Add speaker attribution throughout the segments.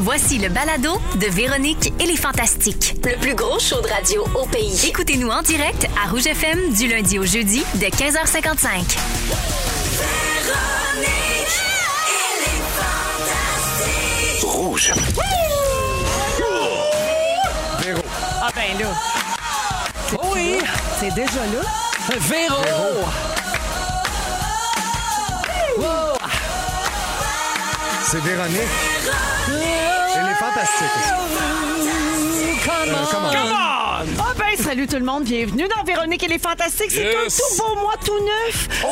Speaker 1: Voici le balado de Véronique et les Fantastiques.
Speaker 2: Le plus gros show de radio au pays.
Speaker 1: Écoutez-nous en direct à Rouge FM du lundi au jeudi de 15h55.
Speaker 3: Rouge.
Speaker 4: Ah ben là. Oh oui,
Speaker 5: C'est déjà là.
Speaker 4: Véro.
Speaker 3: C'est Véronique. Elle est fantastique. Euh, comment?
Speaker 5: Ah ben, salut tout le monde, bienvenue dans Véronique et les Fantastiques. C'est
Speaker 6: Yes.
Speaker 5: un tout beau mois tout neuf. Oh,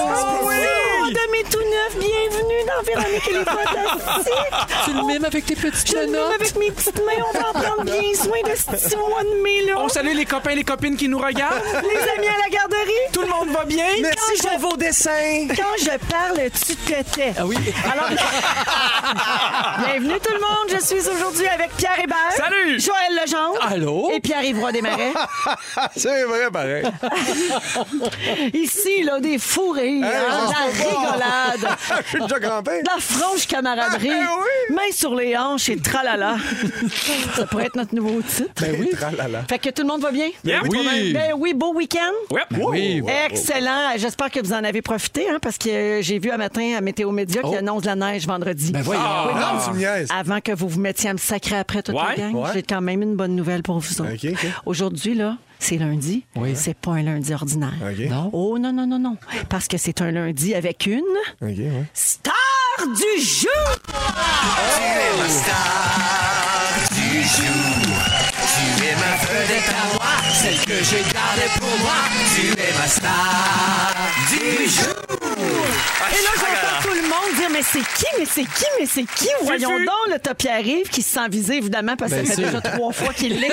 Speaker 5: oui! Mois de mai tout neuf, bienvenue dans Véronique et les Fantastiques.
Speaker 4: Tu le mimes avec tes petites
Speaker 5: Je le nomme
Speaker 4: notes.
Speaker 5: avec mes petites mains, on va en prendre bien soin de ce petit mois de mai là.
Speaker 6: On salue les copains et les copines qui nous regardent.
Speaker 5: Les amis à la garderie,
Speaker 6: Tout le monde va bien.
Speaker 3: Merci
Speaker 5: Quand
Speaker 3: pour vos dessins.
Speaker 5: quand je parle, tu te tais. Ah oui. Alors, bienvenue tout le monde, je suis aujourd'hui avec Pierre Hébert.
Speaker 6: Salut.
Speaker 5: Joël Legendre.
Speaker 4: Allô?
Speaker 5: Et Pierre-Yves Desmarais.
Speaker 3: Ah, C'est vrai, pareil.
Speaker 5: Ici, là, des fourrés, hein,
Speaker 3: on
Speaker 5: de
Speaker 3: se fait
Speaker 5: la rigolade,
Speaker 3: Je suis déjà crampé.
Speaker 5: de la franche camaraderie,
Speaker 3: Ah, oui.
Speaker 5: main sur les hanches et tralala. Ça pourrait être notre nouveau titre.
Speaker 3: Ben oui. Tralala.
Speaker 5: Fait que tout le monde va bien?
Speaker 6: Yeah.
Speaker 4: Oui.
Speaker 5: Ben oui, beau week-end.
Speaker 6: Yep.
Speaker 4: Oui.
Speaker 5: Excellent. J'espère que vous en avez profité, hein, parce que euh, j'ai vu un matin à Météo Média qui annonce la neige vendredi.
Speaker 4: Ben voyons.
Speaker 5: Oui,
Speaker 3: Ah,
Speaker 5: non.
Speaker 3: tu me niaises.
Speaker 5: Avant que vous vous mettiez à me sacrer après toute la
Speaker 6: Ouais.
Speaker 5: gang,
Speaker 3: Ouais.
Speaker 5: j'ai quand même une bonne nouvelle pour vous autres.
Speaker 3: OK, OK.
Speaker 5: Aujourd'hui, là, c'est lundi.
Speaker 4: Oui.
Speaker 5: C'est pas un lundi ordinaire.
Speaker 3: OK.
Speaker 4: Non.
Speaker 5: Oh non, non, non, non. Parce que c'est un lundi avec une
Speaker 3: OK, ouais.
Speaker 5: star du jour! Et là, j'entends tout le monde dire Mais c'est qui, mais c'est qui, mais c'est qui? Voyons
Speaker 6: Fufu.
Speaker 5: donc, le top arrive qui se sent visé, évidemment, parce que
Speaker 4: Bien
Speaker 5: ça fait
Speaker 4: sûr. Ah
Speaker 5: déjà trois fois qu'il l'est.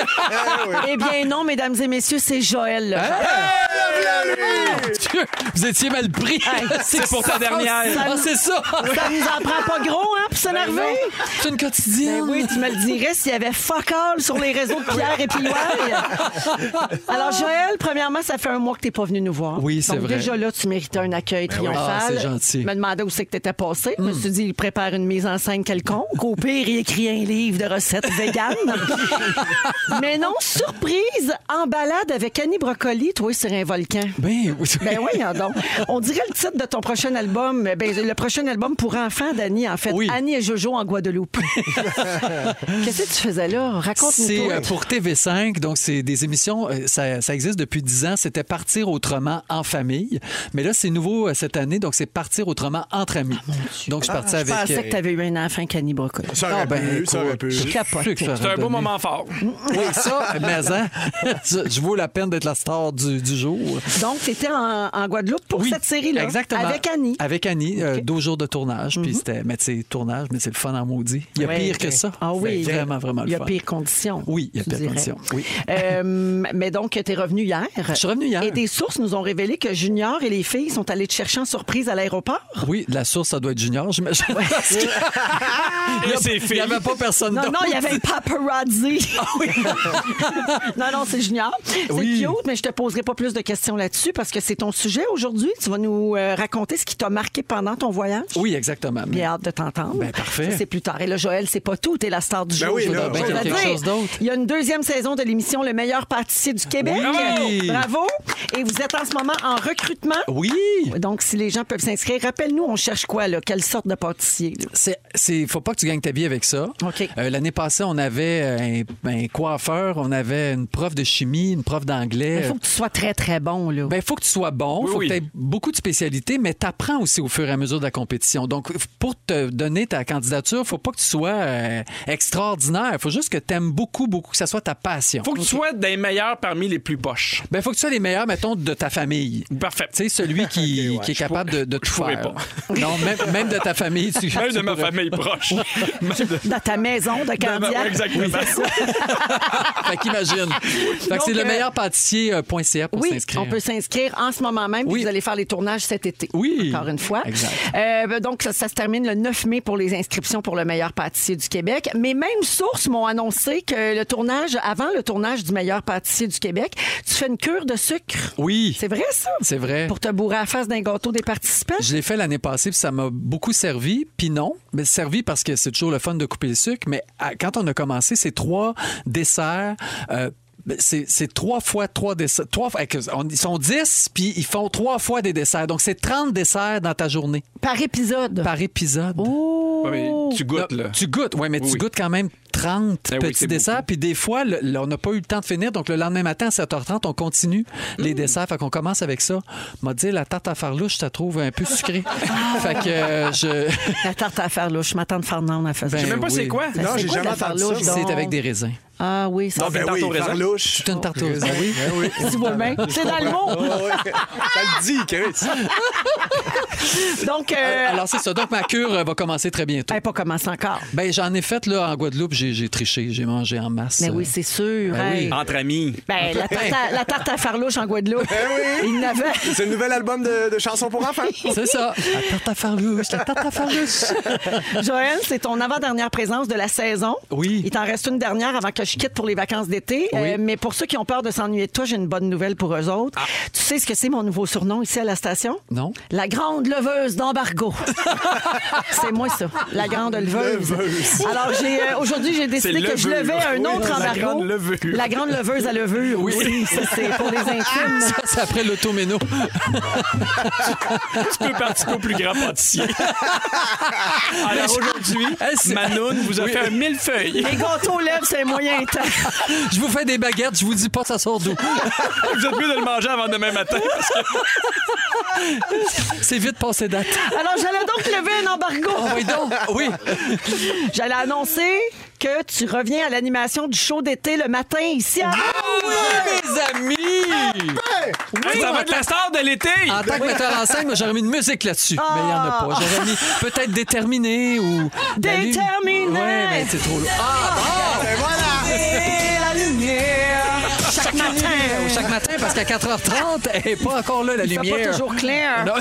Speaker 5: Eh bien, non, mesdames et messieurs, c'est Joël. Legendre.
Speaker 4: Dieu, Vous étiez mal pris.
Speaker 6: C'est pour ta dernière.
Speaker 4: Ah, c'est ça.
Speaker 5: Ça nous en prend pas gros, hein, pour
Speaker 4: Ben
Speaker 5: s'énerver?
Speaker 4: C'est une quotidienne.
Speaker 5: Ben oui, tu me le dirais s'il y avait fuck all sur les réseaux de Pierre et Piloy. Alors, Joël, premièrement, ça fait un mois que t'es pas venu nous voir.
Speaker 4: Oui, c'est
Speaker 5: Donc,
Speaker 4: vrai.
Speaker 5: Déjà là, tu méritais un accueil triomphal.
Speaker 4: Ah, c'est gentil. Hmm.
Speaker 5: Je me demandais où c'est que t'étais passé. Je me suis dit, il prépare une mise en scène quelconque. Au pire, il écrit un livre de recettes véganes. Mais non, surprise, en balade avec Annie Brocoli, toi, sur un volcan.
Speaker 4: Ben oui.
Speaker 5: Ben oui, donc. On dirait le titre de ton prochain album. Ben, le prochain album pour enfants d'Annie, en fait.
Speaker 4: Oui.
Speaker 5: Annie et Jojo en Guadeloupe. Qu'est-ce que tu faisais là? Raconte-nous.
Speaker 4: C'est
Speaker 5: tout.
Speaker 4: euh, pour TV5, donc c'est des émissions, euh, ça, ça existe depuis 10 ans, c'était Partir autrement en famille. Mais là, c'est nouveau euh, cette année, donc c'est Partir autrement entre amis.
Speaker 5: Ah,
Speaker 4: donc je suis parti
Speaker 5: Je
Speaker 4: avec... euh,
Speaker 5: pensais que tu avais eu un enfant Annie Brocoli.
Speaker 3: Ça aurait
Speaker 4: Ah, ben,
Speaker 3: pu, ça aurait pu.
Speaker 5: Je capote.
Speaker 4: Plus que ça
Speaker 6: C'est un
Speaker 4: aurait
Speaker 6: beau
Speaker 4: donné.
Speaker 6: moment fort.
Speaker 4: Oui, ça, mais hein, je, je vaux la peine d'être la star du, du jour.
Speaker 5: Donc, tu étais en, en Guadeloupe pour cette série-là.
Speaker 4: Exactement.
Speaker 5: Avec Annie. Mhm.
Speaker 4: Avec Annie, euh, deux jours de tournage. Puis c'était, mais c'est tournage, mais c'est le fun en maudit. Il y a
Speaker 5: Ouais,
Speaker 4: pire
Speaker 5: ok.
Speaker 4: que ça.
Speaker 5: Ah oui.
Speaker 4: C'est vraiment, vraiment
Speaker 5: Il y
Speaker 4: le
Speaker 5: a
Speaker 4: fun.
Speaker 5: pire conditions.
Speaker 4: Oui, il y a
Speaker 5: tu
Speaker 4: pire
Speaker 5: dirais.
Speaker 4: conditions, oui.
Speaker 5: Euh, mais donc, tu es revenu hier. Je
Speaker 4: suis revenu hier.
Speaker 5: Et des sources nous ont révélé que Junior et les filles sont allées te chercher en surprise à l'aéroport.
Speaker 4: Oui, la source, ça doit être Junior, j'imagine. Parce que-
Speaker 6: Et c'est
Speaker 4: il n'y
Speaker 6: fait.
Speaker 4: avait pas personne
Speaker 5: Non,
Speaker 4: d'autre.
Speaker 5: non, il y avait un paparazzi. non, non, c'est Junior. C'est
Speaker 4: Ah Oui.
Speaker 5: cute, mais je te poserai pas plus de questions là-dessus parce que c'est ton sujet aujourd'hui. Tu vas nous euh, raconter ce qui t'a marqué pendant ton voyage.
Speaker 4: Oui, exactement.
Speaker 5: J'ai hâte de t'entendre.
Speaker 4: Ben, parfait.
Speaker 5: Ça, c'est plus tard. Et là, Joël, c'est pas tout. T'es la star du
Speaker 3: Ben
Speaker 5: jour.
Speaker 3: oui,
Speaker 5: je veux
Speaker 3: là,
Speaker 5: dire.
Speaker 3: ben,
Speaker 4: il y a
Speaker 5: Je veux
Speaker 4: quelque
Speaker 5: dire,
Speaker 4: chose d'autre.
Speaker 5: Il y a une deuxième saison de l'émission Le meilleur pâtissier du Québec.
Speaker 4: Oui.
Speaker 5: Bravo. Et vous êtes en ce moment en recrutement.
Speaker 4: Oui!
Speaker 5: Donc, si les gens peuvent s'inscrire, rappelle-nous, on cherche quoi, là? Quelle sorte de pâtissier? là?
Speaker 4: C'est, c'est- faut pas que tu gagnes ta vie avec ça.
Speaker 5: OK.
Speaker 4: Euh, l'année passée, on avait euh, un, un coiffeur, on avait une prof de chimie, une prof d'anglais.
Speaker 5: Il faut que tu sois très, très bon, là.
Speaker 4: Ben, faut que tu sois bon,
Speaker 6: Oui,
Speaker 4: faut
Speaker 6: oui.
Speaker 4: que tu aies beaucoup de spécialités, mais tu apprends aussi au fur et à mesure de la compétition. Donc, pour te donner ta candidature, faut pas que tu sois euh, extraordinaire. faut juste que tu aimes beaucoup, beaucoup, que ça soit ta passion.
Speaker 6: Faut que tu sois des meilleurs parmi les plus poches.
Speaker 4: Ben, faut que tu sois les meilleurs, mettons, de ta famille.
Speaker 6: Parfait.
Speaker 4: Tu sais, celui qui, qui est capable de, de tout
Speaker 6: pourrais
Speaker 4: faire. Non, même, même de ta famille. Tu,
Speaker 6: Même
Speaker 4: tu
Speaker 6: de ma
Speaker 4: pourrais-
Speaker 6: famille proche. Même de-
Speaker 5: Dans ta maison de
Speaker 6: de ma-
Speaker 5: Candiac.
Speaker 6: Exactement.
Speaker 4: Fait qu'imagine. Fait que
Speaker 5: Donc,
Speaker 4: c'est
Speaker 5: euh,
Speaker 4: le meilleur pour
Speaker 5: Oui,
Speaker 4: s'inscrire.
Speaker 5: on peut s'inscrire en ce moment même. puis
Speaker 4: Oui.
Speaker 5: Vous allez faire les tournages cet été.
Speaker 4: Oui.
Speaker 5: Encore une fois.
Speaker 4: Exact.
Speaker 5: Euh, ben, donc, ça, ça se termine le 9 mai pour les inscriptions pour le meilleur pâtissier du Québec. Mais même sources m'ont annoncé que le tournage, avant le tournage du meilleur pâtissier du Québec, tu fais une cure de sucre. sucre.
Speaker 4: Oui.
Speaker 5: C'est vrai, ça?
Speaker 4: C'est vrai.
Speaker 5: Pour te bourrer à la face d'un gâteau des participants?
Speaker 4: Je l'ai fait l'année passée, puis ça m'a beaucoup servi. Puis non, mais servi parce que c'est toujours le fun de couper le sucre. Mais à- quand on a commencé, c'est trois desserts. euh, ben, c'est c'est trois fois trois desserts. Trois, fois- on- ils sont dix, puis ils font trois fois des desserts. Donc, c'est 30 desserts dans ta journée,
Speaker 5: Par épisode.
Speaker 4: par épisode.
Speaker 6: Ouais, mais tu goûtes,
Speaker 4: Là,
Speaker 6: là.
Speaker 4: Tu goûtes, ouais, mais
Speaker 6: Oui,
Speaker 4: tu
Speaker 6: oui.
Speaker 4: goûtes quand même 30
Speaker 6: Ben oui,
Speaker 4: petits
Speaker 6: c'est
Speaker 4: desserts.
Speaker 6: beaucoup.
Speaker 4: Puis des fois, le- là, on n'a pas eu le temps de finir. Donc, le lendemain matin, à 7h30, on continue
Speaker 6: Mm.
Speaker 4: les desserts. Fait qu'on commence avec ça. M'a dit, la tarte à farlouche, je te trouve un peu sucrée. fait que euh, je...
Speaker 5: La tarte à faire louche. Je m'attends de faire non, la face.
Speaker 4: Ben,
Speaker 6: Je sais même pas
Speaker 4: oui.
Speaker 6: c'est quoi.
Speaker 3: Non, j'ai jamais entendu ça.
Speaker 4: c'est avec des raisins.
Speaker 5: Ah oui, ça
Speaker 3: Non,
Speaker 5: c'est
Speaker 3: ben
Speaker 6: tarte
Speaker 3: oui,
Speaker 6: au raisin.
Speaker 3: farlouche.
Speaker 4: C'est une tarte aux raisins. Oui.
Speaker 3: Ben oui.
Speaker 5: Tu vois bien, c'est dans le
Speaker 3: Oh,
Speaker 5: mot.
Speaker 3: ouais. Ça le dit, Chris.
Speaker 5: Donc, euh,
Speaker 4: Alors, c'est ça. Donc, ma cure euh, va commencer très bientôt.
Speaker 5: elle n'a pas commencé encore.
Speaker 4: Ben, j'en ai fait, là, en Guadeloupe. J'ai j'ai triché. J'ai mangé en masse.
Speaker 5: Mais
Speaker 4: euh,
Speaker 5: oui, c'est sûr.
Speaker 4: Ben
Speaker 5: hey.
Speaker 4: oui.
Speaker 6: Entre amis.
Speaker 5: Ben, la, tarte à, la tarte à farlouche en Guadeloupe.
Speaker 3: oui.
Speaker 5: Il n'avait.
Speaker 3: C'est le nouvel album de, de chansons pour enfants.
Speaker 4: C'est ça. La tarte à farlouche, la tarte à farlouche.
Speaker 5: Joël, c'est ton avant-dernière présence de la saison.
Speaker 4: Oui.
Speaker 5: Il t'en reste une dernière avant que je quitte pour les vacances d'été. Euh,
Speaker 4: Oui.
Speaker 5: mais pour ceux qui ont peur de s'ennuyer de toi, j'ai une bonne nouvelle pour eux autres. Tu sais ce que c'est mon nouveau surnom ici à la station?
Speaker 4: Non.
Speaker 5: La grande leveuse d'embargo. c'est moi ça, la grande leveuse.
Speaker 3: Leveuse.
Speaker 5: Alors j'ai euh, aujourd'hui j'ai décidé
Speaker 6: C'est
Speaker 5: que je
Speaker 6: levure.
Speaker 5: levais un
Speaker 6: Oui,
Speaker 5: autre
Speaker 6: la
Speaker 5: embargo.
Speaker 6: grande levure.
Speaker 5: La grande leveuse à levure. Oui, ça, c'est pour les intimes.
Speaker 4: Ça, c'est après l'automéno.
Speaker 6: Tu peux participer au plus grand pâtissier. Alors aujourd'hui,
Speaker 4: Eh, c'est-
Speaker 6: Manon vous a fait un millefeuille.
Speaker 5: Les gâteaux aux lèvres, c'est un moyen temps.
Speaker 4: Je vous fais des baguettes, je vous dis pas ça sort d'où.
Speaker 6: Vous êtes mieux de le manger avant demain matin. parce que-
Speaker 4: C'est vite passé date.
Speaker 5: Alors j'allais donc lever un embargo.
Speaker 4: Oh, oui, donc, oui.
Speaker 6: Ah
Speaker 5: J'allais annoncer que tu reviens à l'animation du show d'été le matin ici à
Speaker 4: Oui, mes amis!
Speaker 6: ça va être la star de l'été.
Speaker 4: En tant que metteur en scène, moi, j'aurais mis une musique là-dessus. Mais il n'y en a pas. J'aurais mis peut-être déterminé ou. La lune.
Speaker 5: Déterminé!
Speaker 4: Ouais, mais c'est trop lourd. Ah,
Speaker 3: Et voilà!
Speaker 5: chaque matin.
Speaker 4: bon, Oh, chaque matin, parce qu'à 4h30, elle n'est pas encore là, la
Speaker 5: C'est pas
Speaker 4: lumière.
Speaker 5: toujours clair.
Speaker 4: Non.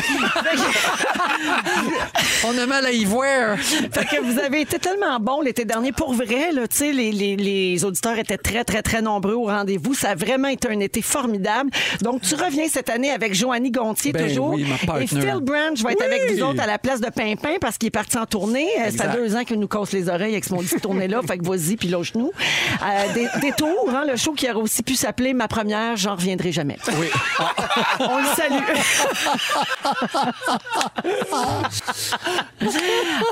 Speaker 4: On a mal à y voir.
Speaker 5: Fait que vous avez été tellement bons l'été dernier. Pour vrai, là, tu sais, les, les- les auditeurs étaient très, très, très nombreux au rendez-vous. Ça a vraiment été un été formidable. Donc, tu reviens cette année avec Joannie Gontier,
Speaker 4: Ben
Speaker 5: toujours.
Speaker 4: oui, ma
Speaker 5: Et
Speaker 4: partner.
Speaker 5: Phil Branch va être
Speaker 4: Oui.
Speaker 5: avec vous autres à la place de Pimpin parce qu'il est parti en tournée. Euh, Ça
Speaker 4: Exact.
Speaker 5: fait deux ans qu'il nous casse les oreilles avec ce maudit tournée-là. Fait que vas-y, puis lâche-nous. Euh, des, des tours, hein, le show qui aurait aussi pu s'appeler Ma première, j'en reviendrai jamais.
Speaker 4: Oui.
Speaker 5: On le salue.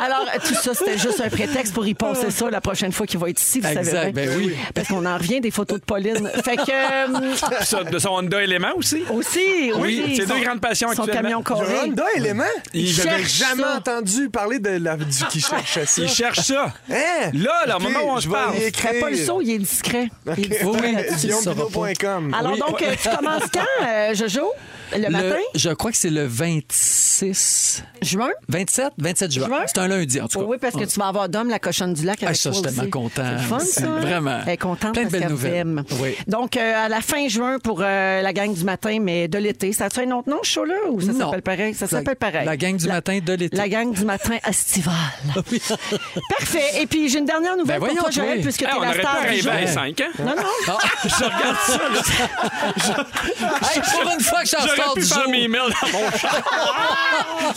Speaker 5: Alors, tout ça, c'était juste un prétexte pour y passer ça la prochaine fois qu'il va être ici. Vous
Speaker 4: Exact,
Speaker 5: savez bien.
Speaker 4: ben oui.
Speaker 5: Parce qu'on en revient des photos de Pauline. Fait que. euh,
Speaker 6: Ça, de son Honda élément aussi.
Speaker 5: aussi,
Speaker 6: Oui,
Speaker 5: aussi.
Speaker 6: c'est
Speaker 5: son-
Speaker 6: deux grandes passions
Speaker 5: Son
Speaker 6: actuellement.
Speaker 5: camion carré.
Speaker 3: Honda Element?
Speaker 6: Il
Speaker 3: J'avais
Speaker 5: cherche
Speaker 3: jamais
Speaker 5: ça.
Speaker 3: entendu parler de la, du qui cherchait ça.
Speaker 6: Il cherche ça.
Speaker 3: Hein?
Speaker 6: Là, là, au
Speaker 3: Ok,
Speaker 6: moment où on
Speaker 3: je
Speaker 6: se
Speaker 3: vais
Speaker 6: parle.
Speaker 3: y
Speaker 6: Je
Speaker 3: écrire.
Speaker 5: Pas le saut, il est discret. Il est discret
Speaker 4: Oui, oui,
Speaker 5: là-dessus.
Speaker 4: tu le sauras pas.
Speaker 3: guillaume.com.
Speaker 5: Alors,
Speaker 6: Oui.
Speaker 5: donc, euh, tu commences quand, euh, Jojo? Le, matin?
Speaker 4: Le- je crois que c'est le 26.
Speaker 5: Juin?
Speaker 4: 27? 27 juin.
Speaker 5: Juin?
Speaker 4: C'est un lundi, en tout cas.
Speaker 5: oui, parce que tu vas avoir Dom, la cochonne du lac, avec
Speaker 4: Ah,
Speaker 5: toi
Speaker 4: ça, je suis
Speaker 5: aussi.
Speaker 4: tellement content.
Speaker 5: C'est le fun,
Speaker 4: Merci.
Speaker 5: ça.
Speaker 4: Vraiment.
Speaker 5: Elle est contente
Speaker 4: Plein de
Speaker 5: parce
Speaker 4: belles
Speaker 5: qu'elle
Speaker 4: nouvelles.
Speaker 5: t'aime.
Speaker 4: Oui.
Speaker 5: Donc, euh, à la fin juin, pour euh, la gang du matin, mais de l'été, ça a-tu un autre nom, ce show-là, ou ça
Speaker 4: Non.
Speaker 5: s'appelle pareil? Ça
Speaker 4: La-
Speaker 5: s'appelle pareil.
Speaker 4: la gang du matin de l'été.
Speaker 5: La gang du matin estivale. Parfait. Et puis, j'ai une dernière nouvelle
Speaker 4: Ben
Speaker 5: pour toi,
Speaker 4: voyons,
Speaker 5: Joël,
Speaker 4: toi. Ah.
Speaker 5: puisque
Speaker 6: Hey,
Speaker 5: t'es
Speaker 6: Eh, on
Speaker 5: la
Speaker 6: aurait
Speaker 5: star
Speaker 6: pas
Speaker 5: du
Speaker 6: rêvé
Speaker 5: jour.
Speaker 6: à hein? 5 ans.
Speaker 5: Non, non.
Speaker 6: regarde ça. là.
Speaker 4: Hey, pour une fois que j'en
Speaker 6: J'aurais
Speaker 4: sors
Speaker 6: pu
Speaker 4: du
Speaker 6: faire
Speaker 4: jour.
Speaker 6: mes emails dans mon char.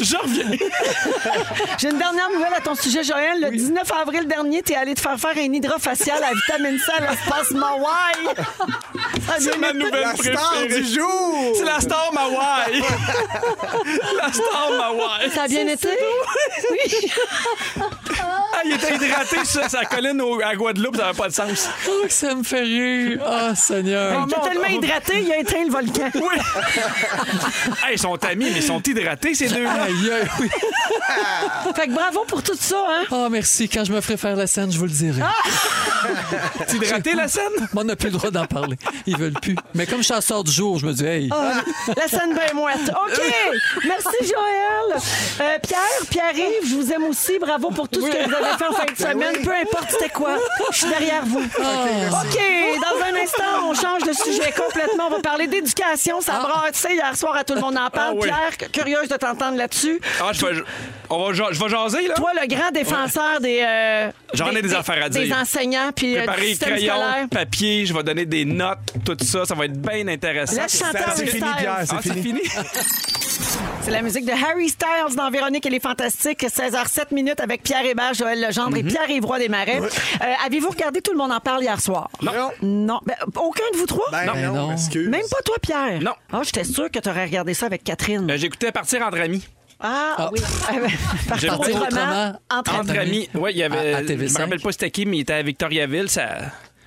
Speaker 6: Je reviens.
Speaker 5: J'ai une dernière nouvelle à ton sujet, Joël. Le 19 avril dernier, t'es allé te faire faire un hydrofacial à vitamine C à l'espace Mawai. Ça vient
Speaker 6: C'est ma
Speaker 5: l'été.
Speaker 6: nouvelle
Speaker 3: La star
Speaker 6: préférée.
Speaker 3: du jour!
Speaker 6: C'est la star Mawai. La star Mawai.
Speaker 5: Ça a bien été? Oui.
Speaker 6: Ah, il était hydraté sur sa colline au- à Guadeloupe, ça n'avait pas de sens.
Speaker 4: Oh, que ça me fait rire. Oh,
Speaker 6: Ah,
Speaker 4: Seigneur.
Speaker 5: Il était tellement hydraté, il a éteint le volcan.
Speaker 6: Oui. Hey, ils sont amis, mais ils sont hydratés, ces deux.
Speaker 4: Aïe, aïe, oui.
Speaker 5: Fait que bravo pour tout ça, hein?
Speaker 4: Oh, merci. Quand je me ferai faire la scène, je vous le dirai.
Speaker 5: Ah!
Speaker 6: T'es hydraté, la scène?
Speaker 4: Mais On n'a plus le droit d'en parler. Ils veulent plus. Mais comme je suis en sors du jour, je me dis, hey,
Speaker 5: Ah!
Speaker 6: Ah.
Speaker 5: La scène bien moite. OK! Merci, Joël. Euh, Pierre, Pierre-Yves, je vous aime aussi. Bravo pour tout ce que vous avez fait en fin de
Speaker 6: Ben
Speaker 5: semaine. Peu importe c'était quoi, je suis derrière vous.
Speaker 6: Ah,
Speaker 5: OK, dans un instant, on change de sujet complètement. On va parler d'éducation. Ça brassait hier soir à Tout le monde en parle.
Speaker 6: Ah oui.
Speaker 5: Pierre, curieuse de t'entendre là-dessus.
Speaker 6: Ah, je vais- On va, ja- je vais jaser, là.
Speaker 5: Toi, le grand défenseur des. euh,
Speaker 6: J'en ai des affaires à dire.
Speaker 5: Des enseignants, puis euh, du
Speaker 6: Préparer
Speaker 5: système
Speaker 6: crayon,
Speaker 5: scolaire.
Speaker 6: papier, je vais donner des notes, tout ça. Ça va être bien intéressant.
Speaker 5: Le chanteur
Speaker 3: c'est fini, Pierre,
Speaker 5: Styles.
Speaker 3: c'est
Speaker 6: Ah, c'est
Speaker 3: fini.
Speaker 6: fini?
Speaker 5: C'est la musique de Harry Styles dans Véronique et les Fantastiques, 16h07 minutes avec Pierre Hébert, Joël Legendre
Speaker 6: Mhm.
Speaker 5: et Pierre Évroy Desmarais. Euh, Avez-vous regardé Tout le monde en parle hier soir?
Speaker 3: Non.
Speaker 5: Non. Ben, aucun de vous trois?
Speaker 3: Ben non,
Speaker 4: non.
Speaker 3: excuse.
Speaker 5: Même pas toi, Pierre?
Speaker 6: Non.
Speaker 5: Ah, j'étais sûre que tu aurais regardé ça avec Catherine.
Speaker 6: Euh, J'écoutais Partir entre amis.
Speaker 5: Ah,
Speaker 4: Ah.
Speaker 5: oui. Partir
Speaker 6: Partir
Speaker 5: autrement,
Speaker 4: autrement, Ah, ben,
Speaker 5: entre
Speaker 6: Entre amis.
Speaker 4: amis.
Speaker 6: Oui, il y avait.
Speaker 4: À- à TV5.
Speaker 6: je me rappelle pas c'était qui, mais il était à Victoriaville. Ça.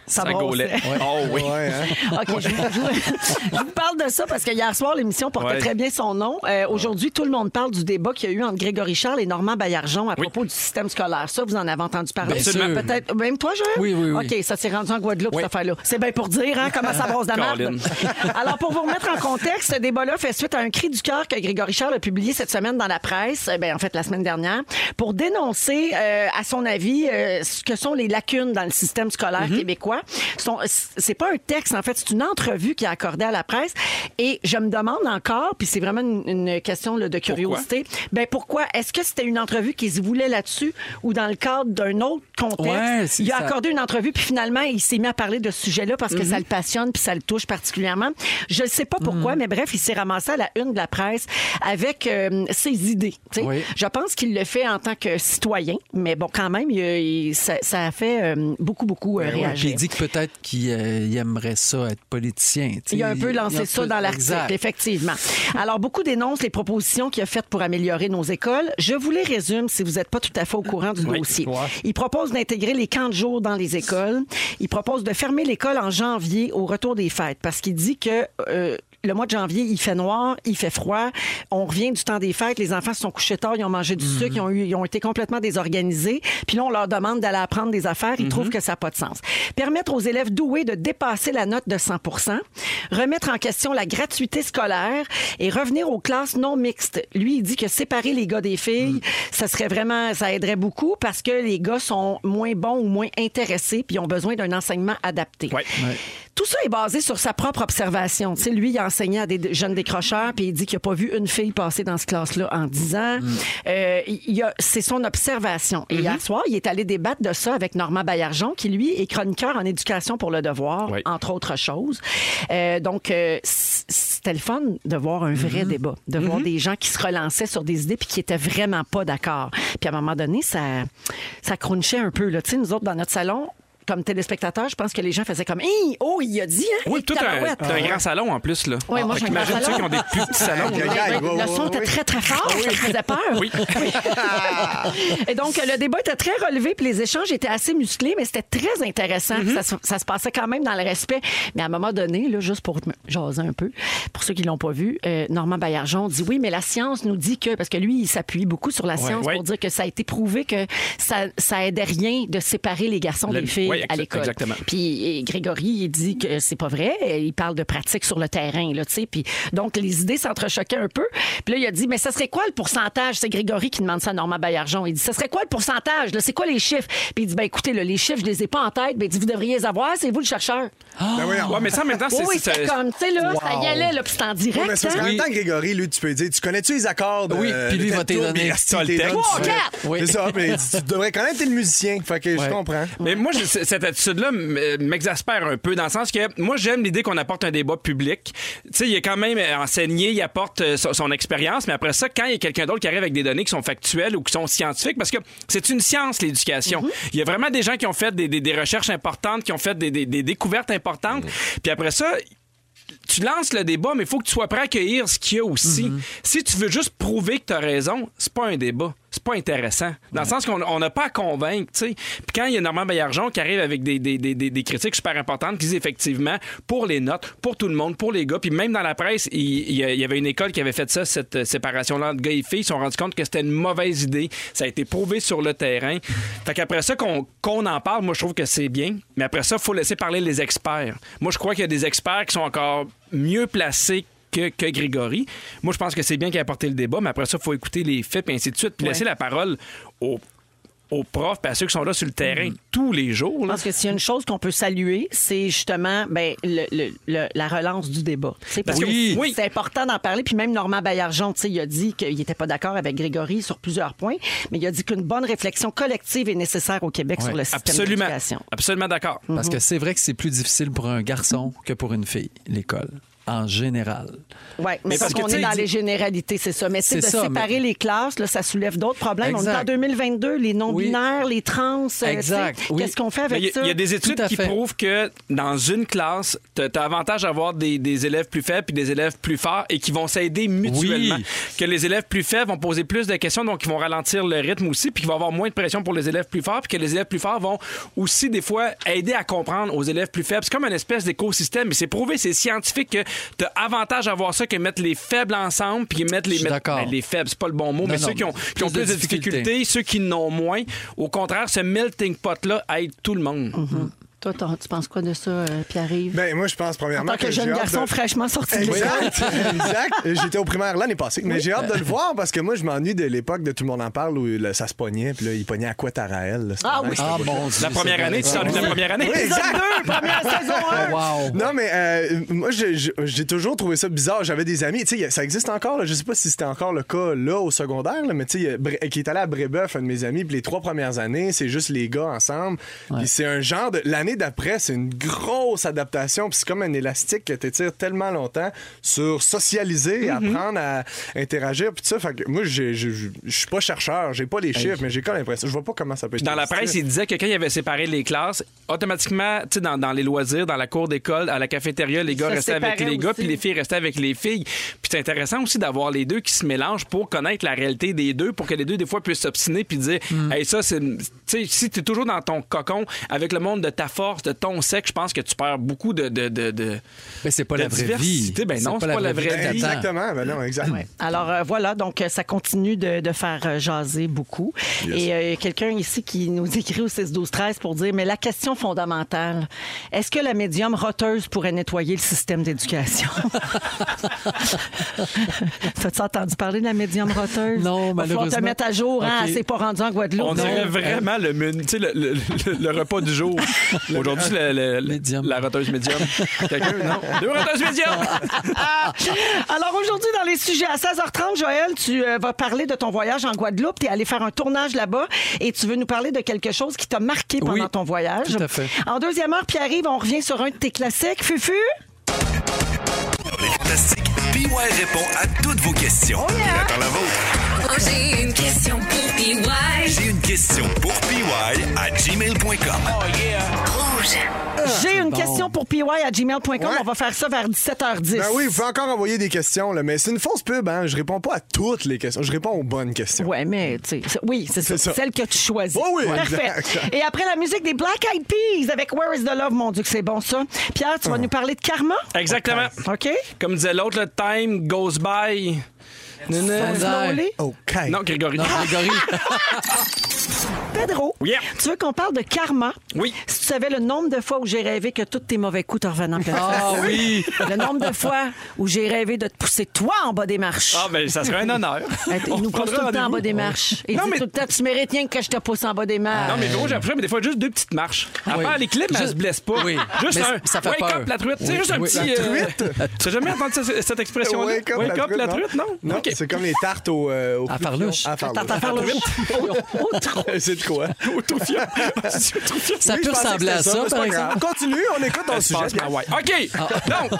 Speaker 5: Ça
Speaker 6: gaulait.
Speaker 5: brassait.
Speaker 6: Oh oui.
Speaker 3: Ouais, hein?
Speaker 5: OK, je vous, je vous- je vous parle de ça parce que hier soir, l'émission portait
Speaker 6: Ouais.
Speaker 5: très bien son nom. Euh, Aujourd'hui, tout le monde parle du débat qu'il y a eu entre Grégory Charles et Normand Baillargeon à
Speaker 6: Oui.
Speaker 5: propos du système scolaire. Ça, vous en avez entendu parler.
Speaker 4: Bien Absolument. sûr.
Speaker 5: Peut-être même toi, Joël?
Speaker 4: Oui, oui, oui.
Speaker 5: OK, ça s'est rendu en Guadeloupe,
Speaker 4: Oui.
Speaker 5: cette affaire-là. C'est bien pour dire hein, comment ça brosse de merde.
Speaker 6: Colin.
Speaker 5: Alors, pour vous remettre en contexte, ce débat-là fait suite à un cri du cœur que Grégory Charles a publié cette semaine dans la presse, eh ben, en fait la semaine dernière, pour dénoncer, euh, à son avis, euh, ce que sont les lacunes dans le système scolaire
Speaker 4: Mhm.
Speaker 5: québécois. Son- C'est pas un texte, en fait, c'est une entrevue qui est accordée à la presse. Et je me demande encore, puis c'est vraiment une, une question là, de curiosité, ben pourquoi est-ce que c'était une entrevue qu'ils voulaient là-dessus ou dans le cadre d'un autre
Speaker 4: Ouais,
Speaker 5: contexte?
Speaker 4: c'est
Speaker 5: il a
Speaker 4: ça.
Speaker 5: accordé une entrevue, puis finalement, il s'est mis à parler de ce sujet-là parce
Speaker 4: Mhm.
Speaker 5: que ça le passionne, puis ça le touche particulièrement. Je ne sais pas
Speaker 4: Mhm.
Speaker 5: pourquoi, mais bref, il s'est ramassé à la une de la presse avec euh, ses idées. tu sais.
Speaker 4: Oui.
Speaker 5: Je pense qu'il le fait en tant que citoyen, mais bon, quand même, il a- il- ça, ça a fait euh, beaucoup, beaucoup euh,
Speaker 4: Ben Puis il
Speaker 5: réagir.
Speaker 4: dit que peut-être qu'il euh, il aimerait ça être politicien. tu sais.
Speaker 5: Il a un peu lancé
Speaker 4: il a un
Speaker 5: ça
Speaker 4: peu-
Speaker 5: dans l'article,
Speaker 4: Exact.
Speaker 5: effectivement. Alors, beaucoup dénoncent les propositions qu'il a faites pour améliorer nos écoles. Je vous les résume si vous n'êtes pas tout à fait au courant du dossier. Il propose d'intégrer les camps de jour dans les écoles. Il propose de fermer l'école en janvier au retour des fêtes parce qu'il dit que... euh, le mois de janvier, il fait noir, il fait froid. On revient du temps des fêtes. Les enfants se sont couchés tard, ils ont mangé du
Speaker 4: Mhm.
Speaker 5: sucre, ils ont, eu- ils ont été complètement désorganisés. Puis là, on leur demande d'aller apprendre des affaires. Ils trouvent que ça n'a pas de sens. Permettre aux élèves doués de dépasser la note de 100 remettre en question la gratuité scolaire et revenir aux classes non mixtes. Lui, il dit que séparer les gars des filles, ça serait vraiment, ça aiderait beaucoup parce que les gars sont moins bons ou moins intéressés puis ils ont besoin d'un enseignement adapté.
Speaker 6: Ouais.
Speaker 5: Tout ça est basé sur sa propre observation. Tu sais, lui, il a enseigné à des d- jeunes décrocheurs, puis il dit qu'il n'a pas vu une fille passer dans cette classe-là en 10 ans.
Speaker 6: Mm.
Speaker 5: Euh, il y a- c'est son observation. Et
Speaker 6: Mm-hmm.
Speaker 5: hier soir, il est allé débattre de ça avec Normand Baillargeon, qui, lui, est chroniqueur en éducation pour le devoir,
Speaker 6: Oui.
Speaker 5: entre autres choses. Euh, donc, euh, c- c'était le fun de voir un
Speaker 6: Mm-hmm.
Speaker 5: vrai débat, de voir des gens qui se relançaient sur des idées puis qui étaient vraiment pas d'accord. Puis à un moment donné, ça, ça crunchait un peu. Là. Tu sais, nous autres, dans notre salon, comme téléspectateurs, je pense que les gens faisaient comme Hi, Oh, il a dit, hein?
Speaker 6: Oui,
Speaker 5: Hey,
Speaker 6: tout un,
Speaker 5: tabarouette.
Speaker 6: t'as un grand salon en plus. là.
Speaker 5: Oui, moi, j'ai un grand
Speaker 6: Imagine ceux
Speaker 5: salon.
Speaker 6: qui ont des plus petits salons.
Speaker 3: Aïe,
Speaker 5: Ouais,
Speaker 3: aïe, aïe,
Speaker 5: ouais,
Speaker 3: ouais,
Speaker 5: le
Speaker 3: ouais,
Speaker 5: son
Speaker 3: ouais,
Speaker 5: était
Speaker 3: ouais.
Speaker 5: très, très fort. Ça me faisait peur.
Speaker 6: Oui.
Speaker 5: Et donc, le débat était très relevé, puis les échanges étaient assez musclés, mais c'était très intéressant.
Speaker 6: Mm-hmm.
Speaker 5: ça, se- ça se passait quand même dans le respect. Mais à un moment donné, là, juste pour me jaser un peu, pour ceux qui l'ont pas vu, euh, Normand Baillargeon dit oui, mais la science nous dit que, parce que lui, il s'appuie beaucoup sur la science
Speaker 6: ouais.
Speaker 5: pour dire que ça a été prouvé que ça, ça aidait rien de séparer les garçons
Speaker 6: Le-
Speaker 5: des filles
Speaker 6: ouais,
Speaker 5: à
Speaker 6: exa-
Speaker 5: l'école.
Speaker 6: exactement.
Speaker 5: Puis et Grégory, il dit que c'est pas vrai. Il parle de pratique sur le terrain, là, tu sais. Puis donc, les idées s'entrechoquaient un peu. Puis là, il a dit, mais ça serait quoi le pourcentage? C'est Grégory qui demande ça à Normand Baillargeon. Il dit, ça serait quoi le pourcentage? là? C'est quoi les chiffres? Puis il dit, ben écoutez, là, les chiffres, je les ai pas en tête. Ben, il dit, vous devriez les avoir. C'est vous le chercheur.
Speaker 3: Ben voyons.
Speaker 6: Ouais, mais ça, en même temps,
Speaker 5: Oui,
Speaker 6: Ah, c'est.
Speaker 5: oui,
Speaker 6: c'est-
Speaker 5: c'est comme, tu sais, là, ça y allait, là, puis c'est en
Speaker 3: Ouais,
Speaker 5: direct.
Speaker 3: mais c'est parce
Speaker 5: hein?
Speaker 3: qu'en même temps, Grégory, lui, tu peux lui dire, tu connais-tu les accords de,
Speaker 4: Oui, puis lui,
Speaker 3: de
Speaker 4: il
Speaker 3: telle
Speaker 4: va te les
Speaker 3: tour,
Speaker 4: donner.
Speaker 3: puis il
Speaker 6: Tu as le
Speaker 3: t'es
Speaker 6: texte.
Speaker 3: donne,
Speaker 5: Trois,
Speaker 3: tu-
Speaker 5: quatre.
Speaker 4: Oui.
Speaker 3: C'est ça, mais tu tu devrais connaître, t'es le musicien. Fait que je
Speaker 4: Ouais.
Speaker 3: comprends.
Speaker 6: hein? Mais moi, j'ai- c- cette attitude-là m- euh, m'exaspère un peu, dans le sens que moi, j'aime l'idée qu'on apporte un débat public. Tu sais, il est quand même euh, enseigné, il apporte euh, so- son, expérience, mais après ça, quand il y a quelqu'un d'autre qui arrive avec des données qui sont factuelles ou qui sont scientifiques, parce que c'est une science, l'éducation.
Speaker 5: Mm-hmm.
Speaker 6: Il y a vraiment des gens qui ont fait des, des- des recherches importantes, qui ont fait des, des- des découvertes importantes,
Speaker 5: Mm-hmm.
Speaker 6: puis après ça... Tu lances le débat, mais il faut que tu sois prêt à accueillir ce qu'il y a aussi. Si tu veux juste prouver que tu as raison, c'est pas un débat c'est pas intéressant. Dans le sens qu'on on n'a pas à convaincre, tu sais. Puis quand il y a Normand Baillargeon qui arrive avec des, des, des, des- des critiques super importantes, qui disent effectivement pour les notes, pour tout le monde, pour les gars, puis même dans la presse, il, il y a- il y avait une école qui avait fait ça, cette euh, séparation-là entre gars et filles. Ils se sont rendus compte que c'était une mauvaise idée. Ça a été prouvé sur le terrain. Fait qu'après ça, qu'on qu'on en parle, moi, je trouve que c'est bien. Mais après ça, il faut laisser parler les experts. Moi, je crois qu'il y a des experts qui sont encore mieux placés que, que Grégory. Moi, je pense que c'est bien qu'il a apporté le débat, mais après ça, il faut écouter les faits, puis ainsi de suite, puis laisser la parole aux, aux profs et à ceux qui sont là sur le terrain tous les jours.
Speaker 5: Je
Speaker 6: là.
Speaker 5: pense que s'il y a une chose qu'on peut saluer, c'est justement ben, le- le- le- la relance du débat. Tu sais, Parce
Speaker 6: Oui.
Speaker 5: que
Speaker 6: Oui.
Speaker 5: c'est important d'en parler. Puis même Normand Baillargeon, tu sais, il a dit qu'il n'était pas d'accord avec Grégory sur plusieurs points, mais il a dit qu'une bonne réflexion collective est nécessaire au Québec sur le système
Speaker 6: Absolument.
Speaker 5: d'éducation.
Speaker 6: Absolument d'accord.
Speaker 4: Parce
Speaker 5: Mhm.
Speaker 4: que c'est vrai que c'est plus difficile pour un garçon que pour une fille, l'école, en général.
Speaker 5: Oui, mais,
Speaker 6: Mais parce
Speaker 5: parce qu'on
Speaker 6: que, tu
Speaker 5: est
Speaker 6: sais,
Speaker 5: dans
Speaker 6: il dit-
Speaker 5: les généralités, c'est ça. Mais tu sais, de
Speaker 4: C'est ça,
Speaker 5: séparer les classes, là, ça soulève d'autres problèmes. On est
Speaker 4: Exact.
Speaker 5: en 2022, les non-binaires, les trans. euh, tu sais,
Speaker 4: Exact, oui.
Speaker 5: Qu'est-ce qu'on fait
Speaker 6: Mais
Speaker 5: avec
Speaker 6: Il y, a-
Speaker 5: ça?
Speaker 6: il y a des
Speaker 4: Tout
Speaker 6: études
Speaker 4: à
Speaker 6: qui
Speaker 4: fait.
Speaker 6: prouvent que dans une classe, tu as, avantage d'avoir des, des élèves plus faibles puis des élèves plus forts et qui vont s'aider mutuellement.
Speaker 4: Oui.
Speaker 6: Que les élèves plus faibles vont poser plus de questions, donc ils vont ralentir le rythme aussi, puis qu'il va y avoir moins de pression pour les élèves plus forts, puis que les élèves plus forts vont aussi, des fois, aider à comprendre aux élèves plus faibles. C'est comme une espèce d'écosystème, et c'est prouvé, c'est scientifique que tu as avantage à avoir ça que mettre les faibles ensemble, puis mettre les,
Speaker 4: Je suis
Speaker 6: mettre-
Speaker 4: d'accord.
Speaker 6: ben, les faibles, c'est pas le bon mot,
Speaker 4: Non,
Speaker 6: mais
Speaker 4: non,
Speaker 6: ceux qui ont, qui ont plus de difficultés et ceux qui n'ont moins. Au contraire, ce melting pot-là aide tout le monde.
Speaker 5: Hum. Toi, t'en- tu penses quoi de ça, euh, Pierre-Yves?
Speaker 3: Ben, moi, je pense
Speaker 5: en
Speaker 3: premièrement
Speaker 5: tant que,
Speaker 3: j'ai
Speaker 5: jeune
Speaker 3: hâte
Speaker 5: garçon
Speaker 3: de-
Speaker 5: fraîchement sorti de l'école.
Speaker 3: Exact, exact. J'étais au primaire l'année passée. Mais j'ai hâte de le voir parce que moi, je m'ennuie de l'époque de Tout le monde en parle où là, ça se pognait. Puis là, il pognait à quoi Tarael.
Speaker 5: Ah oui.
Speaker 4: Ah mon Dieu.
Speaker 6: La
Speaker 4: c'est
Speaker 6: première
Speaker 4: vrai.
Speaker 6: année, tu t'ennuies de la première année?
Speaker 3: Oui, exact.
Speaker 5: Première saison un.
Speaker 4: Wow.
Speaker 3: Non, mais euh, moi, je- je- j'ai toujours trouvé ça bizarre. J'avais des amis, tu sais, ça existe encore, là, je sais pas si c'était encore le cas là au secondaire, là, mais tu sais, Bre- qui est allé à Brébeuf, un de mes amis, puis les trois premières années, c'est juste les gars ensemble. Puis c'est un genre de. L'année d'après, c'est une grosse adaptation, puis c'est comme un élastique que tu tires tellement longtemps sur socialiser, apprendre à interagir, puis tout ça. Fait que moi, j'ai- j'ai- je je suis pas chercheur, j'ai pas les chiffres, mais j'ai quand même l'impression. Je vois pas comment ça peut être.
Speaker 6: Dans la
Speaker 3: possible.
Speaker 6: presse, il disait que quand il avait séparé les classes, automatiquement, tu sais, dans, dans les loisirs, dans la cour d'école, à la cafétéria, les gars
Speaker 5: se
Speaker 6: restaient avec
Speaker 5: séparaient
Speaker 6: les gars,
Speaker 5: aussi.
Speaker 6: puis les filles restaient avec les filles. Puis c'est intéressant aussi d'avoir les deux qui se mélangent pour connaître la réalité des deux, pour que les deux, des fois, puissent s'obstiner puis dire, hey, ça, c'est. Tu sais, si tu es toujours dans ton cocon avec le monde de ta force, de ton sexe, je pense que tu perds beaucoup de. de, de, de-
Speaker 4: Mais c'est pas
Speaker 6: La
Speaker 4: la vraie vie.
Speaker 6: diversité, ben non, c'est pas la vraie
Speaker 4: que
Speaker 6: vie.
Speaker 4: t'attends.
Speaker 3: Exactement, ben non, exact.
Speaker 5: Alors euh, voilà, donc euh, ça continue de, de faire euh, jaser beaucoup. Et euh, il y a quelqu'un ici qui nous écrit au 6 12 13 pour dire mais la question fondamentale, est-ce que la médium roteuse pourrait nettoyer le système d'éducation T'as-tu entendu parler de la médium roteuse
Speaker 4: Non,
Speaker 5: Va falloir te
Speaker 4: malheureusement.
Speaker 5: mettre à jour, hein,
Speaker 4: OK.
Speaker 5: c'est pas rendu en Guadeloupe.
Speaker 6: On
Speaker 5: ça.
Speaker 6: dirait vraiment le, menu- tu sais, le, le- le- le repas du jour. Aujourd'hui, le- le- le-
Speaker 4: Médium.
Speaker 6: la roteuse médium. Quelqu'un, non? Deux roteuses médium!
Speaker 5: Alors aujourd'hui, dans les sujets, à 16h30, Joël, tu euh, vas parler de ton voyage en Guadeloupe. Tu es allé faire un tournage là-bas et tu veux nous parler de quelque chose qui t'a marqué pendant
Speaker 4: Oui,
Speaker 5: ton voyage.
Speaker 4: tout à fait.
Speaker 5: En deuxième heure, Pierre-Yves, on revient sur un de tes classiques. Fufu?
Speaker 7: Les fantastiques. PY répond à toutes vos questions. Il attend la vôtre.
Speaker 2: Oh, j'ai une question pour PY.
Speaker 7: J'ai une question pour PY à gmail.com.
Speaker 2: Rouge.
Speaker 3: Ah,
Speaker 5: J'ai une question pour PY à gmail.com. On va faire ça vers 17h10.
Speaker 3: Ben oui, vous pouvez encore envoyer des questions, là, mais c'est une fausse pub, hein. Je réponds pas à toutes les questions. Je réponds aux bonnes questions.
Speaker 5: Ouais, mais tu sais, c'est- oui, c'est ça.
Speaker 3: C'est ça.
Speaker 5: Celle que tu choisis.
Speaker 3: Oh oui,
Speaker 5: Parfait.
Speaker 3: exact.
Speaker 5: Et après la musique des Black Eyed Peas avec Where is the Love, mon Dieu, que c'est bon ça. Pierre, tu vas nous parler de karma?
Speaker 6: Exactement.
Speaker 5: OK?
Speaker 6: Comme disait l'autre, le time goes by.
Speaker 5: Slowly.
Speaker 3: OK.
Speaker 6: Non, Grégory.
Speaker 4: Non, Grégory.
Speaker 5: Pedro,
Speaker 6: Yeah.
Speaker 5: tu veux qu'on parle de karma?
Speaker 6: Oui.
Speaker 5: Si tu savais le nombre de fois où j'ai rêvé que tous tes mauvais coups te revenaient en pleine
Speaker 4: Ah
Speaker 5: face.
Speaker 4: oui.
Speaker 5: Le nombre de fois où j'ai rêvé de te pousser toi en bas des marches.
Speaker 6: Ah, ben, ça serait un honneur.
Speaker 5: Hey, t-
Speaker 6: On
Speaker 5: Il nous pousse
Speaker 6: prendra
Speaker 5: tout le temps en
Speaker 6: rendez-vous.
Speaker 5: bas des marches. Il
Speaker 6: Non,
Speaker 5: dit
Speaker 6: mais-
Speaker 5: tout le temps, tu mérites rien que je te pousse en bas des marches.
Speaker 6: Non, mais gros, j'ai appris, mais des fois, juste deux petites marches. À
Speaker 4: Oui.
Speaker 6: part les clips, elle
Speaker 4: Juste-
Speaker 6: se blesse pas.
Speaker 4: Oui.
Speaker 6: Juste
Speaker 4: Mais
Speaker 6: un.
Speaker 4: ça fait
Speaker 6: wake
Speaker 4: peur.
Speaker 6: up, la truite. C'est
Speaker 4: Oui,
Speaker 6: juste un
Speaker 4: oui.
Speaker 6: petit.
Speaker 4: La
Speaker 6: euh, T'as jamais entendu ce- cette expression-là?
Speaker 3: Wake up, la truite,
Speaker 6: la truite, non?
Speaker 3: Non,
Speaker 6: OK.
Speaker 3: c'est comme les tartes au, euh, au
Speaker 4: À
Speaker 3: plus-
Speaker 4: Farlouche.
Speaker 3: À Farlouche.
Speaker 5: Attends, t'as parlé au- au- au trou.
Speaker 3: C'est de quoi?
Speaker 4: Ça
Speaker 3: Oui, je
Speaker 4: peut
Speaker 3: pensais que
Speaker 4: ressembler à
Speaker 3: c'était
Speaker 4: ça,
Speaker 3: mais c'est
Speaker 4: par
Speaker 3: pas
Speaker 4: exemple.
Speaker 3: grave. Continue, on écoute ton sujet. ben
Speaker 6: Espace Maouai. OK! Donc,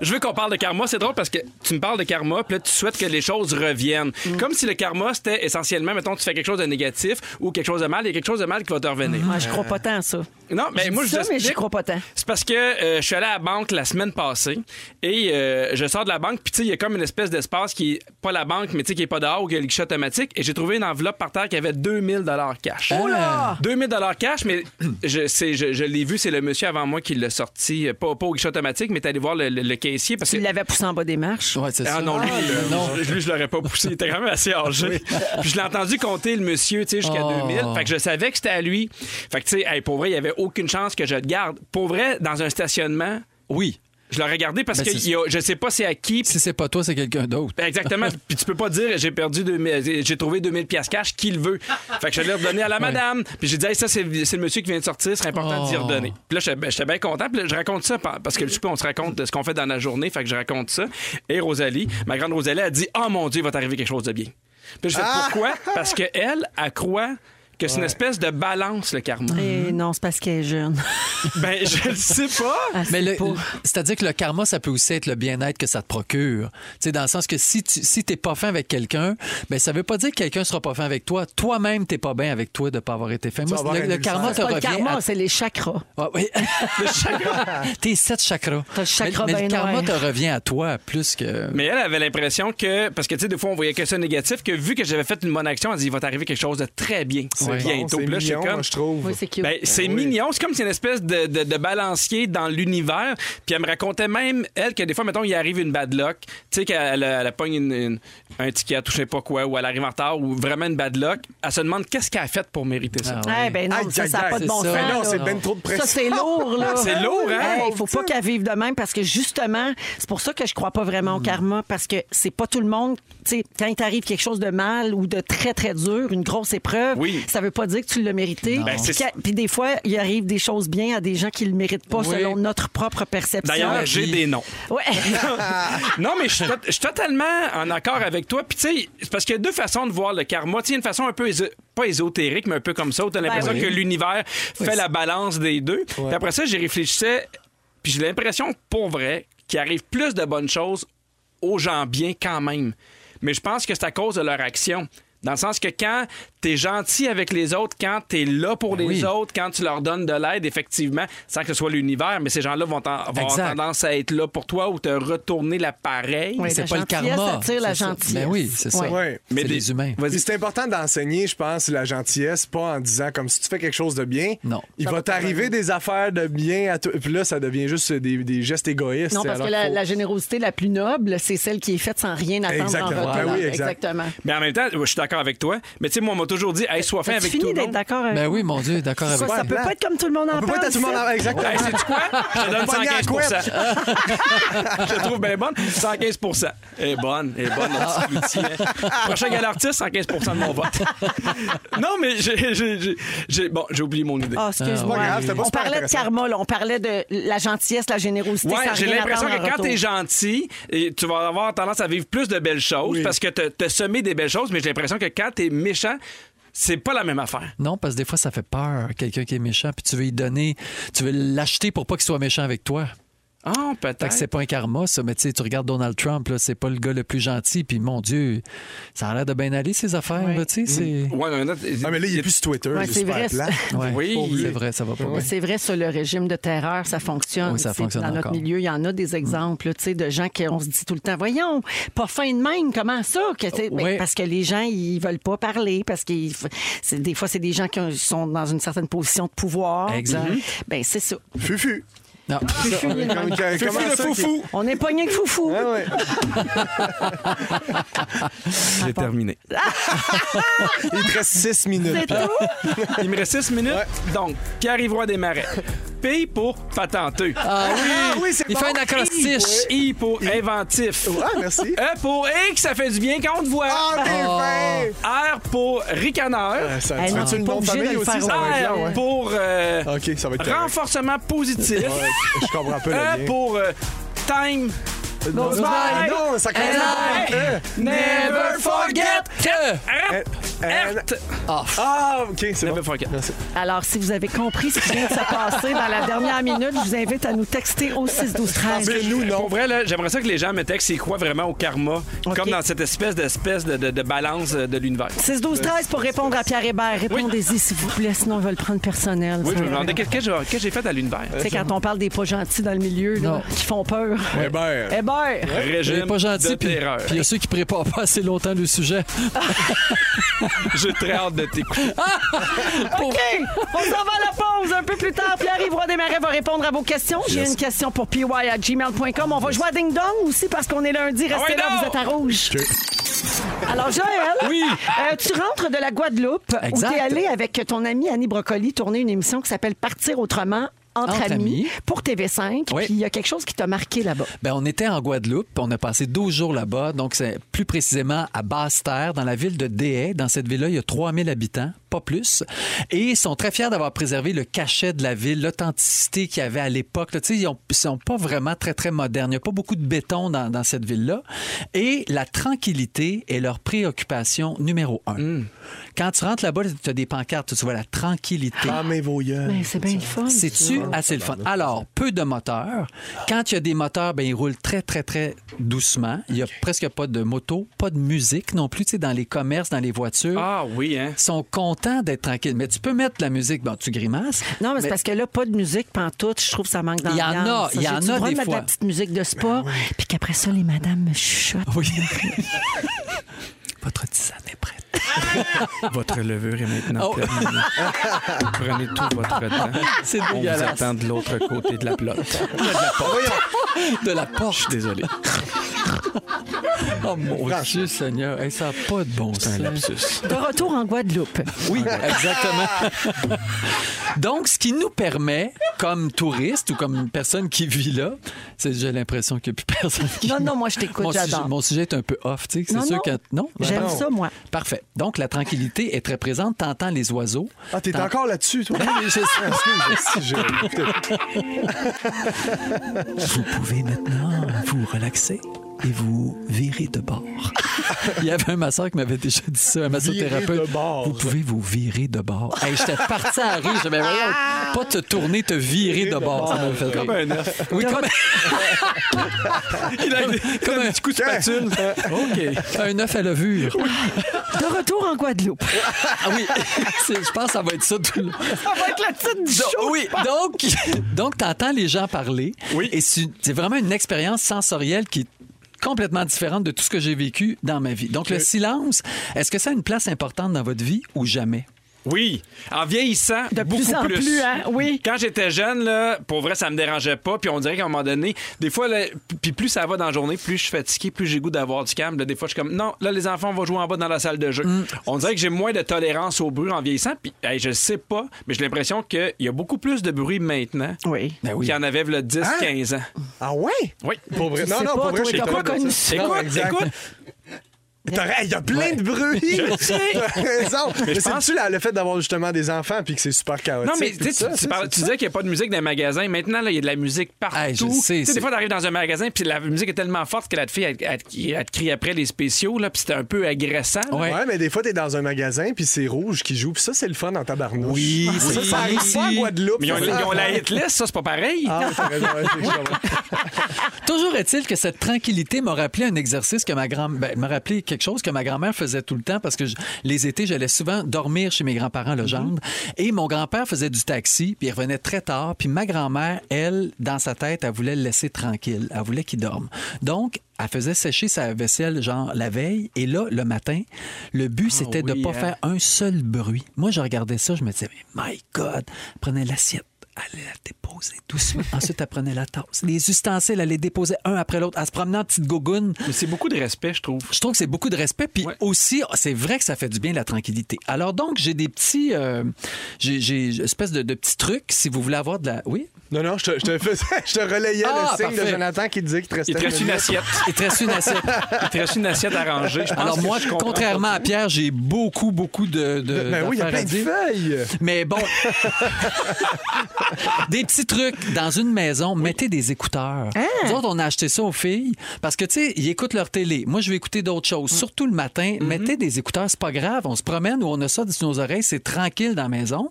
Speaker 6: je veux qu'on parle de karma. C'est drôle parce que tu me parles de karma, puis là, tu souhaites que les choses reviennent.
Speaker 5: Mm.
Speaker 6: Comme si le karma, c'était essentiellement, mettons, tu fais quelque chose de négatif ou quelque chose de mal, il y a quelque chose de mal qui va te revenir.
Speaker 5: Moi, je crois pas tant à ça.
Speaker 6: Non, mais
Speaker 5: J'ai
Speaker 6: moi,
Speaker 5: dit
Speaker 6: je
Speaker 5: ça,
Speaker 6: vous
Speaker 5: mais
Speaker 6: explique.
Speaker 5: j'y crois pas tant.
Speaker 6: C'est parce que euh, je suis allé à la banque la semaine passée et euh, je sors de la banque, puis tu sais, il y a comme une espèce d'espace qui est pas la banque, mais tu sais, qui est pas dehors, où il y a le guichet automatique, et j'ai trouvé une enveloppe par terre qui avait 2000 cash. Ah!
Speaker 4: Oh là!
Speaker 6: 2000 cash, mais je, c'est- je, je l'ai vu, c'est le monsieur avant moi qui l'a sorti, euh, pas, pas au guichet automatique, mais t'es allé voir le, le- le caissier parce que.
Speaker 5: Tu l'avais poussé en bas des marches.
Speaker 4: Ouais, c'est
Speaker 6: Ah
Speaker 4: ça.
Speaker 6: non, lui, euh,
Speaker 4: non.
Speaker 6: je- lui, je l'aurais pas poussé. Il était quand même assez âgé. Puis je l'ai entendu compter le monsieur, tu sais, jusqu'à
Speaker 4: Oh.
Speaker 6: 2000. Fait que je savais que c'était à lui. Fait que, tu sais, hey, pour vrai, il y avait aucune chance que je le garde. Pour vrai, dans un stationnement,
Speaker 4: Oui.
Speaker 6: Je l'ai regardé parce
Speaker 4: Ben,
Speaker 6: que
Speaker 4: c'est-
Speaker 6: il y a- je sais pas c'est à qui.
Speaker 4: Si c'est pas toi, c'est quelqu'un d'autre.
Speaker 6: Ben, Exactement. Puis tu peux pas dire j'ai perdu 2000, j'ai trouvé 2000 pièces cash qui le veut. Fait que je l'ai redonné à la madame. Puis j'ai dit Hey, ça c'est c'est le monsieur qui vient de sortir, c'est important d'y
Speaker 4: Oh.
Speaker 6: redonner. Puis là j'étais ben, j'étais bien content. Puis là, je raconte ça par- parce que le souper on se raconte de ce qu'on fait dans la journée. Fait que je raconte ça. Et Rosalie, ma grande Rosalie a dit oh mon dieu il va t'arriver quelque chose de bien. Puis je fais pourquoi Parce que elle, elle croit que c'est une espèce de balance le karma.
Speaker 5: Et non, c'est parce qu'elle est jeune.
Speaker 6: Ben je le sais pas.
Speaker 4: Mais le-
Speaker 5: Ah, pas.
Speaker 4: le- c'est-à-dire que le karma, ça peut aussi être le bien-être que ça te procure. Tu sais, dans le sens que si tu si t'es pas fin avec quelqu'un, ben ça veut pas dire que quelqu'un sera pas fin avec toi. Toi-même, t'es pas bien avec toi de pas avoir été fin. Moi,
Speaker 3: avoir
Speaker 4: le,
Speaker 3: un
Speaker 4: le
Speaker 3: ulcère.
Speaker 4: karma te
Speaker 5: C'est pas le
Speaker 4: revient.
Speaker 5: karma,
Speaker 4: à-
Speaker 5: c'est les chakras.
Speaker 4: Ah oui. Tes sept chakras.
Speaker 5: T'as le chakra
Speaker 4: mais, mais
Speaker 5: ben
Speaker 4: le karma
Speaker 5: noir.
Speaker 4: te revient à toi plus que.
Speaker 6: Mais elle avait l'impression que, parce que tu sais, des fois on voyait que ça négatif, que vu que j'avais fait une bonne action, elle dit il va t'arriver quelque chose de très bien
Speaker 3: C'est bon,
Speaker 6: bientôt.
Speaker 3: c'est
Speaker 6: Puis là, j'étais
Speaker 3: mignon,
Speaker 6: comme-
Speaker 3: moi, je trouve.
Speaker 5: Oui, c'est cute.
Speaker 6: Ben, c'est
Speaker 3: oui.
Speaker 6: mignon, c'est comme si une espèce de, de- de balancier dans l'univers. Puis elle me racontait même, elle, que des fois, mettons, il arrive une bad luck, tu sais, qu'elle elle, elle pogne une- une- un ticket à toucher pas quoi, ou elle arrive en retard, ou vraiment une bad luck, elle se demande qu'est-ce qu'elle a fait pour mériter ça.
Speaker 4: Ah
Speaker 5: Eh ben non,
Speaker 3: Aïe,
Speaker 5: ça, ça n'a
Speaker 3: aïe,
Speaker 5: pas de
Speaker 3: aïe,
Speaker 5: bon
Speaker 4: c'est
Speaker 5: sens.
Speaker 4: ça.
Speaker 3: Mais non,
Speaker 5: là.
Speaker 3: c'est ben trop de pression.
Speaker 5: Ça, c'est lourd, là.
Speaker 6: C'est lourd, hein?
Speaker 5: Il faut pas qu'elle vive de même parce que justement, c'est pour ça que je crois pas vraiment au
Speaker 3: Hmm.
Speaker 5: karma parce que c'est pas tout le monde. Tu sais, quand il t'arrive quelque chose de mal ou de très, très dur, une grosse épreuve,
Speaker 6: Oui.
Speaker 5: ça veut pas dire que tu l'as mérité.
Speaker 6: Ben, c'est-
Speaker 5: Puis que- Puis des fois, il arrive des choses bien à des gens qui le méritent pas
Speaker 4: Oui.
Speaker 5: selon notre propre perception.
Speaker 6: D'ailleurs, j'ai
Speaker 4: vie.
Speaker 6: des noms.
Speaker 5: Ouais.
Speaker 6: non, mais je suis, tot- je suis totalement en accord avec toi. Puis, tu sais, c'est parce qu'il y a deux façons de voir le karma. Tu sais, il y a une façon un peu, éso- pas ésotérique, mais un peu comme ça, où tu as l'impression
Speaker 5: oui.
Speaker 6: que l'univers fait la balance des deux. Puis après ça, j'y réfléchissais, puis j'ai l'impression, pour vrai, qu'il arrive plus de bonnes choses aux gens bien quand même. Mais je pense que c'est à cause de leur action. Dans le sens que quand t'es gentil avec les autres, quand t'es là pour les
Speaker 4: oui.
Speaker 6: autres, quand tu leur donnes de l'aide, effectivement, sans que ce soit l'univers, mais ces gens-là vont, t'en- vont avoir
Speaker 4: Exact.
Speaker 6: tendance à être là pour toi ou te retourner l'appareil.
Speaker 5: Ouais,
Speaker 4: c'est
Speaker 5: la
Speaker 4: pas le
Speaker 5: gentillesse
Speaker 4: karma.
Speaker 5: attire la
Speaker 4: C'est ça.
Speaker 5: gentillesse.
Speaker 4: Ben oui, c'est ça.
Speaker 3: Ouais.
Speaker 6: Mais
Speaker 4: C'est
Speaker 6: des-
Speaker 4: les humains.
Speaker 6: Vas-y.
Speaker 3: Puis c'est important d'enseigner, je pense, la gentillesse, pas en disant comme si tu fais quelque chose de bien,
Speaker 4: Non.
Speaker 3: il va t'arriver des affaires de bien à toi. Puis là, ça devient juste des, des gestes égoïstes.
Speaker 5: Non, parce
Speaker 3: alors
Speaker 5: que la,
Speaker 3: qu'il faut-
Speaker 5: la générosité la plus noble, c'est celle qui est faite sans rien attendre en
Speaker 3: Exactement.
Speaker 5: retour.
Speaker 3: Ben oui, exact.
Speaker 5: Exactement.
Speaker 6: Mais en même temps, je suis d'accord avec toi. Mais tu sais, moi, on m'a toujours dit, hey, sois fin
Speaker 5: As-tu
Speaker 6: avec tout
Speaker 5: fini
Speaker 6: le
Speaker 5: d'être
Speaker 6: monde.
Speaker 5: d'accord avec
Speaker 4: Ben oui, mon Dieu, d'accord avec
Speaker 5: Ça,
Speaker 4: toi.
Speaker 5: ça peut pas être comme tout le monde en
Speaker 3: On peut pas
Speaker 5: parle,
Speaker 3: être à tout le monde
Speaker 5: ça.
Speaker 3: en- Exactement.
Speaker 6: Hey, sais-tu quoi? Je te donne
Speaker 3: Pogné à
Speaker 6: 115 Je te trouve bien bonne. 115 Elle est Eh, bonne. Elle est bonne, notre petit outil, hein. Prochain galartiste, 115 de mon vote. non, mais j'ai- j'ai- j'ai j'ai- bon, j'ai oublié mon idée.
Speaker 5: Ah, excuse-moi.
Speaker 3: euh, pas grave, c'était pas
Speaker 5: on
Speaker 3: super
Speaker 5: parlait de
Speaker 3: intéressant.
Speaker 5: karma, là. On parlait de la gentillesse, la générosité.
Speaker 6: Ouais,
Speaker 5: sans
Speaker 6: j'ai
Speaker 5: rien
Speaker 6: l'impression
Speaker 5: attendre
Speaker 6: que
Speaker 5: en
Speaker 6: quand t'es
Speaker 5: retour.
Speaker 6: gentil, et tu vas avoir tendance à vivre plus de belles choses parce que t'as t'as semé des belles choses, mais j'ai l'impression que quand t'es méchant, c'est pas la même affaire.
Speaker 4: Non, parce que des fois, ça fait peur, quelqu'un qui est méchant, puis tu veux y donner, tu veux l'acheter pour pas qu'il soit méchant avec toi.
Speaker 6: Ah,
Speaker 4: Fait que c'est
Speaker 6: peut-être.
Speaker 4: pas un karma, ça, mais tu sais, tu regardes Donald Trump, là, c'est pas le gars le plus gentil, puis mon Dieu, ça a l'air de bien aller, ces affaires, là, tu sais, c'est...
Speaker 6: Ouais, Mm. mais là, t-
Speaker 3: Ah, mais là, il est plus sur Twitter,
Speaker 5: Ouais,
Speaker 3: il est
Speaker 5: c'est
Speaker 3: super
Speaker 5: vrai,
Speaker 3: plat.
Speaker 4: Ouais,
Speaker 6: Oui.
Speaker 4: c'est vrai, ça va pas
Speaker 5: Mais
Speaker 4: bien.
Speaker 5: c'est vrai, sur le régime de terreur, ça fonctionne.
Speaker 4: Oui, ça
Speaker 5: C'est-
Speaker 4: fonctionne
Speaker 5: Dans notre
Speaker 4: encore.
Speaker 5: milieu, il y en a
Speaker 3: Mm.
Speaker 5: des exemples là, tu sais, de gens qu'on se dit tout le temps Voyons, pas fin de même, comment ça Que, tu sais, ben,
Speaker 4: Ouais.
Speaker 5: Parce que les gens, ils veulent pas parler, parce que des fois, c'est des gens qui ont- sont dans une certaine position de pouvoir.
Speaker 4: Exact.
Speaker 5: Puis, Ben, c'est ça.
Speaker 3: Fufu.
Speaker 4: Non.
Speaker 3: Comme- euh, comment
Speaker 6: le
Speaker 3: ça qu'il-
Speaker 6: foufou.
Speaker 5: On est pogné que foufou.
Speaker 3: Ah ouais.
Speaker 6: J'ai terminé.
Speaker 3: Il te reste 6
Speaker 5: C'est
Speaker 3: minutes.
Speaker 5: tout.
Speaker 6: Il me reste 6 minutes. Donc, Pierre-Yvroy Desmarais. P pour patenteux.
Speaker 4: Ah oui!
Speaker 3: Ah oui, c'est
Speaker 4: Il
Speaker 3: bon.
Speaker 4: fait un acrostiche!
Speaker 6: I pour inventif.
Speaker 3: Ah, merci.
Speaker 6: E pour X, ça fait du bien quand on te voit.
Speaker 3: Ah, t'es fin!
Speaker 6: R pour ricaneur.
Speaker 3: Ah, ça-
Speaker 5: Eh
Speaker 3: Tu
Speaker 5: non,
Speaker 3: veux-tu le
Speaker 5: pas
Speaker 3: nom de
Speaker 5: obligé de
Speaker 3: famille Ah.
Speaker 5: le
Speaker 3: aussi?
Speaker 5: faire
Speaker 3: Ça va être long,
Speaker 6: R
Speaker 3: ouais.
Speaker 6: pour euh,
Speaker 3: OK, ça va être correct.
Speaker 6: renforcement positif.
Speaker 3: Ouais, Je comprends pas
Speaker 6: E
Speaker 3: le lien.
Speaker 6: pour euh, time.
Speaker 3: Non,
Speaker 6: Goodbye.
Speaker 3: non, ça commence
Speaker 6: And I
Speaker 3: par un.
Speaker 6: Never forget. Rap.
Speaker 3: And-
Speaker 6: Ert.
Speaker 3: Ah, OK, c'est
Speaker 6: Never
Speaker 3: bon.
Speaker 6: forget.
Speaker 3: Merci.
Speaker 5: Alors, si vous avez compris ce qui vient de se passer dans la dernière minute, je vous invite à nous texter au 6 12 13
Speaker 3: Mais nous, non.
Speaker 6: Pour vrai, là, j'aimerais ça que les gens me textent s'ils croient vraiment au karma,
Speaker 5: Ok.
Speaker 6: comme dans cette espèce d'espèce de, de- de balance euh, de l'univers.
Speaker 5: 6 12 13 pour répondre à Pierre Hébert. Répondez-y, s'il vous plaît, sinon on va le prendre personnel.
Speaker 6: Oui,
Speaker 5: Ça,
Speaker 6: je me demandais qu'est-ce que j'ai- qu'est-ce que j'ai fait à l'univers.
Speaker 5: Tu sais, quand on parle des pas gentils dans le milieu, là,
Speaker 4: Non.
Speaker 5: qui font peur.
Speaker 3: Eh
Speaker 6: Eh ben.
Speaker 3: Hébert.
Speaker 5: Hébert!
Speaker 4: Il
Speaker 6: Régime
Speaker 4: est pas
Speaker 6: de
Speaker 4: gentil, puis
Speaker 6: terreur.
Speaker 4: puis il y a ceux qui préparent pas assez longtemps le sujet.
Speaker 6: J'ai très hâte de t'écouter.
Speaker 5: OK! On s'en va à la pause. Un peu plus tard, Pierre-Yves Roy Desmarais va répondre à vos questions. J'ai une question pour py à gmail.com. On va jouer à Ding Dong aussi parce qu'on est lundi. Restez
Speaker 6: Ah ouais,
Speaker 5: là,
Speaker 6: non!
Speaker 5: vous êtes à rouge. Alors, Joël,
Speaker 4: Oui.
Speaker 5: euh, tu rentres de la Guadeloupe
Speaker 4: Exact.
Speaker 5: où tu es allé avec ton amie Annie Brocoli tourner une émission qui s'appelle Partir autrement entre,
Speaker 4: Entre
Speaker 5: amis,
Speaker 4: amis.
Speaker 5: pour TV5.
Speaker 4: Oui.
Speaker 5: Puis il y a quelque chose qui t'a marqué là-bas.
Speaker 4: Ben, on était en Guadeloupe, on a passé 12 jours là-bas, donc c'est plus précisément à Basse-Terre, dans la ville de Déhay. Dans cette ville-là, il y a 3000 habitants, pas plus. Et ils sont très fiers d'avoir préservé le cachet de la ville, l'authenticité qu'il y avait à l'époque. là. Tu sais, Ils ne sont pas vraiment très, très modernes. Il n'y a pas beaucoup de béton dans, dans cette ville-là. Et la tranquillité est leur préoccupation numéro un. Quand tu rentres là-bas, tu as des pancartes, tu vois la
Speaker 5: Eh.
Speaker 4: tranquillité.
Speaker 3: Fermez vos yeux.
Speaker 5: Ben, c'est bien le
Speaker 4: Oh,
Speaker 5: fun.
Speaker 4: C'est-tu assez le fun? Alors, peu de moteurs. Quand il y a des moteurs, ben, ils roulent très, très, très doucement. Il n'y a presque pas de moto, pas de musique non plus, tu sais, dans les commerces, dans les voitures.
Speaker 6: Ah oui, hein?
Speaker 4: Ils sont contents d'être tranquilles. Mais tu peux mettre la musique, bon, tu grimaces.
Speaker 5: Non, mais c'est parce que là, pas de musique pantoute. Je trouve que ça manque
Speaker 4: Il
Speaker 5: d'ambiance.
Speaker 4: y en a, il y en
Speaker 5: J'ai-tu
Speaker 4: a
Speaker 5: le droit
Speaker 4: des
Speaker 5: de mettre
Speaker 4: fois. Ben
Speaker 5: la petite musique de spa, puis qu'après ça, les madames me chuchotent.
Speaker 4: Oui. Votre tisane est prête.
Speaker 6: Votre levure est maintenant
Speaker 4: Oh.
Speaker 6: terminée. Prenez tout votre temps.
Speaker 4: C'est
Speaker 6: On vous
Speaker 4: dégueulasse.
Speaker 6: attend de l'autre côté de la pelote.
Speaker 4: De la porte.
Speaker 6: Désolé.
Speaker 4: Oh mon Dieu, Seigneur. Hey, ça n'a pas de bon sens.
Speaker 5: De retour en Guadeloupe.
Speaker 4: Oui, exactement. Donc, ce qui nous permet, comme touriste ou comme personne qui vit là, c'est j'ai l'impression qu'il n'y a plus personne qui.
Speaker 5: Non, non, moi, je t'écoute,
Speaker 4: Mon
Speaker 5: j'adore.
Speaker 4: sujet- Mon sujet est un peu off, tu sais.
Speaker 5: Non,
Speaker 4: C'est sûr
Speaker 5: non.
Speaker 4: que. Non?
Speaker 5: J'aime
Speaker 4: Non.
Speaker 5: ça, moi.
Speaker 4: Parfait. Donc, la tranquillité est très présente. T'entends les oiseaux.
Speaker 3: Ah, t'es
Speaker 4: T'en-
Speaker 3: encore là-dessus, toi?
Speaker 4: Oui, je sais.
Speaker 3: Excuse, j'ai-
Speaker 4: Vous pouvez maintenant vous relaxer et vous virer de bord. Il y avait un masseur qui m'avait déjà dit ça, un massothérapeute.
Speaker 3: Virer de bord.
Speaker 4: Vous pouvez vous virer de bord. Hey, J'étais parti à la rue, j'avais pas te tourner, te virer de bord. Ça m'a fait rire.
Speaker 6: Comme un œuf.
Speaker 4: Oui, comme,
Speaker 6: Il a des-
Speaker 4: comme un petit coup de spatule.
Speaker 6: OK.
Speaker 4: Un œuf à levure.
Speaker 5: De retour en Guadeloupe.
Speaker 4: Ah oui, c'est- je pense que ça va être ça tout le long.
Speaker 5: Ça va être la titre du
Speaker 4: Donc,
Speaker 5: show.
Speaker 4: oui, donc, donc tu entends les gens parler.
Speaker 6: Oui.
Speaker 4: Et c'est c'est vraiment une expérience sensorielle qui est complètement différente de tout ce que j'ai vécu dans ma vie. Donc, le silence, est-ce que ça a une place importante dans votre vie ou jamais?
Speaker 6: Oui. En vieillissant,
Speaker 5: De
Speaker 6: beaucoup
Speaker 5: plus en plus, hein? Oui.
Speaker 6: Quand j'étais jeune, là, pour vrai, ça me dérangeait pas. Puis on dirait qu'à un moment donné, des fois, là, puis plus ça va dans la journée, plus je suis fatigué, plus j'ai goût d'avoir du calme. Là, des fois, je suis comme, non, là, les enfants vont jouer en bas dans la salle de jeu.
Speaker 5: Mm.
Speaker 6: On dirait que j'ai moins de tolérance au bruit en vieillissant. Puis hey, je sais pas, mais j'ai l'impression qu'il y a beaucoup plus de bruit maintenant
Speaker 5: Oui.
Speaker 4: Ben oui.
Speaker 6: qu'il y en avait le 10,
Speaker 3: Hein?
Speaker 6: 15 ans.
Speaker 3: Ah ouais?
Speaker 6: Oui.
Speaker 3: Pour vrai.
Speaker 5: Tu
Speaker 3: Non,
Speaker 5: sais
Speaker 3: non,
Speaker 5: pas,
Speaker 3: pour vrai,
Speaker 5: toi,
Speaker 3: je
Speaker 5: t'as
Speaker 3: suis
Speaker 5: pas
Speaker 3: étonné de
Speaker 5: connu
Speaker 3: ça.
Speaker 5: ça.
Speaker 3: Non,
Speaker 6: Écoute,
Speaker 3: exact.
Speaker 6: écoute.
Speaker 3: T'as ra- Il y a plein de bruit. T'as raison. Mais,
Speaker 6: je pense-
Speaker 3: c'est-tu la- le fait d'avoir justement des enfants puis que c'est super chaotique?
Speaker 6: Non, mais
Speaker 3: puis
Speaker 6: tu, sais,
Speaker 3: tout ça,
Speaker 6: tu- tu parles-
Speaker 3: c'est
Speaker 6: tu
Speaker 3: ça?
Speaker 6: disais qu'il n'y a pas de musique dans les magasins. Maintenant, là, il y a de la musique partout.
Speaker 4: Hey, je sais,
Speaker 6: Tu sais,
Speaker 4: c'est-
Speaker 6: des fois, t'arrives dans un magasin, puis la musique est tellement forte que la fille, elle, elle- elle- elle te crie après les spéciaux, là, puis c'était un peu agressant. là.
Speaker 4: Ouais.
Speaker 3: Ouais, mais des fois, t'es dans un magasin, puis c'est rouge qui joue, puis ça, c'est le fun en tabarnouche.
Speaker 4: Oui,
Speaker 3: Ah, ça,
Speaker 4: oui,
Speaker 3: ça arrive
Speaker 4: oui.
Speaker 3: pas en Guadeloupe.
Speaker 6: Mais ils ont,
Speaker 3: ça.
Speaker 6: ils ont la hit list, ça, c'est pas pareil.
Speaker 3: Ah, ouais, t'as raison, ouais, c'est chiant.
Speaker 4: Toujours est-il que cette tranquillité m'a rappelé un exercice que ma grand ben, m'a rappelé quelque chose que ma grand-mère faisait tout le temps parce que je- les étés, j'allais souvent dormir chez mes grands-parents le
Speaker 6: Mhm.
Speaker 4: et mon grand-père faisait du taxi, puis il revenait très tard, puis ma grand-mère, elle, dans sa tête, elle voulait le laisser tranquille, elle voulait qu'il dorme. Donc, elle faisait sécher sa vaisselle genre la veille et là le matin, le but c'était de
Speaker 6: oui,
Speaker 4: pas
Speaker 6: hein.
Speaker 4: faire un seul bruit. Moi je regardais ça, je me disais mais my god, Elle prenait l'assiette allait la déposer doucement. Ensuite, elle prenait la tasse. Les ustensiles, elle les déposait un après l'autre. Elle se promenait en petite gougoune.
Speaker 6: Mais c'est beaucoup de respect, je trouve.
Speaker 4: Je trouve que c'est beaucoup de respect. Puis
Speaker 6: Ouais.
Speaker 4: aussi, ah, c'est vrai que ça fait du bien la tranquillité. Alors donc, j'ai des petits... euh, j'ai j'ai une espèce de, de petits trucs, si vous voulez avoir de la... Oui?
Speaker 3: Non, non, je te, je te faisais- je te relayais
Speaker 4: Ah,
Speaker 3: le signe de
Speaker 4: parfait.
Speaker 3: Jonathan qui disait qu'il te restait
Speaker 6: Il te reste
Speaker 3: une
Speaker 6: une
Speaker 3: minute.
Speaker 6: assiette.
Speaker 4: Il te reste une assiette.
Speaker 3: Ah,
Speaker 6: Il te reste une assiette arrangée. Je pense
Speaker 4: Alors
Speaker 6: que
Speaker 4: moi,
Speaker 6: je comprends.
Speaker 4: contrairement à Pierre, j'ai beaucoup, beaucoup de... de
Speaker 3: Ben oui, il y a
Speaker 4: euh, d'affaires
Speaker 3: plein
Speaker 4: à
Speaker 3: de
Speaker 4: dire.
Speaker 3: feuilles.
Speaker 4: Mais bon, des petits trucs dans une maison, mettez des écouteurs. Nous autres, on a acheté ça aux filles parce que, tu sais, ils écoutent leur télé. Moi, je vais écouter d'autres choses, surtout le matin. Mettez des écouteurs, c'est pas grave. On se promène ou on a ça sur nos oreilles, c'est tranquille dans la maison.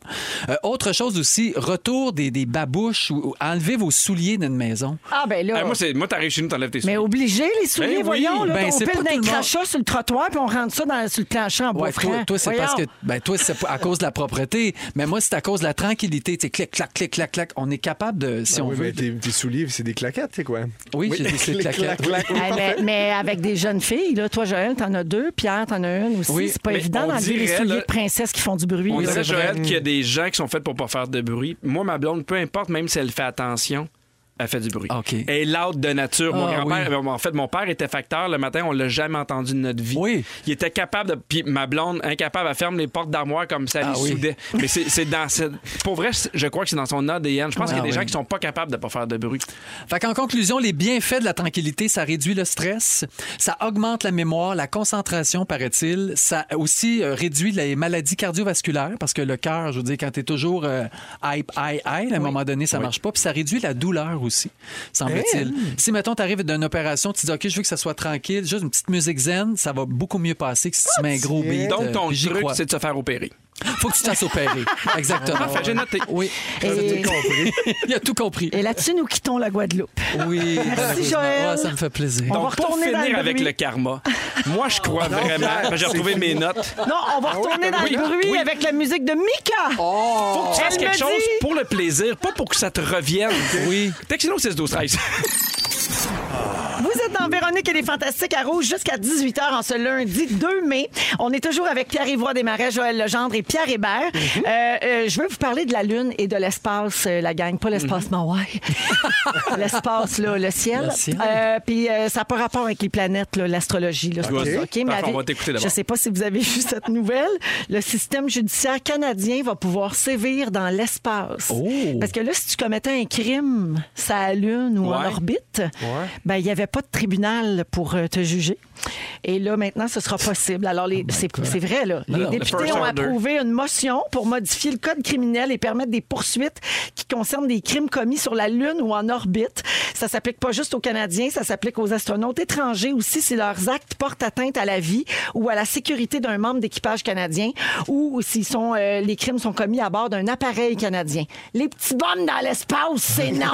Speaker 4: Euh, autre chose aussi, retour des, des babouches ou, ou enlevez vos souliers d'une maison.
Speaker 5: Ah, ben là.
Speaker 6: Ah, moi, c'est- moi, t'arrives chez nous, t'enlèves tes
Speaker 5: mais
Speaker 6: souliers.
Speaker 5: obligé, les souliers,
Speaker 6: Ben oui.
Speaker 5: voyons. Là,
Speaker 4: Ben,
Speaker 5: on
Speaker 4: c'est
Speaker 5: pile
Speaker 4: pas
Speaker 5: d'un
Speaker 4: tout le monde.
Speaker 5: crachat sur le trottoir, puis on rentre ça dans, sur le plancher en bois
Speaker 4: Ouais, toi, toi, c'est parce que ben toi c'est à cause de la propreté, mais moi c'est à cause de la tranquillité, tu sais, clic clac clic clac clac, on est capable de si
Speaker 3: Ah
Speaker 4: on
Speaker 3: oui,
Speaker 4: veut.
Speaker 3: mais tes, tes souliers, c'est des claquettes, c'est quoi?
Speaker 4: Oui, j'ai des
Speaker 3: Clic, clac,
Speaker 4: claquettes.
Speaker 3: clac, oui,
Speaker 5: Eh, mais,
Speaker 3: parfait.
Speaker 5: mais avec des jeunes filles, là, toi, Joël, t'en as deux, Pierre, t'en as une aussi.
Speaker 4: Oui,
Speaker 5: c'est pas
Speaker 6: mais
Speaker 5: évident
Speaker 6: on
Speaker 5: d'enlever les
Speaker 6: dirait,
Speaker 5: souliers
Speaker 6: là-
Speaker 5: de princesse qui font du bruit.
Speaker 6: On
Speaker 5: là.
Speaker 6: dirait, Joël, qu'il y a des gens qui sont faits pour pas faire de bruit. Moi, ma blonde, peu importe, même si elle fait attention, elle fait du bruit.
Speaker 4: OK.
Speaker 6: Elle est loud de nature. Mon
Speaker 4: Ah,
Speaker 6: grand-père, en fait, mon père était facteur le matin, on l'a jamais entendu de notre vie.
Speaker 4: Oui.
Speaker 6: Il était capable de. Puis ma blonde, incapable, elle ferme les portes d'armoire comme ça, elle
Speaker 4: Ah
Speaker 6: les
Speaker 4: oui.
Speaker 6: soudait. Mais c'est c'est dans. cette- Pour vrai, c'est- je crois que c'est dans son ADN. Je pense
Speaker 4: Ah
Speaker 6: qu'il y a des
Speaker 4: oui.
Speaker 6: gens qui sont pas capables de pas faire de bruit.
Speaker 4: Fait qu'en conclusion, les bienfaits de la tranquillité, ça réduit le stress, ça augmente la mémoire, la concentration, paraît-il. Ça aussi euh, réduit les maladies cardiovasculaires parce que le cœur, je veux dire, quand t'es toujours euh, hype, hype, hype, à un moment donné, ça marche pas. Puis ça réduit la douleur aussi, semble-t-il. Si, mettons, t'arrives d'une opération, tu dis, OK, je veux que ça soit tranquille, juste une petite musique zen, ça va beaucoup mieux passer que si tu mets un gros beat. euh,
Speaker 6: Donc, ton
Speaker 4: puis j'y
Speaker 6: truc,
Speaker 4: crois.
Speaker 6: c'est de se faire opérer.
Speaker 4: Faut que tu t'asses opérer. Exactement.
Speaker 6: Parfait, j'ai noté.
Speaker 4: Oui.
Speaker 5: Et-
Speaker 4: Il a tout compris.
Speaker 5: Et là-dessus, nous quittons la Guadeloupe.
Speaker 4: Oui. malheureusement.
Speaker 5: Joël.
Speaker 4: Ah, ça me fait plaisir.
Speaker 5: On
Speaker 6: Donc,
Speaker 5: va
Speaker 6: pour
Speaker 5: retourner dans
Speaker 6: finir
Speaker 5: le
Speaker 6: avec
Speaker 5: bruit.
Speaker 6: le karma, moi, je crois vraiment. parce que J'ai retrouvé mes notes.
Speaker 5: Non, on va retourner dans
Speaker 6: Ah oui,
Speaker 5: le bruit
Speaker 6: oui. Oh.
Speaker 5: avec la musique de Mika.
Speaker 6: Faut
Speaker 4: Oh.
Speaker 6: que tu fasses
Speaker 5: Elle
Speaker 6: quelque
Speaker 5: me
Speaker 6: chose
Speaker 5: dit-
Speaker 6: pour le plaisir, pas pour que ça te revienne.
Speaker 4: Oui.
Speaker 6: Textez-nous au 6 12 13.
Speaker 5: Vous êtes dans Véronique et les Fantastiques à Rouge jusqu'à 18h en ce lundi 2 mai. On est toujours avec Pierre-Yvois Desmarais, Joël Legendre et Pierre Hébert.
Speaker 6: Mhm.
Speaker 5: Euh, euh, je veux vous parler de la Lune et de l'espace, euh, la gang. Pas l'espace
Speaker 6: Mhm.
Speaker 5: Mawai. l'espace, là, le ciel.
Speaker 4: Le ciel.
Speaker 5: Euh, Puis euh, ça n'a pas rapport avec les planètes, là, l'astrologie. là, c'est
Speaker 6: Ok.
Speaker 5: pas ça, mais
Speaker 6: Parfait, on
Speaker 5: avez-
Speaker 6: va t'écouter d'abord.
Speaker 5: Je sais pas si vous avez vu cette nouvelle. Le système judiciaire canadien va pouvoir sévir dans l'espace. Parce que là, si tu commettais un crime, ça à la Lune ou en
Speaker 6: Ouais.
Speaker 5: orbite, orbite, ben, il n'y avait pas de tribunal pour euh, te juger. Et là, maintenant, ce sera possible. Alors, les, c'est, c'est vrai, là. Les
Speaker 4: non,
Speaker 6: le
Speaker 5: députés
Speaker 6: first
Speaker 5: ont
Speaker 6: order.
Speaker 5: approuvé une motion pour modifier le code criminel et permettre des poursuites qui concernent des crimes commis sur la Lune ou en orbite. Ça s'applique pas juste aux Canadiens, ça s'applique aux astronautes étrangers aussi si leurs actes portent atteinte à la vie ou à la sécurité d'un membre d'équipage canadien ou s'ils sont, euh, les crimes sont commis à bord d'un appareil canadien. Les petits bombes dans l'espace, c'est non!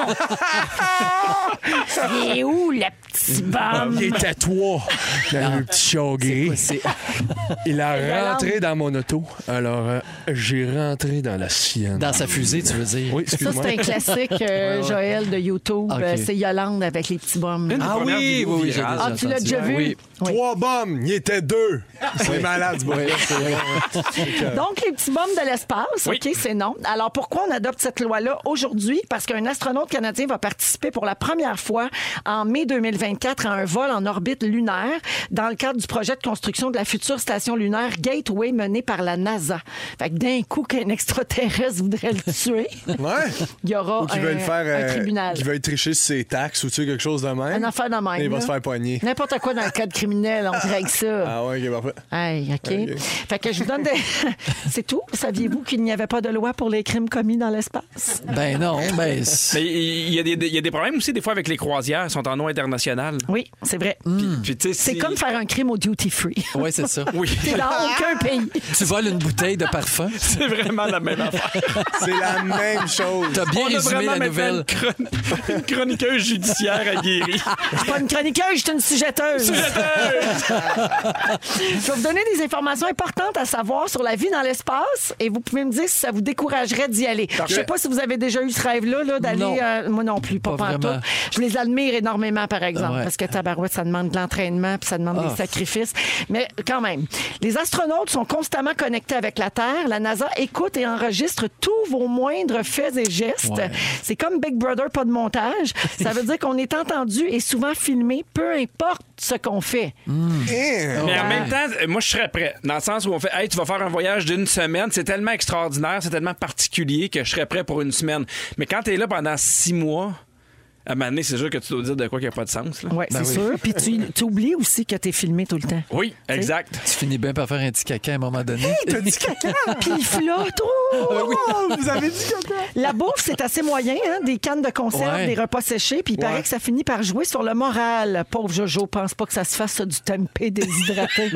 Speaker 5: Il est où le petit bum?
Speaker 3: Il était à toi, le petit chat gris. Il a rentré dans mon auto. Alors, euh, j'ai rentré dans la sienne.
Speaker 4: Dans sa fusée, tu veux dire?
Speaker 3: Oui,
Speaker 5: Ça,
Speaker 3: excuse-moi.
Speaker 5: c'est un classique, euh, Joël, de YouTube.
Speaker 4: Ok.
Speaker 5: Euh, C'est Yolande avec les petits bums. là.
Speaker 4: Ah
Speaker 6: Première
Speaker 4: oui, oui,
Speaker 6: vidéo
Speaker 4: oui, j'ai
Speaker 6: virale.
Speaker 5: Ah, tu l'as déjà vu?
Speaker 4: Oui.
Speaker 5: Oui.
Speaker 3: Trois bombes, il était deux. C'est malade, ce boy.
Speaker 5: Donc, les petits bums de l'espace,
Speaker 6: Oui.
Speaker 5: OK, c'est non. Alors, pourquoi on adopte cette loi-là aujourd'hui? Parce qu'un astronaute canadien va participer pour la première fois en mai 2024 à un vol en orbite lunaire dans le cadre du projet de construction de la future station lunaire Gateway menée par la NASA. Fait que d'un coup, qu'un extraterrestre voudrait le tuer,
Speaker 3: Ouais.
Speaker 5: il y aura
Speaker 3: Ou qui
Speaker 5: un,
Speaker 3: veulent faire. euh,
Speaker 5: un tribunal.
Speaker 3: Qui veulent tricher sur ses taxes ou tu sais, quelque chose de même.
Speaker 5: Un affaire de même.
Speaker 3: Il va
Speaker 5: là.
Speaker 3: se faire poigner.
Speaker 5: N'importe quoi dans le code criminel, on règle ça.
Speaker 3: Ah ouais, ok, parfait.
Speaker 5: Aïe, OK.
Speaker 3: Ok.
Speaker 5: Fait que je vous donne des. C'est tout. Saviez-vous qu'il n'y avait pas de loi pour les crimes commis dans l'espace?
Speaker 4: Ben non, ben. c'est-
Speaker 6: Mais il y, a des- des- il y a des problèmes aussi, des fois, avec les croisières. Ils sont en eau internationale.
Speaker 5: Oui, c'est vrai.
Speaker 4: Mm.
Speaker 6: Puis, tu sais,
Speaker 5: C'est
Speaker 6: si-
Speaker 5: comme faire un crime au duty free.
Speaker 4: Oui, c'est ça.
Speaker 6: Oui,
Speaker 5: C'est dans aucun pays.
Speaker 4: Tu voles une bouteille de parfum.
Speaker 6: c'est vraiment la même affaire.
Speaker 3: C'est la même chose.
Speaker 4: T'as bien
Speaker 6: On a
Speaker 4: résumé
Speaker 6: vraiment
Speaker 4: la
Speaker 6: maintenant
Speaker 4: nouvelle.
Speaker 6: Une, chron- une chroniqueuse judiciaire aguerrie.
Speaker 5: Je suis pas une chroniqueuse, je suis une sujetteuse. Je vais vous donner des informations importantes à savoir sur la vie dans l'espace et vous pouvez me dire si ça vous découragerait d'y aller. Je sais pas si vous avez déjà eu ce rêve-là là,
Speaker 4: Non.
Speaker 5: d'aller. euh, moi non plus, pas,
Speaker 4: Pas
Speaker 5: pantoute.
Speaker 4: vraiment.
Speaker 5: Je les admire énormément, par exemple,
Speaker 4: Ouais.
Speaker 5: parce que Tabarouette, ça demande de l'entraînement puis ça demande des sacrifices. Mais quand même, les astronautes sont constamment connectés avec la Terre. La NASA écoute et enregistre tous vos moindres faits et gestes.
Speaker 4: Ouais.
Speaker 5: C'est comme Big Brother, pas de montage. Ça veut dire qu'on est entendu et souvent filmé, peu importe ce qu'on fait.
Speaker 6: Mais en même temps, euh, moi, je serais prêt. Dans le sens où on fait, hey, tu vas faire un voyage d'une semaine, c'est tellement extraordinaire, c'est tellement particulier que je serais prêt pour une semaine. Mais quand t'es là pendant six mois, à un moment donné, c'est sûr que tu dois dire de quoi qui n'a pas de sens. là.
Speaker 5: Ouais, c'est sûr. Puis tu, tu oublies aussi que t'es filmé tout le temps.
Speaker 6: Oui, exact.
Speaker 4: Tu finis bien par faire un petit caca à un moment donné.
Speaker 5: Puis il flotte. Oh!
Speaker 4: Ah
Speaker 3: Vous avez dit quoi?
Speaker 5: La bouffe, c'est assez moyen, hein? Des cannes de conserve,
Speaker 4: Ouais.
Speaker 5: des repas séchés, puis il paraît que ça finit par jouer sur le moral. Pauvre Jojo, pense pas que ça se fasse ça, du tempeh déshydraté.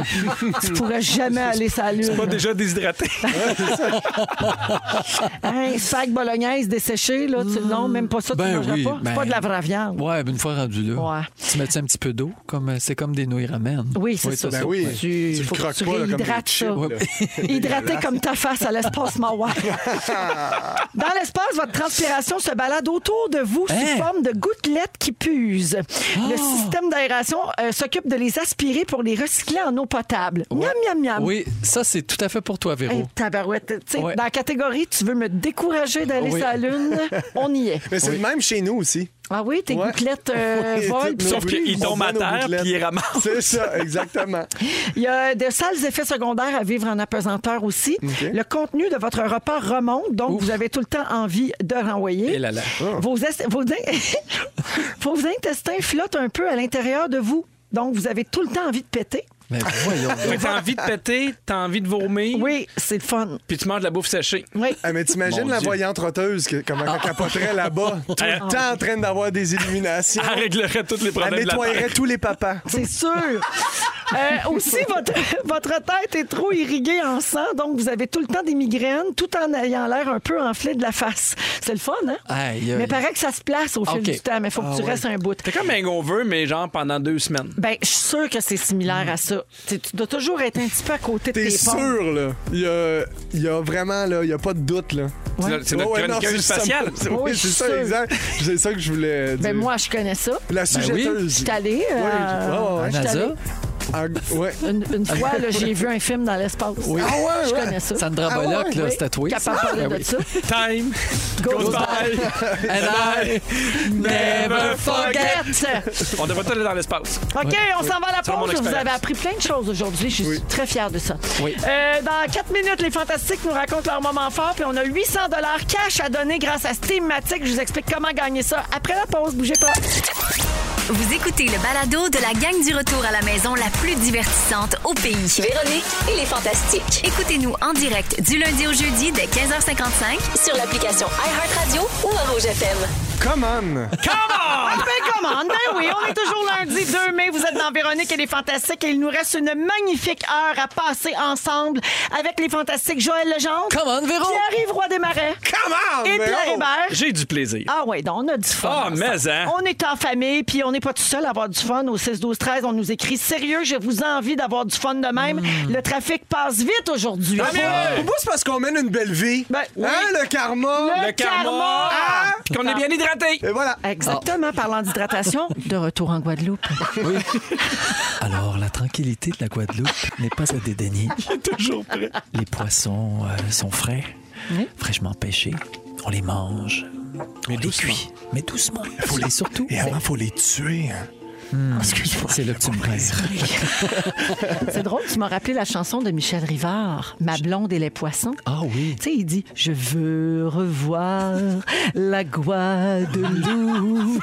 Speaker 5: tu pourrais jamais aller sur la lune.
Speaker 6: Pas déjà déshydraté.
Speaker 5: Hein, spag bolognaise desséché, là, tu- non, même pas ça, tu
Speaker 4: Ben
Speaker 5: mangeras
Speaker 4: oui,
Speaker 5: pas. C'est
Speaker 4: ben-
Speaker 5: pas de la vraie viande.
Speaker 4: Ouais, ben une fois rendu là,
Speaker 5: Ouais.
Speaker 4: tu mets un petit peu d'eau, comme c'est comme des nouilles ramen.
Speaker 5: Oui, c'est ça.
Speaker 3: Ben oui.
Speaker 5: Tu,
Speaker 3: Tu le
Speaker 5: faut que
Speaker 3: croques
Speaker 5: tu
Speaker 3: pas, là, comme des
Speaker 5: réhydrates
Speaker 3: chips,
Speaker 5: ça.
Speaker 3: là.
Speaker 5: Hydraté comme ta face à l'espace Mawa. Dans l'espace, votre transpiration se balade autour de vous
Speaker 4: Hein? Ah!
Speaker 5: sous forme de gouttelettes qui puent. Le système d'aération euh, s'occupe de les aspirer pour les recycler en eau potable. Miam, miam, miam.
Speaker 4: Oui, ça c'est tout à fait pour toi, Véro.
Speaker 5: Hey, tabarouette. Tu sais,
Speaker 4: Ouais.
Speaker 5: Dans la catégorie, tu veux me décourager d'aller
Speaker 4: Oui.
Speaker 5: sur la Lune, on y est.
Speaker 3: Mais c'est le même chez nous aussi.
Speaker 5: Ah oui, tes
Speaker 3: Ouais.
Speaker 5: gouttelettes euh,
Speaker 3: Oui,
Speaker 5: volent.
Speaker 3: toutes
Speaker 5: puis
Speaker 3: nos
Speaker 6: Sauf qu'il
Speaker 3: gouttelettes.
Speaker 6: tombe à
Speaker 3: On voit nos
Speaker 6: terre,
Speaker 3: gouttelettes.
Speaker 6: puis il ramasse.
Speaker 3: C'est ça, exactement.
Speaker 5: Il y a de sales effets secondaires à vivre en apesanteur aussi. Le contenu de votre repas remonte, donc vous avez tout le temps envie de renvoyer.
Speaker 4: Et là là.
Speaker 5: Vos, est- vos in- vos intestins flottent un peu à l'intérieur de vous, donc vous avez tout le temps envie de péter.
Speaker 4: Mais voyons.
Speaker 6: Fait que t'as envie de péter, t'as envie de vomir,
Speaker 5: Oui, c'est le fun.
Speaker 6: puis tu manges de la bouffe séchée.
Speaker 5: Oui.
Speaker 3: Ah, mais t'imagines
Speaker 4: Mon
Speaker 3: la
Speaker 4: Dieu.
Speaker 3: voyante roteuse, que, comment elle capoterait là-bas, tout le temps en train d'avoir des illuminations.
Speaker 6: Elle réglerait tous les
Speaker 3: Elle
Speaker 6: problèmes de la terre.
Speaker 3: nettoyerait tous les papas.
Speaker 5: C'est sûr. Euh, aussi, votre, votre tête est trop irriguée en sang, donc vous avez tout le temps des migraines, tout en ayant l'air un peu enflé de la face. C'est le fun, hein?
Speaker 4: Aïe, aïe.
Speaker 5: Mais paraît que ça se place au fil
Speaker 4: Ok.
Speaker 5: du temps, mais il faut que
Speaker 4: Ah
Speaker 5: tu
Speaker 4: ouais.
Speaker 5: restes un bout.
Speaker 6: T'es comme un veut, mais genre pendant deux semaines.
Speaker 5: Ben, je suis sûre que c'est similaire à ça. Tu, tu dois toujours être un petit peu à côté de
Speaker 3: T'es
Speaker 5: tes pompes.
Speaker 3: sûr, là. Il y a, il y a vraiment, là, il y a pas de doute, là.
Speaker 6: C'est notre- C'est notre
Speaker 3: Oh, ouais, non, c'est
Speaker 6: chroniqueuse
Speaker 3: ça.
Speaker 6: spatiale.
Speaker 3: C'est-
Speaker 5: Oh, Oui,
Speaker 3: Oui,
Speaker 5: je suis
Speaker 3: c'est ça,
Speaker 5: sûre.
Speaker 3: exact. C'est ça que je voulais dire.
Speaker 5: Ben, moi, je connais ça.
Speaker 3: la
Speaker 4: oui.
Speaker 5: Je
Speaker 3: sujetteuse.
Speaker 5: suis allée. euh,
Speaker 3: ouais, ouais.
Speaker 5: je suis
Speaker 4: NASA,
Speaker 5: allée-
Speaker 3: Ah, ouais.
Speaker 5: Une, une fois, là, j'ai vu un film dans l'espace.
Speaker 3: Ah ouais,
Speaker 5: Je
Speaker 3: ouais.
Speaker 5: connais ça.
Speaker 4: Sandra Bullock,
Speaker 5: Oui,
Speaker 4: là, c'est tatoué.
Speaker 5: Ah Capable de
Speaker 4: ça.
Speaker 5: parler
Speaker 4: Ben
Speaker 5: de
Speaker 4: oui.
Speaker 5: ça.
Speaker 6: Time goes by.
Speaker 4: And I never forget.
Speaker 6: On devrait tout aller dans l'espace.
Speaker 5: OK, on s'en va à la
Speaker 6: C'est mon
Speaker 5: pause. Vous
Speaker 6: expérience.
Speaker 5: avez appris plein de choses aujourd'hui. Je suis très fière de ça.
Speaker 4: Oui.
Speaker 5: Euh, dans 4 minutes, les Fantastiques nous racontent leur moment fort. Puis on a 800 cash à donner grâce à Steamatic. Je vous explique comment gagner ça après la pause. Bougez pas.
Speaker 1: Vous écoutez le balado de la gang du retour à la maison la plus divertissante au pays.
Speaker 8: Véronique et les Fantastiques.
Speaker 1: Écoutez-nous en direct du lundi au jeudi dès 15h55
Speaker 8: Sur l'application iHeartRadio ou à Rouge FM.
Speaker 3: Come on!
Speaker 5: Ah, ben comment? Ben oui, on est toujours lundi 2 mai. Vous êtes dans Véronique et les Fantastiques. Et il nous reste une magnifique heure à passer ensemble avec les Fantastiques Joël Legendre,
Speaker 4: Come on, Véro.
Speaker 5: Pierre-Yves Roy Desmarais
Speaker 3: Come on! oh.
Speaker 5: et
Speaker 3: Véro!
Speaker 5: Pierre Hébert.
Speaker 6: J'ai du plaisir.
Speaker 5: Ah ouais, donc on a du fun.
Speaker 6: oh! Ah,
Speaker 5: ensemble.
Speaker 6: mais, hein.
Speaker 5: On est en famille, puis on n'est pas tout seul à avoir du fun. Au 6 12 13, on nous écrit sérieux, je vous envie d'avoir du fun de même.
Speaker 6: Hmm.
Speaker 5: Le trafic passe vite aujourd'hui.
Speaker 3: Pour moi- Pour moi, c'est parce qu'on mène une belle vie.
Speaker 5: Ben, oui.
Speaker 3: Hein, le karma?
Speaker 5: Le karma. Ah!
Speaker 6: Ah! Oh. Puis qu'on est bien hydraté.
Speaker 3: Et voilà.
Speaker 5: Exactement, parlant d'hydratation, de retour en Guadeloupe.
Speaker 4: Oui. Alors, la tranquillité de la Guadeloupe n'est pas à dédaigner.
Speaker 6: Toujours prêt.
Speaker 4: Les poissons euh, sont frais, fraîchement pêchés. On les mange. Mais on
Speaker 3: doucement.
Speaker 4: les cuit. Mais doucement. Ben, Faut les surtout.
Speaker 3: Et avant, faut les tuer. Excuse-moi.
Speaker 4: C'est là que tu me perds.
Speaker 5: C'est drôle, tu m'as rappelé la chanson de Michel Rivard, Ma blonde et les poissons.
Speaker 4: Ah oui.
Speaker 5: Tu sais, il dit Je veux revoir la Guadeloupe.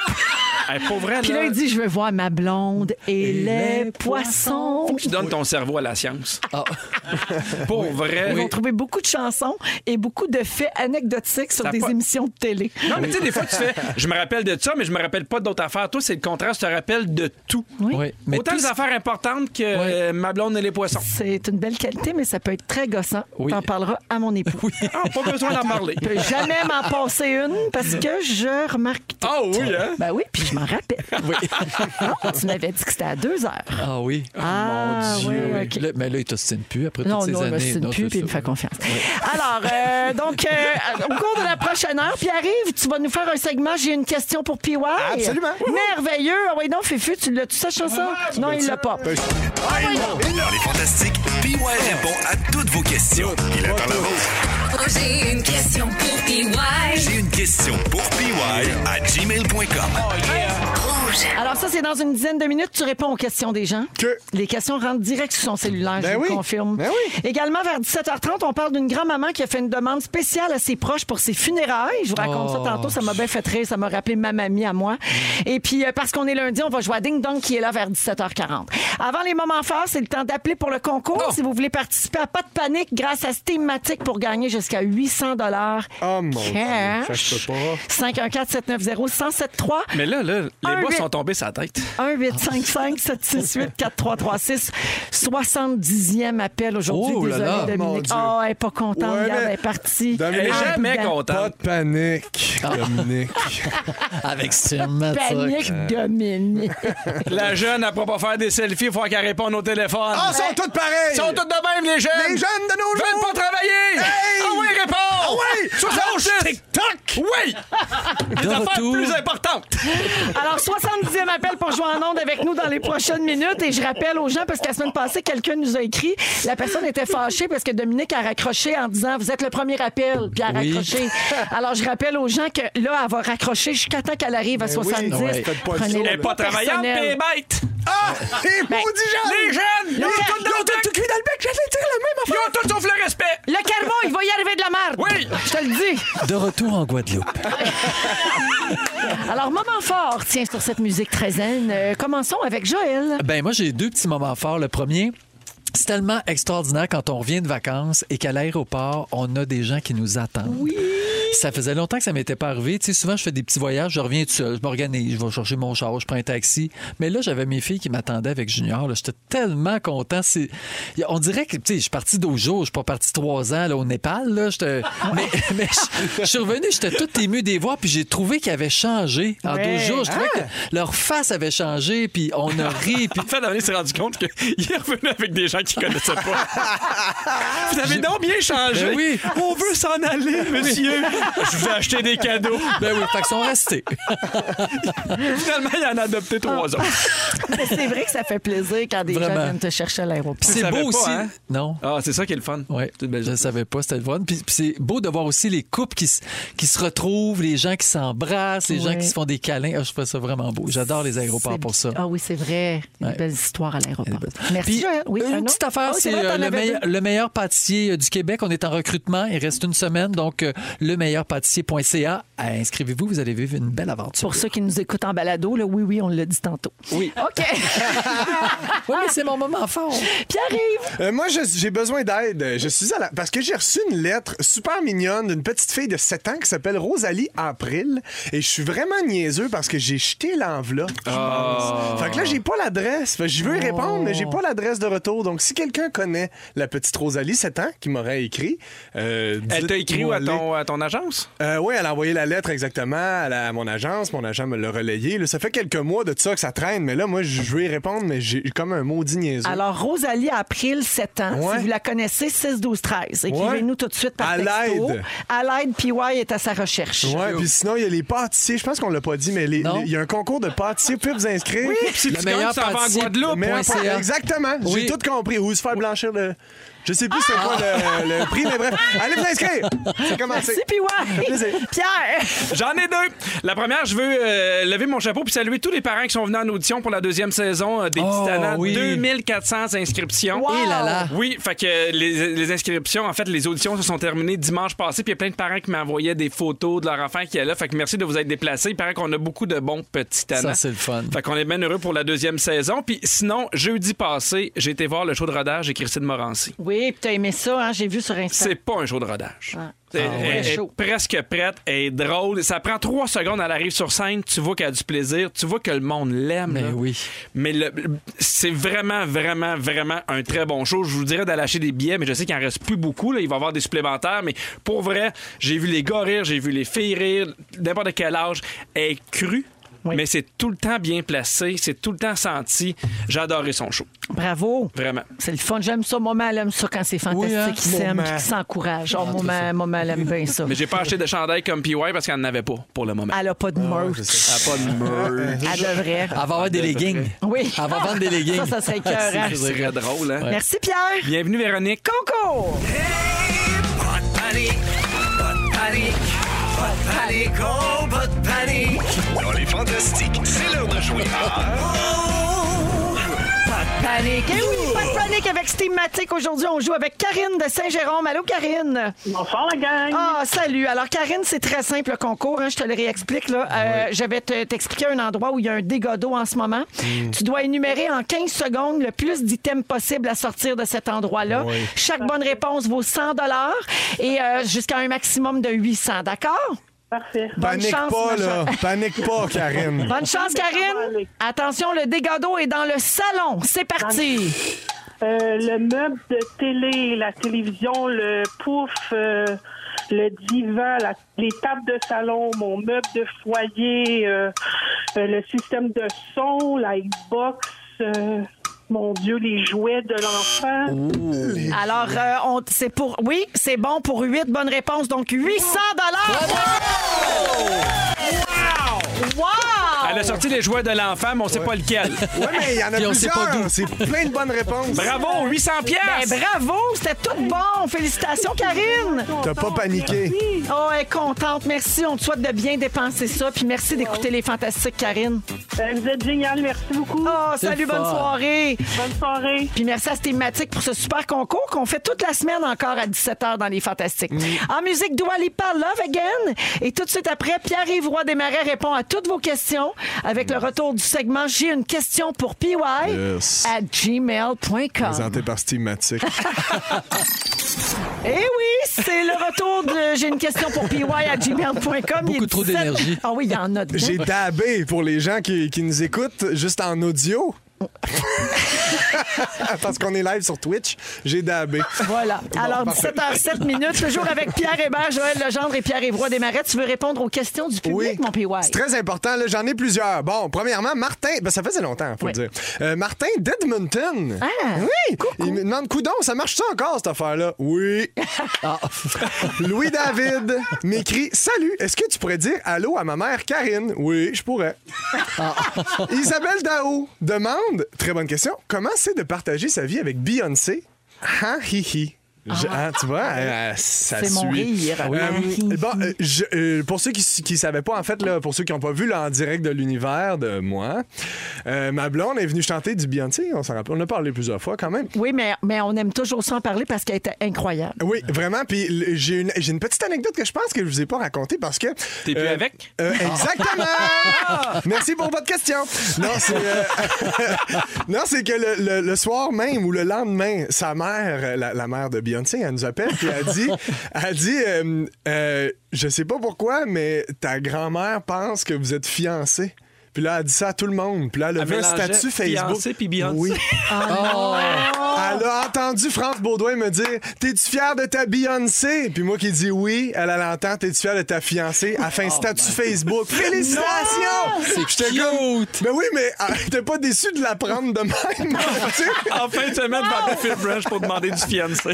Speaker 6: pour vrai,
Speaker 5: Ah, Puis là,
Speaker 6: là,
Speaker 5: il dit Je veux voir ma blonde et, les, poissons.
Speaker 6: tu donnes ton cerveau à la science. Pour vrai.
Speaker 5: Ils vont trouver beaucoup de chansons et beaucoup de faits anecdotiques sur
Speaker 6: Ça a
Speaker 5: des
Speaker 6: pas-
Speaker 5: émissions de télé.
Speaker 6: Non, mais tu sais, des fois, tu fais je me rappelle de ça, mais je me rappelle pas d'autres affaires. Toi, c'est le contraire, tu te rappelles de tout.
Speaker 4: Oui. Mais
Speaker 6: Autant
Speaker 4: tout
Speaker 6: les
Speaker 4: ce-
Speaker 6: affaires importantes que euh, ma blonde et les poissons.
Speaker 5: C'est une belle qualité, mais ça peut être très gossant.
Speaker 4: Oui.
Speaker 5: T'en parleras à mon époux.
Speaker 6: Ah, pas besoin d'en parler.
Speaker 5: Je peux jamais m'en passer une parce que je remarque. tout.
Speaker 6: Ah oui, hein?
Speaker 5: Ben oui, puis je m'en rappelle. Ah, tu m'avais dit que c'était à deux heures.
Speaker 4: Ah oui.
Speaker 5: Ah,
Speaker 4: Mon Dieu.
Speaker 5: ouais,
Speaker 4: oui.
Speaker 5: ok.
Speaker 4: Là, mais là, il t'ostine plus après
Speaker 5: Non,
Speaker 4: toutes ces
Speaker 5: non,
Speaker 4: années.
Speaker 5: c'est une
Speaker 4: Non,
Speaker 5: pub
Speaker 4: c'est
Speaker 5: et il me
Speaker 4: ça.
Speaker 5: fait confiance. Alors, euh, donc, euh, au cours de la prochaine heure, puis arrive, tu vas nous faire un segment. J'ai une question pour PY.
Speaker 3: Absolument.
Speaker 5: Merveilleux. Ah oui, non, Fufu, tu l'as-tu, sa chanson? Non, il l'a
Speaker 3: Ben,
Speaker 5: pas.
Speaker 7: Dans les fantastiques, PY répond à toutes vos questions. Il attend la vôtre.
Speaker 2: Oh, j'ai une question pour PY.
Speaker 7: J'ai une question pour PY à gmail.com.
Speaker 5: Alors ça, c'est dans une dizaine de minutes, tu réponds aux questions des gens.
Speaker 3: Que-
Speaker 5: Les questions rentrent direct sur son cellulaire, je
Speaker 3: Ben
Speaker 5: vous
Speaker 3: oui.
Speaker 5: le confirme.
Speaker 3: Ben oui.
Speaker 5: Également, vers 17h30, on parle d'une grand-maman qui a fait une demande spéciale à ses proches pour ses funérailles. Je vous raconte
Speaker 4: Oh.
Speaker 5: ça tantôt, ça m'a bien fait rire, ça m'a rappelé ma mamie à moi. Et puis, euh, parce qu'on est lundi, on va jouer à Ding Dong qui est là vers 17h40. Avant les moments forts, c'est le temps d'appeler pour le concours. Si vous voulez participer à Pas de panique grâce à Steamatic pour gagner jusqu'à 800
Speaker 3: Oh mon Dieu, ça,
Speaker 5: cash.
Speaker 3: je peux pas.
Speaker 5: 514-790-1073.
Speaker 6: Mais là, là, les
Speaker 5: Un
Speaker 6: bois
Speaker 5: huit.
Speaker 6: sont tombés sur la tête.
Speaker 5: 1 855 768 4336 70e appel aujourd'hui.
Speaker 4: Oh là
Speaker 5: Désolée,
Speaker 4: là,
Speaker 3: mon
Speaker 5: Dominique.
Speaker 3: Dieu.
Speaker 5: Ah, elle est pas contente.
Speaker 3: Ouais,
Speaker 5: Regarde,
Speaker 3: mais-
Speaker 5: elle est partie. Ah, ben,
Speaker 3: Dominique-
Speaker 6: Elle est
Speaker 5: en
Speaker 6: jamais
Speaker 5: dedans.
Speaker 3: Pas
Speaker 6: contente.
Speaker 3: de panique, Dominique.
Speaker 4: Avec Steam.
Speaker 5: Panique, Dominique.
Speaker 6: La jeune, elle ne pourra pas faire des selfies, il faut qu'elle réponde au téléphone.
Speaker 3: Ah, ils sont tous pareils!
Speaker 6: Ils sont tous de même, les jeunes!
Speaker 3: Les jeunes de nos
Speaker 6: Ils
Speaker 3: jours!
Speaker 6: veulent pas travailler!
Speaker 3: Hey!
Speaker 6: Ah oui, réponds!
Speaker 3: Ah oui!
Speaker 6: Sur
Speaker 3: Lâche
Speaker 6: ton
Speaker 3: TikTok!
Speaker 6: Oui! Des affaires
Speaker 4: retour.
Speaker 6: plus importantes.
Speaker 5: Alors, 70e appel pour jouer en onde avec nous dans les prochaines minutes. Et je rappelle aux gens, parce que la semaine passée, quelqu'un nous a écrit. La personne était fâchée parce que Dominique a raccroché en disant Vous êtes le premier appel. Puis elle a
Speaker 4: Oui.
Speaker 5: raccroché. Alors, je rappelle aux gens que là, elle va raccrocher jusqu'à temps qu'elle arrive à 70.
Speaker 3: oui, ouais. faites pas le
Speaker 5: Prenez-le
Speaker 3: saut,
Speaker 6: Elle est pas travaillante,
Speaker 5: personnel.
Speaker 6: mais elle est bête.
Speaker 3: Ah!
Speaker 6: Ben,
Speaker 3: Et maudit jeune!
Speaker 6: Les jeunes, ils ont
Speaker 5: Pierre,
Speaker 6: tout dans le bec.
Speaker 3: cuit dans le bec, je vais dire la même
Speaker 6: Ils ont tout sauf le respect.
Speaker 5: Le carbone, il va y arriver de la merde.
Speaker 6: Oui.
Speaker 5: Je te le dis.
Speaker 4: De retour en Guadeloupe.
Speaker 5: Alors, moment fort, tiens, sur cette musique très zen. Euh, commençons avec Joël.
Speaker 4: Ben moi, j'ai deux petits moments forts. Le premier. C'est tellement extraordinaire quand on revient de vacances et qu'à l'aéroport, on a des gens qui nous attendent. Oui. Ça faisait longtemps que ça m'était pas arrivé. Tu sais, souvent, je fais des petits voyages, je reviens tout seul, je m'organise, je vais chercher mon char, je prends un taxi. Mais là, j'avais mes filles qui m'attendaient avec Junior. là. J'étais tellement content. C'est- On dirait que, tu sais, je suis parti 12 jours, je suis pas parti 3 ans là, au Népal. Là. J'étais- Mais, mais je, je suis revenu, j'étais tout ému des voix, puis j'ai trouvé qu'ils avaient changé. En
Speaker 5: Ouais.
Speaker 4: 12 jours, je
Speaker 5: Ah!
Speaker 4: trouvais que leur face avait changé, puis on a ri, puis
Speaker 6: En fait, Dominique s'est rendu compte qu'il est revenu avec des gens qu'il connaissait pas. Vous avez donc bien changé.
Speaker 4: Ben oui.
Speaker 6: On veut s'en aller, monsieur. Ben Je vous ai acheté des cadeaux.
Speaker 4: Ben oui, fait qu'ils sont restés.
Speaker 6: Finalement, il en a adopté trois autres.
Speaker 5: C'est vrai que ça fait plaisir quand des gens
Speaker 4: Vraiment.
Speaker 5: viennent te chercher à l'aéroport.
Speaker 4: C'est
Speaker 6: savais
Speaker 4: beau
Speaker 6: pas,
Speaker 4: aussi.
Speaker 6: hein?
Speaker 4: Non.
Speaker 6: Ah, c'est ça qui est le fun.
Speaker 4: Ouais, ben,
Speaker 6: C'est une belle
Speaker 4: je ne
Speaker 6: chose.
Speaker 4: savais pas, c'était le fun. Puis, puis c'est beau de voir aussi les couples qui, se- qui se retrouvent, les gens qui s'embrassent, les gens
Speaker 5: Ouais.
Speaker 4: qui se font des câlins. Ah, je trouve ça vraiment beau. J'adore les aéroports
Speaker 5: C'est-
Speaker 4: pour ça.
Speaker 5: Ah oui, c'est vrai. Une
Speaker 4: Ouais.
Speaker 5: belle histoire à l'aéroport.
Speaker 4: Puis,
Speaker 5: Merci, Joël. Oui, un
Speaker 4: une
Speaker 5: autre?
Speaker 4: petite affaire,
Speaker 5: Ah oui,
Speaker 4: c'est
Speaker 5: vrai,
Speaker 4: euh,
Speaker 5: t'en
Speaker 4: le,
Speaker 5: avais
Speaker 4: meilleur,
Speaker 5: deux.
Speaker 4: le meilleur pâtissier euh, du Québec. On est en recrutement. Il reste une semaine. Donc, euh, lemeilleurpâtissier.ca. Euh, Inscrivez-vous, vous allez vivre une belle aventure.
Speaker 5: Pour ceux qui nous écoutent en balado, là, oui, oui, on l'a dit tantôt.
Speaker 4: Oui.
Speaker 5: OK.
Speaker 4: Oui, mais c'est mon moment fort.
Speaker 5: Pierre-Yves.
Speaker 3: Euh, moi, je- j'ai besoin d'aide. Je suis à la... Parce que j'ai reçu une lettre super mignonne d'une petite fille de 7 ans qui s'appelle Rosalie April. Et je suis vraiment niaiseux parce que j'ai jeté l'enveloppe. je
Speaker 6: Ah.
Speaker 3: pense. Fait que là, j'ai pas l'adresse. Fait que je
Speaker 6: Oh.
Speaker 3: veux répondre, mais j'ai pas l'adresse de retour. Donc, si quelqu'un connaît la petite Rosalie, 7 ans, qui m'aurait écrit... euh,
Speaker 6: Elle t'a écrit où
Speaker 3: dites-moi
Speaker 6: à ton, à ton agence?
Speaker 3: oui, Euh, elle a envoyé la lettre exactement à, la- à mon agence. Mon agent me l'a relayée. Là, ça fait quelques mois de ça que ça traîne, mais là, moi, je je veux y répondre, mais j'ai comme un maudit niaiseux.
Speaker 5: Alors, Rosalie April, 7 ans.
Speaker 3: Ouais.
Speaker 5: Si vous la connaissez, 6, 12, 13. Écrivez-nous tout de suite par
Speaker 3: À
Speaker 5: texto.
Speaker 3: l'aide.
Speaker 5: À l'aide, PY est à sa recherche.
Speaker 3: Ouais, puis sinon, il y a les pâtissiers. Je pense qu'on l'a pas dit, mais les-
Speaker 4: Non.
Speaker 3: les- il y a un concours de pâtissiers. Vous pouvez vous inscrire. Oui,
Speaker 6: Si tu
Speaker 4: Le
Speaker 6: gagnes,
Speaker 4: meilleur
Speaker 6: tu t'en vas en
Speaker 4: pâtissier.
Speaker 6: Guadeloupe.
Speaker 3: mais
Speaker 4: point
Speaker 3: on-
Speaker 4: CA.
Speaker 3: exactement.
Speaker 4: Oui.
Speaker 3: J'ai tout compris. Ou se faire blanchir le. Je sais plus c'est quoi
Speaker 4: Ah!
Speaker 3: le, le prix, mais bref. Allez vous inscrire. C'est commencé.
Speaker 5: Merci, PY.
Speaker 3: Plaisir.
Speaker 5: Pierre.
Speaker 6: J'en ai deux. La première, je veux euh, lever mon chapeau puis saluer tous les parents qui sont venus en audition pour la deuxième saison euh, des
Speaker 4: Oh,
Speaker 6: Titanats.
Speaker 4: oui.
Speaker 6: 2400 inscriptions.
Speaker 5: Wow.
Speaker 4: Et Eh là là.
Speaker 6: Oui, fait que les, les inscriptions, en fait, les auditions se sont terminées dimanche passé, puis il y a plein de parents qui m'envoyaient des photos de leur enfant qui est là. Fait que merci de vous être déplacés. Il paraît qu'on a beaucoup de bons petits talents.
Speaker 4: Ça, c'est le fun.
Speaker 6: Fait qu'on est bien heureux pour la deuxième saison. Puis sinon, jeudi passé, j'ai été voir le show de rodage et Christine Morancy.
Speaker 5: Oui, puis t'as aimé ça, hein, j'ai vu sur Instagram.
Speaker 6: C'est pas un show de rodage.
Speaker 5: Ah.
Speaker 6: Elle,
Speaker 5: Ah ouais.
Speaker 6: elle est
Speaker 5: Chaud.
Speaker 6: presque prête, elle est drôle. Ça prend trois secondes, elle arrive sur scène, tu vois qu'elle a du plaisir, tu vois que le monde l'aime.
Speaker 5: Ben
Speaker 4: Mais
Speaker 6: là.
Speaker 4: oui.
Speaker 6: Mais le- c'est vraiment, vraiment, vraiment un très bon show. Je vous dirais d'aller acheter des billets, mais je sais qu'il en reste plus beaucoup. là. Il va y avoir des supplémentaires. Mais pour vrai, j'ai vu les gars rire, j'ai vu les filles rire, n'importe quel âge. Elle est crue.
Speaker 5: Oui.
Speaker 6: Mais c'est tout le temps bien placé, c'est tout le temps senti. J'ai adoré son show,
Speaker 5: Bravo.
Speaker 6: vraiment.
Speaker 5: C'est le fun. J'aime ça. Maman, elle aime ça quand c'est fantastique,
Speaker 4: Oui, hein?
Speaker 5: qu'ils s'aiment,
Speaker 3: Maman.
Speaker 5: qu'ils s'encouragent. Oh, maman, maman, elle aime bien ça.
Speaker 6: Mais j'ai pas acheté de chandail comme PY parce qu'elle n'en avait pas pour le moment.
Speaker 5: Elle n'a pas de merch.
Speaker 6: Elle a pas de merch.
Speaker 5: Elle devrait.
Speaker 4: Elle va avoir des leggings.
Speaker 5: Oui.
Speaker 4: Elle va vendre des leggings.
Speaker 5: Ça, ça serait écœurant.
Speaker 6: Ah, C'est très drôle, hein?
Speaker 5: Merci, Pierre.
Speaker 6: Bienvenue, Véronique.
Speaker 5: Concours.
Speaker 7: Pas de panique, pas de panique, pas de panique, oh, pas de panique. Dans les fantastiques, c'est l'heure de jouer
Speaker 5: Panique. Oh, Eh oui, pas de panique avec Steamatic. Aujourd'hui, on joue avec Karine de Saint-Jérôme. Allô, Karine?
Speaker 9: Bonsoir la gang.
Speaker 5: Ah, salut. Alors, Karine, c'est très simple le concours. hein, je te le réexplique. Là. Euh, Je vais te- t'expliquer un endroit où il y a un dégât d'eau en ce moment. Tu dois énumérer en 15 secondes le plus d'items possible à sortir de cet endroit-là. Chaque bonne réponse vaut 100 et euh, jusqu'à un maximum de 800 d'accord?
Speaker 9: Parfait.
Speaker 5: Bonne
Speaker 3: Panique
Speaker 5: chance,
Speaker 3: pas,
Speaker 5: ma
Speaker 3: là.
Speaker 5: chère.
Speaker 3: Panique pas, Karine.
Speaker 5: Bonne chance, Karine. Attention, le dégât d'eau est dans le salon. C'est parti.
Speaker 9: Euh, le meuble de télé, la télévision, le pouf, euh, le divan, la- les tables de salon, mon meuble de foyer, euh, euh, le système de son, la Xbox. euh, Mon Dieu, les jouets de l'enfant.
Speaker 5: Oh. Alors, euh, on- c'est pour. Oui, c'est bon pour 8 bonnes réponses, donc 800 Wow!
Speaker 6: Elle a sorti les jouets de l'enfant, mais on sait pas lequel.
Speaker 3: Ouais, mais il y en a
Speaker 4: Puis on sait pas
Speaker 3: plusieurs.
Speaker 4: d'où.
Speaker 3: C'est plein de bonnes réponses.
Speaker 6: Bravo, 800
Speaker 5: Ben,
Speaker 6: pièces.
Speaker 5: bravo, c'était tout bon. Félicitations, Karine.
Speaker 3: T'as pas paniqué.
Speaker 5: Oh, elle est contente. Merci. On te souhaite de bien dépenser ça. Puis merci d'écouter les fantastiques, Karine.
Speaker 9: Euh, vous êtes génial, merci beaucoup.
Speaker 5: Oh, salut, bonne
Speaker 4: fort.
Speaker 5: soirée.
Speaker 9: Bonne soirée.
Speaker 5: Puis merci à Stématique pour ce super concours qu'on fait toute la semaine encore à 17h dans les Fantastiques. En musique, Dua Lipa, Love Again. Et tout de suite après, Pierre-Yves Roy Desmarais répond à toutes vos questions avec le retour du segment J'ai une question pour PY
Speaker 3: Yes.
Speaker 5: à gmail.com.
Speaker 3: Présenté par Steve Matic.
Speaker 5: Eh oui, c'est le retour de J'ai une question pour PY à gmail.com. Il est
Speaker 4: Beaucoup trop
Speaker 5: 17
Speaker 4: d'énergie.
Speaker 5: Ah oui, il y en a dedans.
Speaker 3: J'ai dabé pour les gens qui, qui nous écoutent juste en audio. Parce qu'on est live sur Twitch, j'ai dabé.
Speaker 5: Voilà. Alors, 17h07 minutes, toujours avec Pierre Hébert, Joël Legendre et Pierre Évroy Desmarais. Tu veux répondre aux questions du public, mon PY?
Speaker 3: C'est très important, là, j'en ai plusieurs. Bon, premièrement, Martin, ben, ça faisait longtemps, faut
Speaker 5: Oui.
Speaker 3: le dire. Euh, Martin d'Edmonton.
Speaker 5: Ah,
Speaker 3: oui! Il me demande coudon, ça marche ça encore cette affaire-là? Oui.
Speaker 5: Ah.
Speaker 3: Louis David m'écrit Salut, est-ce que tu pourrais dire allô à ma mère Karine? Oui, je pourrais. Isabelle Dao demande, très bonne question, comment c'est de partager sa vie avec Beyoncé? Ha hi hi. Je- ah, tu vois, euh, ça
Speaker 5: C'est
Speaker 3: suit.
Speaker 5: mon rire.
Speaker 3: Euh,
Speaker 5: Ah, hi,
Speaker 3: bon, euh, je- euh, pour ceux qui ne savaient pas, en fait, là, pour ceux qui n'ont pas vu là, en direct de l'univers de moi, euh, ma blonde est venue chanter du Beyoncé. On s'en rappelle. On a parlé plusieurs fois quand même.
Speaker 5: Oui, mais, mais on aime toujours s'en parler parce qu'elle était incroyable.
Speaker 3: Oui, vraiment. Puis l- j'ai une, j'ai une petite anecdote que je pense que je vous ai pas racontée parce que.
Speaker 6: T'es plus avec?
Speaker 3: euh, exactement! Merci pour votre question. Non, c'est. euh, non, c'est que le, le- le soir même ou le lendemain, sa mère, euh, la, la mère de Beyoncé, elle nous appelle puis elle dit, elle dit euh, euh, Je sais pas pourquoi, mais ta grand-mère pense que vous êtes fiancés. Puis là, elle dit ça à tout le monde. Puis là, elle a
Speaker 6: Elle
Speaker 3: vu un
Speaker 6: mélangeait
Speaker 3: statut Facebook.
Speaker 6: fiancé puis Beyoncé.
Speaker 3: Oui. Elle a entendu France Baudouin me dire T'es-tu fier de ta Beyoncé Puis moi qui dis oui, elle, elle entend T'es-tu fier de ta fiancée Afin statut Facebook. Félicitations
Speaker 4: C'est
Speaker 3: J'étais
Speaker 4: cute!
Speaker 3: Ben oui, mais euh, t'es pas déçu de l'apprendre de même tu sais?
Speaker 6: En fin de semaine, je vais appeler Phil Branch pour demander du fiancé.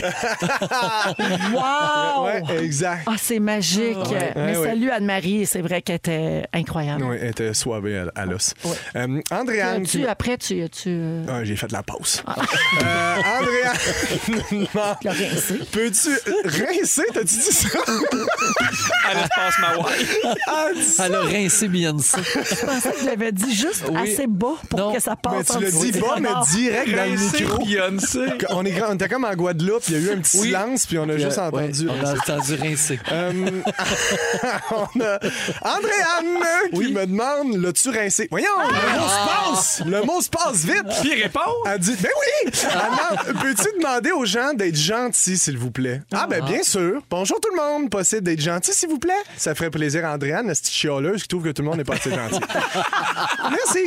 Speaker 5: Wow!
Speaker 3: Ouais, exact.
Speaker 5: Ah, c'est magique. Mais
Speaker 3: Ouais, ouais.
Speaker 5: salut Anne-Marie, c'est vrai qu'elle était incroyable.
Speaker 3: Oui, elle était soivée à, à l'os. Euh, Andréane.
Speaker 5: Tu,
Speaker 3: qui-
Speaker 5: après, tu. tu euh,
Speaker 3: Ah, j'ai fait de la pause. Euh, Andréane nous demande,
Speaker 5: l'as rincé.
Speaker 3: Peux-tu rincer T'as-tu dit ça
Speaker 6: À l'espace Mawai.
Speaker 3: Elle dit
Speaker 4: Elle a rincé Beyoncé.
Speaker 5: Je pensais que je l'avais dit juste
Speaker 4: Oui.
Speaker 5: assez bas pour
Speaker 4: Non.
Speaker 5: que ça
Speaker 3: Mais
Speaker 5: passe en
Speaker 3: tu le
Speaker 5: dessous
Speaker 3: dis
Speaker 5: du
Speaker 3: pas, mais
Speaker 5: radar.
Speaker 3: direct dans le
Speaker 6: Rincer
Speaker 3: micro.
Speaker 6: Beyoncé.
Speaker 3: On, est, grand- on était comme en Guadeloupe, il y a eu un petit
Speaker 4: Oui.
Speaker 3: silence, puis on a juste
Speaker 4: Euh,
Speaker 3: entendu.
Speaker 4: ouais, on a entendu rincer.
Speaker 3: Euh, on a Andréanne qui me demande l'as-tu rincé Voyons, le mot se passe Le mot se passe vite
Speaker 6: Puis il répond.
Speaker 3: Elle dit Ben oui Elle demande, Peux-tu demander aux gens d'être gentils, s'il vous plaît Ah, ben bien sûr Bonjour tout le monde, possible d'être gentil, s'il vous plaît Ça ferait plaisir à Andréanne, la petite chialeuse qui trouve que tout le monde n'est pas assez gentil. Merci.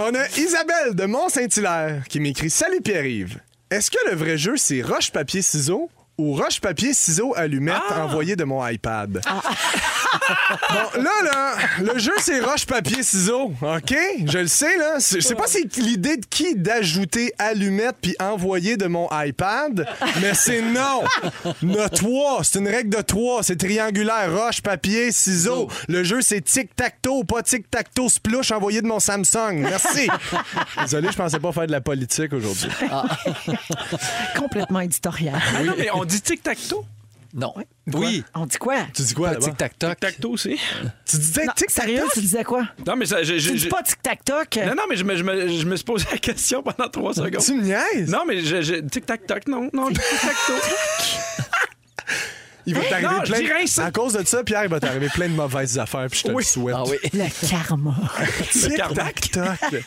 Speaker 3: On a Isabelle de Mont-Saint-Hilaire qui m'écrit Salut Pierre-Yves. Est-ce que le vrai jeu, c'est roche-papier-ciseaux ou roche-papier-ciseaux allumette envoyé de mon iPad? Bon, Ah, là, là, le jeu, c'est roche-papier-ciseaux. OK? Je le sais, là. Je sais pas si c'est l'idée de qui d'ajouter allumette puis envoyer de mon iPad, mais c'est non. Ne trois. C'est une règle de trois. C'est triangulaire. Roche-papier-ciseaux. Le jeu, c'est tic-tac-toe, pas tic-tac-toe, splouche envoyé de mon Samsung. Merci. Désolé, je pensais pas faire de la politique aujourd'hui.
Speaker 5: Complètement éditorial.
Speaker 6: Ah non, mais on dit tic-tac-toe.
Speaker 4: Non. Oui.
Speaker 5: On dit quoi?
Speaker 3: Tu dis
Speaker 6: Ah,
Speaker 3: quoi, là
Speaker 4: Tic-tac-toc.
Speaker 6: Tic-tac-toe aussi.
Speaker 3: Tu disais
Speaker 5: Non, sérieux,
Speaker 3: tic-tac-toe?
Speaker 5: tu disais quoi?
Speaker 6: Non, mais ça, je, je-
Speaker 5: Tu
Speaker 6: je-
Speaker 5: dis pas tic-tac-toc?
Speaker 6: Non, non, mais je me, je me- je me suis posé la question pendant trois secondes.
Speaker 3: Tu me niaises?
Speaker 6: Non, mais je, je- tic-tac-toc, non, non, tic-tac-toe.
Speaker 3: Il va t'arriver
Speaker 6: non, je dis rien,
Speaker 3: plein.
Speaker 6: ça.
Speaker 3: À cause de ça, Pierre, il va t'arriver plein de mauvaises affaires, puis je te le souhaite.
Speaker 4: Ah oui.
Speaker 5: Le karma.
Speaker 3: Tic-tac-toc.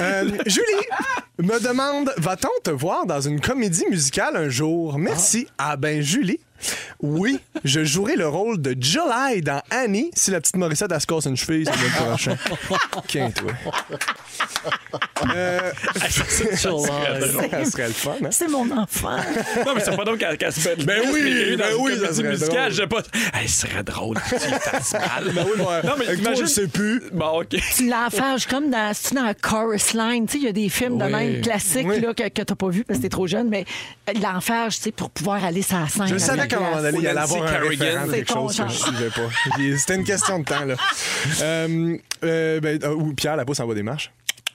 Speaker 3: Euh, Julie me demande va-t-on te voir dans une comédie musicale un jour Merci. Ah, ben, Julie. Oui, je jouerai le rôle de July dans Annie si la petite Morissette, elle se casse une cheville, c'est le prochain. Quinte, toi. Euh, ça serait le fun, hein?
Speaker 5: C'est mon enfant.
Speaker 6: Non, mais c'est pas donc qu'elle qu'elle se fait.
Speaker 3: Ben oui, ben oui, ça serait drôle.
Speaker 6: musical, je sais pas. Hey, ce serait drôle que tu y fasses mal.
Speaker 3: Ben oui, ouais.
Speaker 6: Non, mais
Speaker 3: Avec toi,
Speaker 6: imagine-
Speaker 3: je sais plus.
Speaker 6: Bon, OK.
Speaker 5: Tu l'enferges comme dans, c'est-tu dans Chorus Line. Tu sais, il y a des films de
Speaker 4: Oui.
Speaker 5: même classiques
Speaker 3: Oui.
Speaker 5: là, que, que t'as pas vu parce que t'es trop jeune, mais l'enferge, tu sais, pour pouvoir aller sur la scène.
Speaker 3: Je
Speaker 5: à la
Speaker 3: savais qu'à un moment
Speaker 5: place.
Speaker 3: donné, il allait
Speaker 6: Nancy
Speaker 3: avoir un
Speaker 6: Kerrigan.
Speaker 3: référent de
Speaker 5: C'est
Speaker 3: quelque chose
Speaker 5: ton
Speaker 3: que je
Speaker 5: genre.
Speaker 3: suivais pas. J'ai- C'était une question de temps, là. Euh, euh, ben, euh, ou Pierre, la pousse en bas des marches.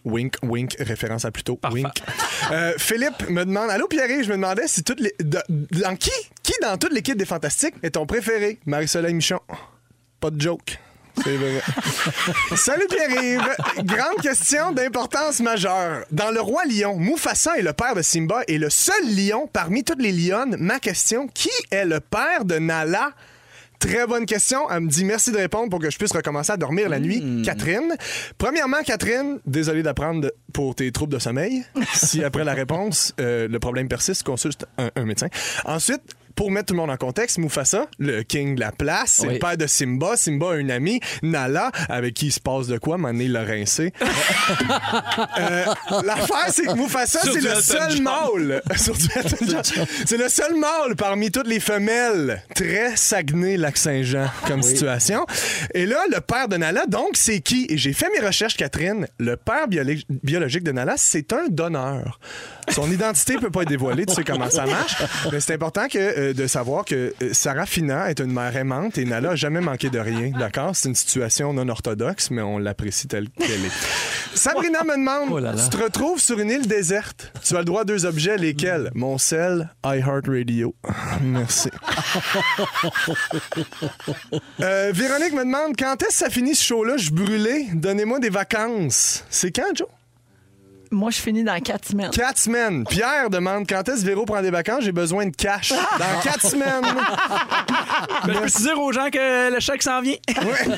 Speaker 3: Wink, wink, référence à plutôt. Wink. Euh, Philippe me demande Allô Pierre, je me demandais si toutes les. de- dans qui Qui dans toute l'équipe des Fantastiques est ton préféré Marie-Soleil Michon. Pas de joke. C'est vrai. Salut Pierre-Yves! Grande question d'importance majeure. Dans Le Roi Lion, Mufasa est le père de Simba et le seul lion parmi toutes les lionnes. Ma question, qui est le père de Nala? Très bonne question. Elle me dit merci de répondre pour que je puisse recommencer à dormir la nuit. Catherine. Premièrement, Catherine, désolé d'apprendre de- pour tes troubles de sommeil. Si après la réponse, euh, le problème persiste, consulte un, un médecin. Ensuite, pour mettre tout le monde en contexte, Mufasa, le king de la place, c'est
Speaker 4: Oui.
Speaker 3: le père de Simba. Simba a une amie, Nala, avec qui il se passe de quoi, Mané l'a rincé. Euh, L'affaire, c'est que Mufasa,
Speaker 6: Sur
Speaker 3: c'est
Speaker 6: du
Speaker 3: le
Speaker 6: Elton
Speaker 3: seul
Speaker 6: John.
Speaker 3: mâle. Sur du Elton John. c'est le seul mâle parmi toutes les femelles. Très Saguenay-Lac-Saint-Jean comme situation. Et là, le père de Nala, donc, c'est qui? Et j'ai fait mes recherches, Catherine. Le père bioli- biologique de Nala, c'est un donneur. Son identité peut pas être dévoilée, tu sais comment ça marche. Mais c'est important que, euh, de savoir que euh, Sarah Fina est une mère aimante et Nala a jamais manqué de rien. D'accord? C'est une situation non orthodoxe, mais on l'apprécie telle qu'elle est. Sabrina me demande
Speaker 4: Oh là là.
Speaker 3: tu te retrouves sur une île déserte. Tu as le droit à deux objets, lesquels Mon sel, iHeartRadio. Merci. Euh, Véronique me demande quand est-ce que ça finit ce show-là Je suis brûlé. Donnez-moi des vacances. C'est quand, Joe
Speaker 5: Moi, je finis dans quatre semaines.
Speaker 3: Quatre semaines. Pierre demande quand est-ce que Véro prend des vacances J'ai besoin de cash.
Speaker 5: Ah.
Speaker 3: Dans quatre semaines.
Speaker 6: Ben, je peux te dire aux gens que le chèque s'en vient.
Speaker 3: Ouais.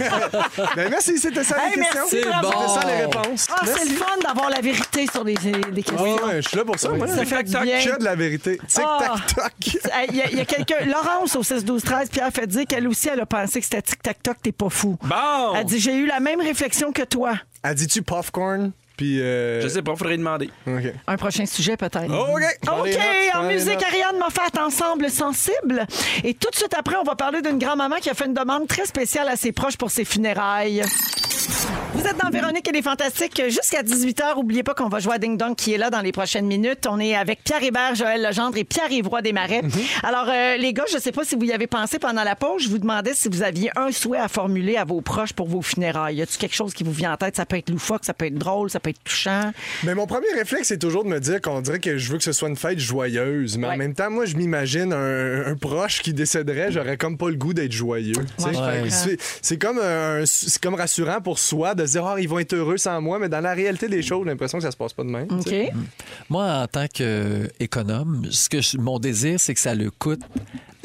Speaker 3: ben, merci, c'était ça les
Speaker 5: Hey,
Speaker 3: questions.
Speaker 5: merci,
Speaker 3: c'était
Speaker 4: bravo.
Speaker 3: ça les réponses.
Speaker 5: Ah, c'est le
Speaker 3: Merci.
Speaker 5: fun d'avoir la vérité sur des, des questions.
Speaker 3: Ouais, ouais, je suis là pour ça. moi.
Speaker 5: Ça fait du
Speaker 3: Tic-tac,
Speaker 5: bien.
Speaker 3: que de la vérité.
Speaker 5: Ah.
Speaker 3: Tic-tac-toc.
Speaker 5: Hey, Il y a, il y a quelqu'un, Laurence au 6-12-13, Pierre fait dire qu'elle aussi, elle a pensé que c'était tic-tac-toc, t'es pas fou.
Speaker 6: Bon.
Speaker 5: Elle dit J'ai eu la même réflexion que toi.
Speaker 3: Elle dit-tu popcorn? Puis. euh,
Speaker 6: Je sais pas, faudrait demander.
Speaker 3: OK.
Speaker 5: Un prochain sujet, peut-être.
Speaker 3: OK.
Speaker 5: Oh, OK, en musique, Ariane Moffat, Ensemble Sensible. Et tout de suite après, on va parler d'une grand-maman qui a fait une demande très spéciale à ses proches pour ses funérailles. Vous êtes dans Véronique et les Fantastiques jusqu'à 18h. Oubliez pas qu'on va jouer à Ding Dong qui est là dans les prochaines minutes. On est avec Pierre Hébert, Joël Legendre et Pierre Évroy Desmarais.
Speaker 3: Mhm.
Speaker 5: Alors, euh, les gars, je sais pas si vous y avez pensé pendant la pause. Je vous demandais si vous aviez un souhait à formuler à vos proches pour vos funérailles. Y a-tu quelque chose qui vous vient en tête? Ça peut être loufoque, ça peut être drôle, ça peut être touchant.
Speaker 3: Mais mon premier réflexe, c'est toujours de me dire qu'on dirait que je veux que ce soit une fête joyeuse. Mais en
Speaker 5: Ouais.
Speaker 3: même temps, moi, je m'imagine un, un proche qui décéderait, j'aurais comme pas le goût d'être joyeux. Tu sais,
Speaker 5: je
Speaker 3: fait que
Speaker 5: comprends.
Speaker 3: c'est- C'est comme, un- c'est comme rassurant pour soi de se dire, ah, ils vont être heureux sans moi, mais dans la réalité des choses, j'ai l'impression que ça se passe pas de même. tu
Speaker 5: OK?
Speaker 3: sais.
Speaker 4: Moi, en tant qu'économe, ce que je- mon désir, c'est que ça le coûte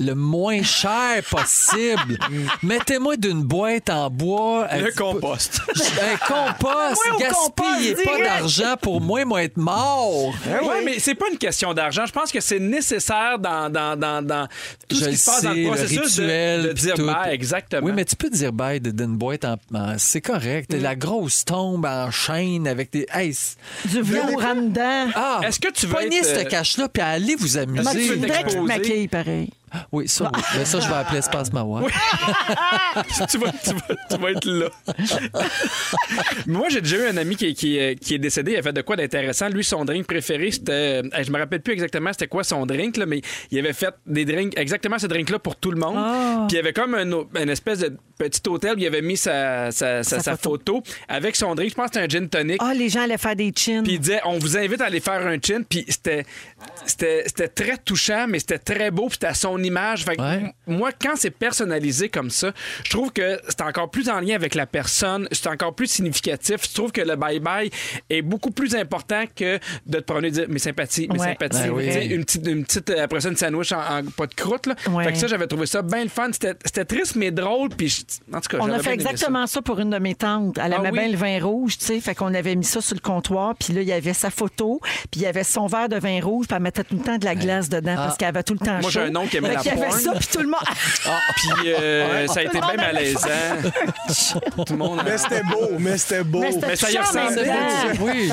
Speaker 4: le moins cher possible. Mettez-moi d'une boîte en bois. euh,
Speaker 6: Le
Speaker 4: un petit peu-
Speaker 6: compost.
Speaker 4: Un ben, compost.
Speaker 5: Moi, au
Speaker 4: Gaspillez
Speaker 5: compost,
Speaker 4: pas
Speaker 5: direct.
Speaker 4: d'argent pour moi, moi être mort.
Speaker 6: Ben Oui, mais c'est pas une question d'argent. Je pense que c'est nécessaire dans, dans, dans, dans tout
Speaker 4: je
Speaker 6: ce qui
Speaker 4: le
Speaker 6: se passe
Speaker 4: sais,
Speaker 6: dans le
Speaker 4: le
Speaker 6: processus de-
Speaker 4: rituel,
Speaker 6: de,
Speaker 4: puis
Speaker 6: dire
Speaker 4: tout.
Speaker 6: bah, exactement. Mm.
Speaker 4: Oui, mais tu peux dire bye de- d'une boîte en. en- c'est correct. La grosse tombe en chaîne avec des. Hey, c'est-
Speaker 5: Du velours en dedans.
Speaker 4: ah,
Speaker 6: Est-ce que tu veux
Speaker 4: Pognez
Speaker 6: être,
Speaker 4: ce
Speaker 6: euh,
Speaker 4: cash-là, puis allez vous
Speaker 6: Est-ce que tu
Speaker 4: amuser. Ben,
Speaker 6: veux
Speaker 5: Il faudrait que tu te
Speaker 6: exposé.
Speaker 5: maquilles pareil.
Speaker 4: Oui, ça, oui. Mais ça, je vais appeler Espace Mawa.
Speaker 6: tu, vas, tu, vas, tu vas être là. Moi, j'ai déjà eu un ami qui, qui, euh, qui est décédé. Il a fait de quoi d'intéressant. Lui, son drink préféré, c'était. euh, hey, Je me rappelle plus exactement c'était quoi son drink, là, mais il avait fait des drinks, exactement ce drink-là pour tout le monde. Puis il y avait comme un, au- une espèce de petit hôtel où il avait mis sa, sa, sa-
Speaker 5: Sa
Speaker 6: sa photo. avec son drink. Je pense que c'était un gin tonic.
Speaker 5: Ah, les gens allaient faire des chins.
Speaker 6: Puis il disait, on vous invite à aller faire un chin. Puis c'était, c'était, c'était très touchant, mais c'était très beau. Puis c'était à son image. Fait que
Speaker 4: Ouais.
Speaker 6: m- moi, quand c'est personnalisé comme ça, je trouve que c'est encore plus en lien avec la personne. C'est encore plus significatif. Je trouve que le bye-bye est beaucoup plus important que de te promener et dire mes sympathies, mes
Speaker 5: Ouais,
Speaker 6: sympathies.
Speaker 5: c'est
Speaker 6: Tu
Speaker 4: vrai.
Speaker 6: sais, Une petite, une petite, euh, après ça, une sandwich en, en pas de croûte. Là.
Speaker 5: Ouais.
Speaker 6: Fait que ça, j'avais trouvé ça bien le fun. C'était, c'était triste, mais drôle. Puis je- en tout cas,
Speaker 5: On a
Speaker 6: j'avais
Speaker 5: fait
Speaker 6: bien aimé ça.
Speaker 5: exactement ça. pour une de mes tantes. Elle
Speaker 6: Ah
Speaker 5: aimait
Speaker 6: oui?
Speaker 5: bien le vin rouge, tu sais. Fait qu'on avait mis ça sur le comptoir. Puis là, il y avait sa photo. Puis il y avait son verre de vin rouge. Puis elle mettait tout le temps de la glace dedans parce qu'elle avait tout le temps
Speaker 6: Ah. Moi, j'ai
Speaker 5: chaud.
Speaker 6: un oncle qui aimait
Speaker 5: Fait
Speaker 6: la
Speaker 5: qu'il y avait
Speaker 6: porn.
Speaker 5: ça, puis tout le monde.
Speaker 6: Ah, puis euh, ça a été bien malaisant. Tout le monde.
Speaker 3: Mais c'était beau, mais c'était beau.
Speaker 5: Mais c'était
Speaker 6: Oh, Mais ça y
Speaker 5: touchant en même
Speaker 6: ressemble.
Speaker 5: temps.
Speaker 4: Oui.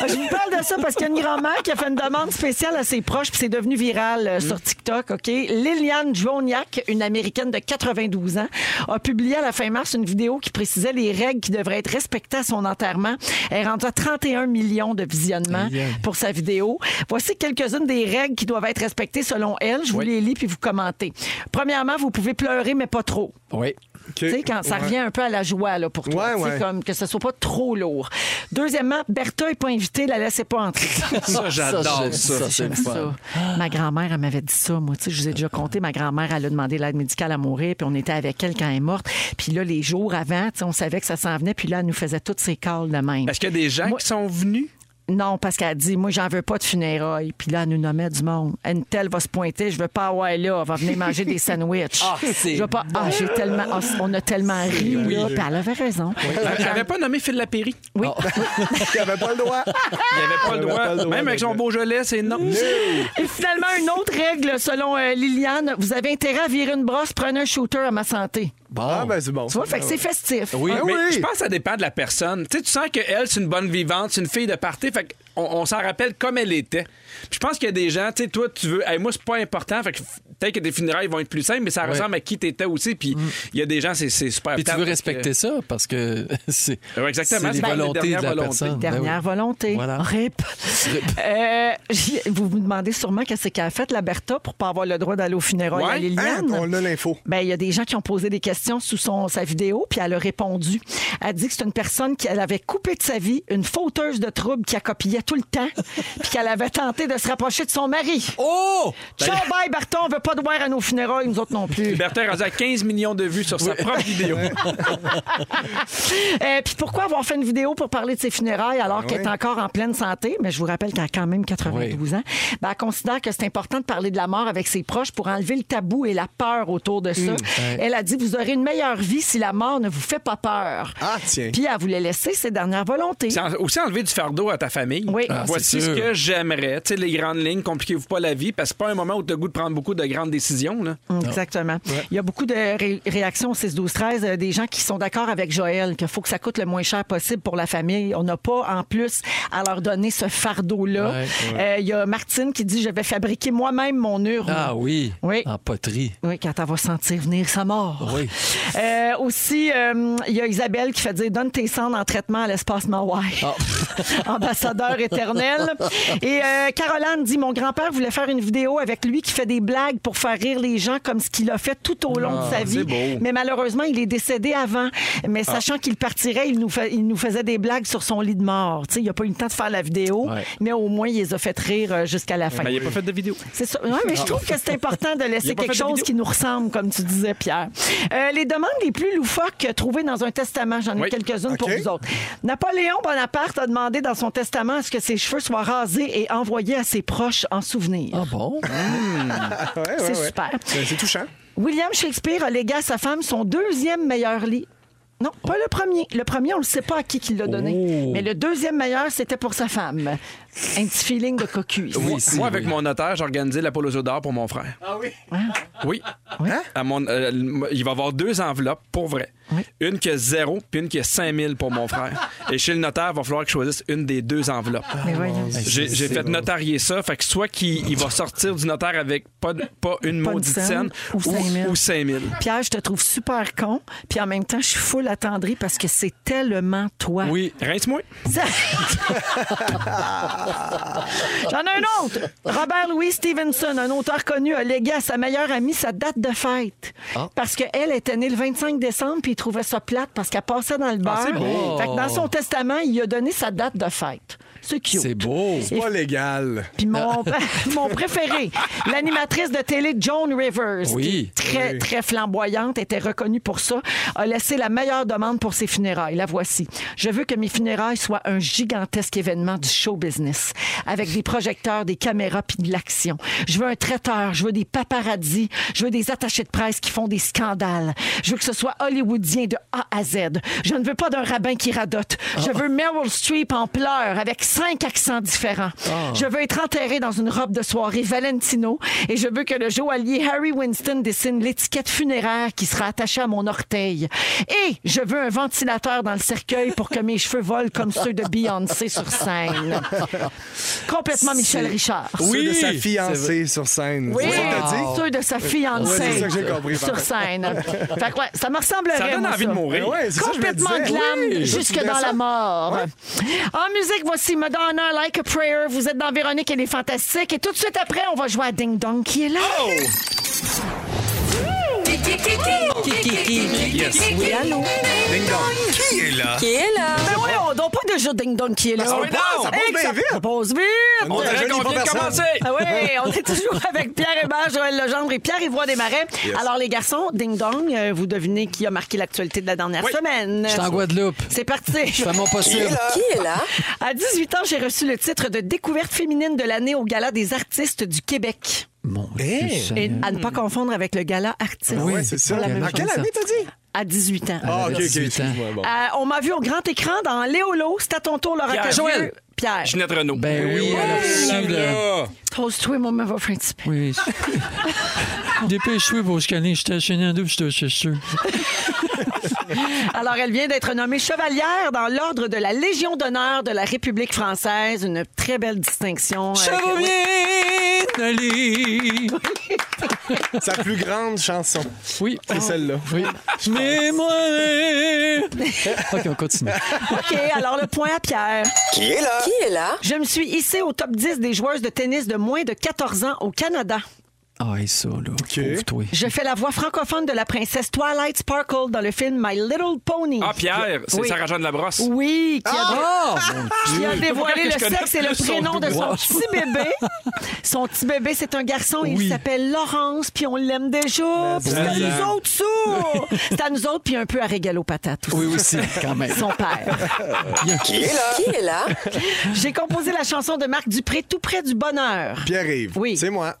Speaker 5: Ah, Je vous parle de ça parce qu'il y a une grand-mère qui a fait une demande spéciale à ses proches, puis c'est devenu viral euh, sur TikTok, OK? Liliane Joniak, une Américaine de 92 ans, a publié à la fin mars une vidéo qui précisait les règles qui devraient être respectées à son enterrement. Elle est rendue à 31 millions de visionnements
Speaker 4: Aïe, aïe.
Speaker 5: pour sa vidéo. Voici quelques-unes des règles qui doivent être respectées selon elle. Je vous les lis, puis vous commentez. Premièrement, vous pouvez pleurer, mais pas trop.
Speaker 4: Oui.
Speaker 3: Ok.
Speaker 5: Tu sais, quand ça
Speaker 3: Ouais.
Speaker 5: revient un peu à la joie là, pour toi.
Speaker 3: Ouais,
Speaker 5: Tu sais,
Speaker 3: ouais.
Speaker 5: Comme que ce soit pas trop lourd. Deuxièmement, Bertha n'est pas invitée, la laissez pas entrer.
Speaker 6: Ça,
Speaker 4: Ah,
Speaker 6: j'adore ça.
Speaker 4: c'est le
Speaker 5: J'aime ça.
Speaker 4: fun.
Speaker 5: Ma grand-mère, elle m'avait dit ça. Moi, tu sais, je vous ai déjà compté. Ma grand-mère, elle a demandé l'aide médicale à mourir, puis on était avec elle quand elle est morte. Puis là, les jours avant, tu sais, on savait que ça s'en venait, puis là, elle nous faisait toutes ses calls de même.
Speaker 6: Est-ce qu'il y a des gens qui sont venus?
Speaker 5: Non, parce qu'elle dit, moi, j'en veux pas de funérailles. Puis là, elle nous nommait du monde. Une telle va se pointer, je veux pas avoir là. Elle va venir manger des sandwichs.
Speaker 4: Ah, c'est
Speaker 5: Je veux pas. Ah, j'ai tellement. ah, on a tellement ri, là. Puis elle avait raison.
Speaker 6: Elle n'avait pas nommé Phil Lapéry.
Speaker 5: Oui.
Speaker 3: Il avait pas le droit.
Speaker 6: Il n'avait
Speaker 3: Il avait pas
Speaker 6: pas, le
Speaker 3: le
Speaker 6: droit.
Speaker 3: droit
Speaker 6: Même avec son
Speaker 3: d'être-
Speaker 6: Beaujolais, c'est non.
Speaker 5: Et finalement, une autre règle, selon euh, Liliane, vous avez intérêt à virer une brosse, prenez un shooter à ma santé.
Speaker 4: Bon.
Speaker 3: Ah, ben c'est bon.
Speaker 5: Tu vois, fait que c'est festif.
Speaker 4: Oui.
Speaker 3: Ah
Speaker 6: Mais
Speaker 3: oui.
Speaker 6: je pense que ça dépend de la personne. Tu sais, tu sens qu'elle, c'est une bonne vivante, c'est une fille de party, fait qu'on on s'en rappelle comme elle était. Puis je pense qu'il y a des gens, tu sais, toi, tu veux, Hey, moi, c'est pas important, fait que f- peut-être que des funérailles vont être plus simples, mais ça ressemble à qui t'étais aussi, puis il y a des gens, c'est, c'est super
Speaker 4: Puis tu
Speaker 6: plate,
Speaker 4: veux
Speaker 6: fait que-
Speaker 4: respecter ça parce que c'est
Speaker 6: Ouais, exactement,
Speaker 4: c'est les
Speaker 6: c'est
Speaker 4: volontés
Speaker 6: la
Speaker 4: de la
Speaker 6: dernière
Speaker 4: personne. Ben oui.
Speaker 5: Dernière volonté.
Speaker 4: Voilà.
Speaker 5: Rip. Euh, j'ai- vous vous demandez sûrement qu'est-ce qu'elle a fait, la Bertha, pour pas avoir le droit d'aller au funérailles
Speaker 6: Ouais.
Speaker 5: à
Speaker 3: Hein,
Speaker 5: Liliane.
Speaker 3: on a l'info.
Speaker 5: Ben, il y a des gens qui ont posé des questions sous son, sa vidéo, puis elle a répondu. Elle dit que c'est une personne qu'elle avait coupée de sa vie, une fauteuse de troubles qui a copié tout le temps, puis qu'elle avait tenté de se rapprocher de son mari.
Speaker 4: Oh!
Speaker 5: Ciao, bye, Bertha, on veut pas de voir à nos funérailles, nous autres non
Speaker 4: Ben,
Speaker 5: plus.
Speaker 6: Bertin est rendu à 15 millions de vues sur sa propre vidéo.
Speaker 5: Euh, puis pourquoi avoir fait une vidéo pour parler de ses funérailles alors
Speaker 3: Ben
Speaker 5: qu'elle est encore en pleine santé? Mais je vous rappelle qu'elle a quand même 92 ans. Ben, elle considère que c'est important de parler de la mort avec ses proches pour enlever le tabou et la peur autour de
Speaker 3: Mmh.
Speaker 5: ça. Elle a dit, vous aurez une meilleure vie si la mort ne vous fait pas peur.
Speaker 3: Ah, tiens.
Speaker 5: Puis elle voulait laisser ses dernières volontés.
Speaker 6: C'est en- aussi enlever du fardeau à ta famille.
Speaker 5: Oui.
Speaker 4: Ah, c'est
Speaker 6: Voici ce
Speaker 4: sûr.
Speaker 6: que j'aimerais. Tu sais, les grandes lignes, compliquez-vous pas la vie, parce que c'est pas un moment où tu as le goût de prendre beaucoup de grandes décisions. Là.
Speaker 4: Ah.
Speaker 5: Exactement. Il y a beaucoup de ré- réactions au 6-12-13, euh, des gens qui sont d'accord avec Joël, qu'il faut que ça coûte le moins cher possible pour la famille. On n'a pas, en plus, à leur donner ce fardeau-là.
Speaker 4: Ouais,
Speaker 5: Euh, Il y a Martine qui dit Je vais fabriquer moi-même mon urne.
Speaker 4: Ah oui.
Speaker 5: Oui.
Speaker 4: En poterie.
Speaker 5: Oui, quand elle va sentir venir sa mort.
Speaker 4: Oui.
Speaker 5: Euh, aussi, euh, il y a Isabelle qui fait dire Donne tes cendres en traitement à l'espace Mawai.
Speaker 6: Ah.
Speaker 5: Ambassadeur éternel. Et euh, Caroline dit Mon grand-père voulait faire une vidéo avec lui qui fait des blagues pour faire rire les gens comme ce qu'il a fait tout au long de sa vie.
Speaker 6: Ah, beau. Ah.
Speaker 5: Mais malheureusement, il est décédé avant. Mais sachant qu'il partirait, il nous, fa- il nous faisait des blagues sur son lit de mort. Tu sais, il n'a pas eu le temps de faire la vidéo,
Speaker 4: Ouais.
Speaker 5: mais au moins, il les a fait rire euh, jusqu'à la fin.
Speaker 6: Ben, il a pas fait de vidéo.
Speaker 5: C'est ça. Ouais, mais je trouve que c'est important de
Speaker 6: Il a
Speaker 5: laisser
Speaker 6: pas
Speaker 5: quelque
Speaker 6: fait de
Speaker 5: chose
Speaker 6: vidéo.
Speaker 5: qui nous ressemble, comme tu disais, Pierre. Euh, les demandes les plus loufoques trouvées dans un testament, j'en ai
Speaker 6: Oui.
Speaker 5: quelques-unes pour
Speaker 3: OK.
Speaker 5: vous autres. Napoléon Bonaparte a demandé dans son testament à ce que ses cheveux soient rasés et envoyés à ses proches en souvenir.
Speaker 4: Ah bon?
Speaker 3: Ah, ouais, ouais,
Speaker 5: C'est
Speaker 3: ouais.
Speaker 5: super.
Speaker 3: Ben, c'est touchant.
Speaker 5: William Shakespeare a légué à sa femme son deuxième meilleur lit. Non, pas le premier. Le premier, on ne sait pas à qui qu'il l'a donné.
Speaker 4: Oh.
Speaker 5: Mais le deuxième meilleur, c'était pour sa femme. Un petit feeling de cocu. ici.
Speaker 6: Moi,
Speaker 4: si,
Speaker 6: moi,
Speaker 4: oui.
Speaker 6: avec mon notaire, j'ai organisé l'Apollo d'or pour mon frère. Ah oui? Oui. À mon- euh, le- il va avoir deux enveloppes, pour vrai.
Speaker 5: Oui.
Speaker 6: Une qui a zéro, puis une qui a 5000 pour mon frère. Et chez le notaire, il va falloir que je choisisse une des deux enveloppes.
Speaker 5: Mais voyons.
Speaker 6: J'ai j'ai fait notarier ça, fait que soit qu'il il va sortir du notaire avec pas, de- pas une
Speaker 5: Pas une
Speaker 6: maudite
Speaker 5: scène,
Speaker 6: scène,
Speaker 5: ou 5000.
Speaker 6: ou 5000.
Speaker 5: Pierre, je te trouve super con, puis en même temps, je suis full attendrie parce que c'est tellement toi.
Speaker 4: Oui.
Speaker 6: Rince-moi.
Speaker 5: Ça- J'en ai un autre. Robert Louis Stevenson, un auteur connu, a légué à sa meilleure amie sa date de fête.
Speaker 4: Ah.
Speaker 5: Parce qu'elle était née le 25 décembre, puis il trouvait ça plate parce qu'elle passait dans le bar.
Speaker 6: c'est
Speaker 4: Ah, beau.
Speaker 5: Fait que dans son testament, il a donné sa date de fête. C'est cute.
Speaker 4: C'est beau.
Speaker 3: C'est pas légal.
Speaker 5: Puis mon, mon préféré, l'animatrice de télé Joan Rivers,
Speaker 4: Oui.
Speaker 5: qui est très, très flamboyante, était reconnue pour ça, a laissé la meilleure demande pour ses funérailles. La voici. Je veux que mes funérailles soient un gigantesque événement du show business, avec des projecteurs, des caméras, puis de l'action. Je veux un traiteur, je veux des paparazzis, je veux des attachés de presse qui font des scandales. Je veux que ce soit
Speaker 3: Ah.
Speaker 5: hollywoodien de A à Z. Je ne veux pas d'un rabbin qui radote. Je veux Meryl Streep en pleurs avec cinq accents différents.
Speaker 3: Ah.
Speaker 5: Je veux être enterré dans une robe de soirée Valentino et je veux que le joaillier Harry Winston dessine l'étiquette funéraire qui sera attachée à mon orteil. Et je veux un ventilateur dans le cercueil pour que mes cheveux volent comme ceux de Beyoncé sur scène. Complètement Michel Richard.
Speaker 3: Ceux de sa
Speaker 4: Oui,
Speaker 3: fiancée sur scène.
Speaker 5: Oui,
Speaker 3: C'est ça que t'as dit?
Speaker 5: ceux de sa
Speaker 3: Ouais,
Speaker 5: fiancée
Speaker 3: c'est ça que j'ai compris,
Speaker 5: sur
Speaker 3: pardon.
Speaker 5: scène. fait que ouais, ça me ressemblerait.
Speaker 6: Ça donne
Speaker 5: moi,
Speaker 6: envie de mourir.
Speaker 3: Ouais, c'est ça que je me
Speaker 5: Complètement
Speaker 3: disais.
Speaker 5: glam
Speaker 3: Oui,
Speaker 5: jusque
Speaker 3: c'est
Speaker 5: dans la
Speaker 3: ça.
Speaker 5: mort. En musique, voici Madonna, Like a Prayer. Vous êtes dans Véronique, elle est fantastique. Et tout de suite après, on va jouer à Ding Dong qui est là.
Speaker 7: Oh, Ding dong. Qui est là?
Speaker 5: Qui est là. Ben oui, on donne pas déjà Ding Dong qui est
Speaker 3: Ah,
Speaker 5: là.
Speaker 6: Ça va
Speaker 5: On
Speaker 6: être long, ça
Speaker 5: Hey,
Speaker 3: passe bien vite.
Speaker 5: Ça passe vite.
Speaker 6: On
Speaker 3: Ouais,
Speaker 6: dirait
Speaker 3: je
Speaker 6: qu'on
Speaker 3: n'y
Speaker 6: vient de
Speaker 3: crois
Speaker 6: commencer.
Speaker 5: Ah oui, on est toujours avec Pierre Hébert, Joël Legendre et Pierre-Yvois Desmarais. Alors, les garçons, ding-dong, euh, vous devinez qui a marqué l'actualité de la dernière semaine.
Speaker 4: Je suis en Guadeloupe.
Speaker 5: C'est parti.
Speaker 4: Je fais mon possible.
Speaker 2: Qui est là?
Speaker 5: À 18 ans, j'ai reçu le titre de découverte féminine de l'année au Gala des artistes du Québec.
Speaker 4: Mon Dieu
Speaker 5: Et
Speaker 4: Seigneur.
Speaker 5: à ne pas confondre avec le Gala artiste.
Speaker 4: Oui,
Speaker 3: Ouais, c'est ça.
Speaker 4: c'est la même
Speaker 3: En quelle
Speaker 4: chose.
Speaker 3: année t'as dit?
Speaker 5: À 18 ans.
Speaker 3: Ah, ok, ok,
Speaker 4: 18 ans.
Speaker 3: excuse-moi. Bon.
Speaker 5: Euh, on m'a vu au grand écran dans Léolo. C'est à ton tour, Laura
Speaker 6: Pierre.
Speaker 5: Cavieux.
Speaker 6: Joël.
Speaker 5: Pierre.
Speaker 6: Ginette Renault.
Speaker 4: Ben oui, elle a su, là.
Speaker 5: Pose-toi, moi, me va faire un petit peu.
Speaker 4: Oui. Dépêche-toi pour scanner. Je t'ai acheté un double, je t'ai acheté un.
Speaker 5: Alors, elle vient d'être nommée chevalière dans l'ordre de la Légion d'honneur de la République française. Une très belle distinction. euh, que- oui.
Speaker 4: Chevalier Nelly.
Speaker 3: Sa plus grande chanson,
Speaker 4: Oui.
Speaker 3: c'est celle-là.
Speaker 4: Oui. Mémoire. OK, on continue.
Speaker 5: OK, alors le point à Pierre.
Speaker 7: Qui est là?
Speaker 2: Qui est là?
Speaker 5: Je me suis hissée au top 10 des joueuses de tennis de moins de 14 ans au Canada.
Speaker 4: Ah, et ça, là. Pauvre-toi.
Speaker 5: Je fais la voix francophone de la princesse Twilight Sparkle dans le film My Little Pony.
Speaker 6: Ah, Pierre, c'est
Speaker 5: Oui.
Speaker 6: Sarah Jeanne Labrosse.
Speaker 5: Oui, qui a,
Speaker 4: Ah, mon
Speaker 5: qui a dévoilé
Speaker 6: que
Speaker 5: le
Speaker 6: je connaisse
Speaker 5: sexe et le
Speaker 6: plus son
Speaker 5: prénom de son
Speaker 6: doigt.
Speaker 5: petit bébé. Son petit bébé, c'est un garçon,
Speaker 4: Oui.
Speaker 5: il s'appelle Laurence, puis on l'aime déjà. puis C'est à
Speaker 3: voilà.
Speaker 5: nous autres, sourds. C'est à nous autres, puis un peu à Régalo Patate aussi.
Speaker 4: Oui, aussi, quand même.
Speaker 5: Son père.
Speaker 7: Qui est là?
Speaker 2: Qui est là?
Speaker 5: J'ai composé la chanson de Marc Dupré, Tout près du bonheur.
Speaker 3: Pierre-Yves,
Speaker 5: Oui.
Speaker 3: c'est moi.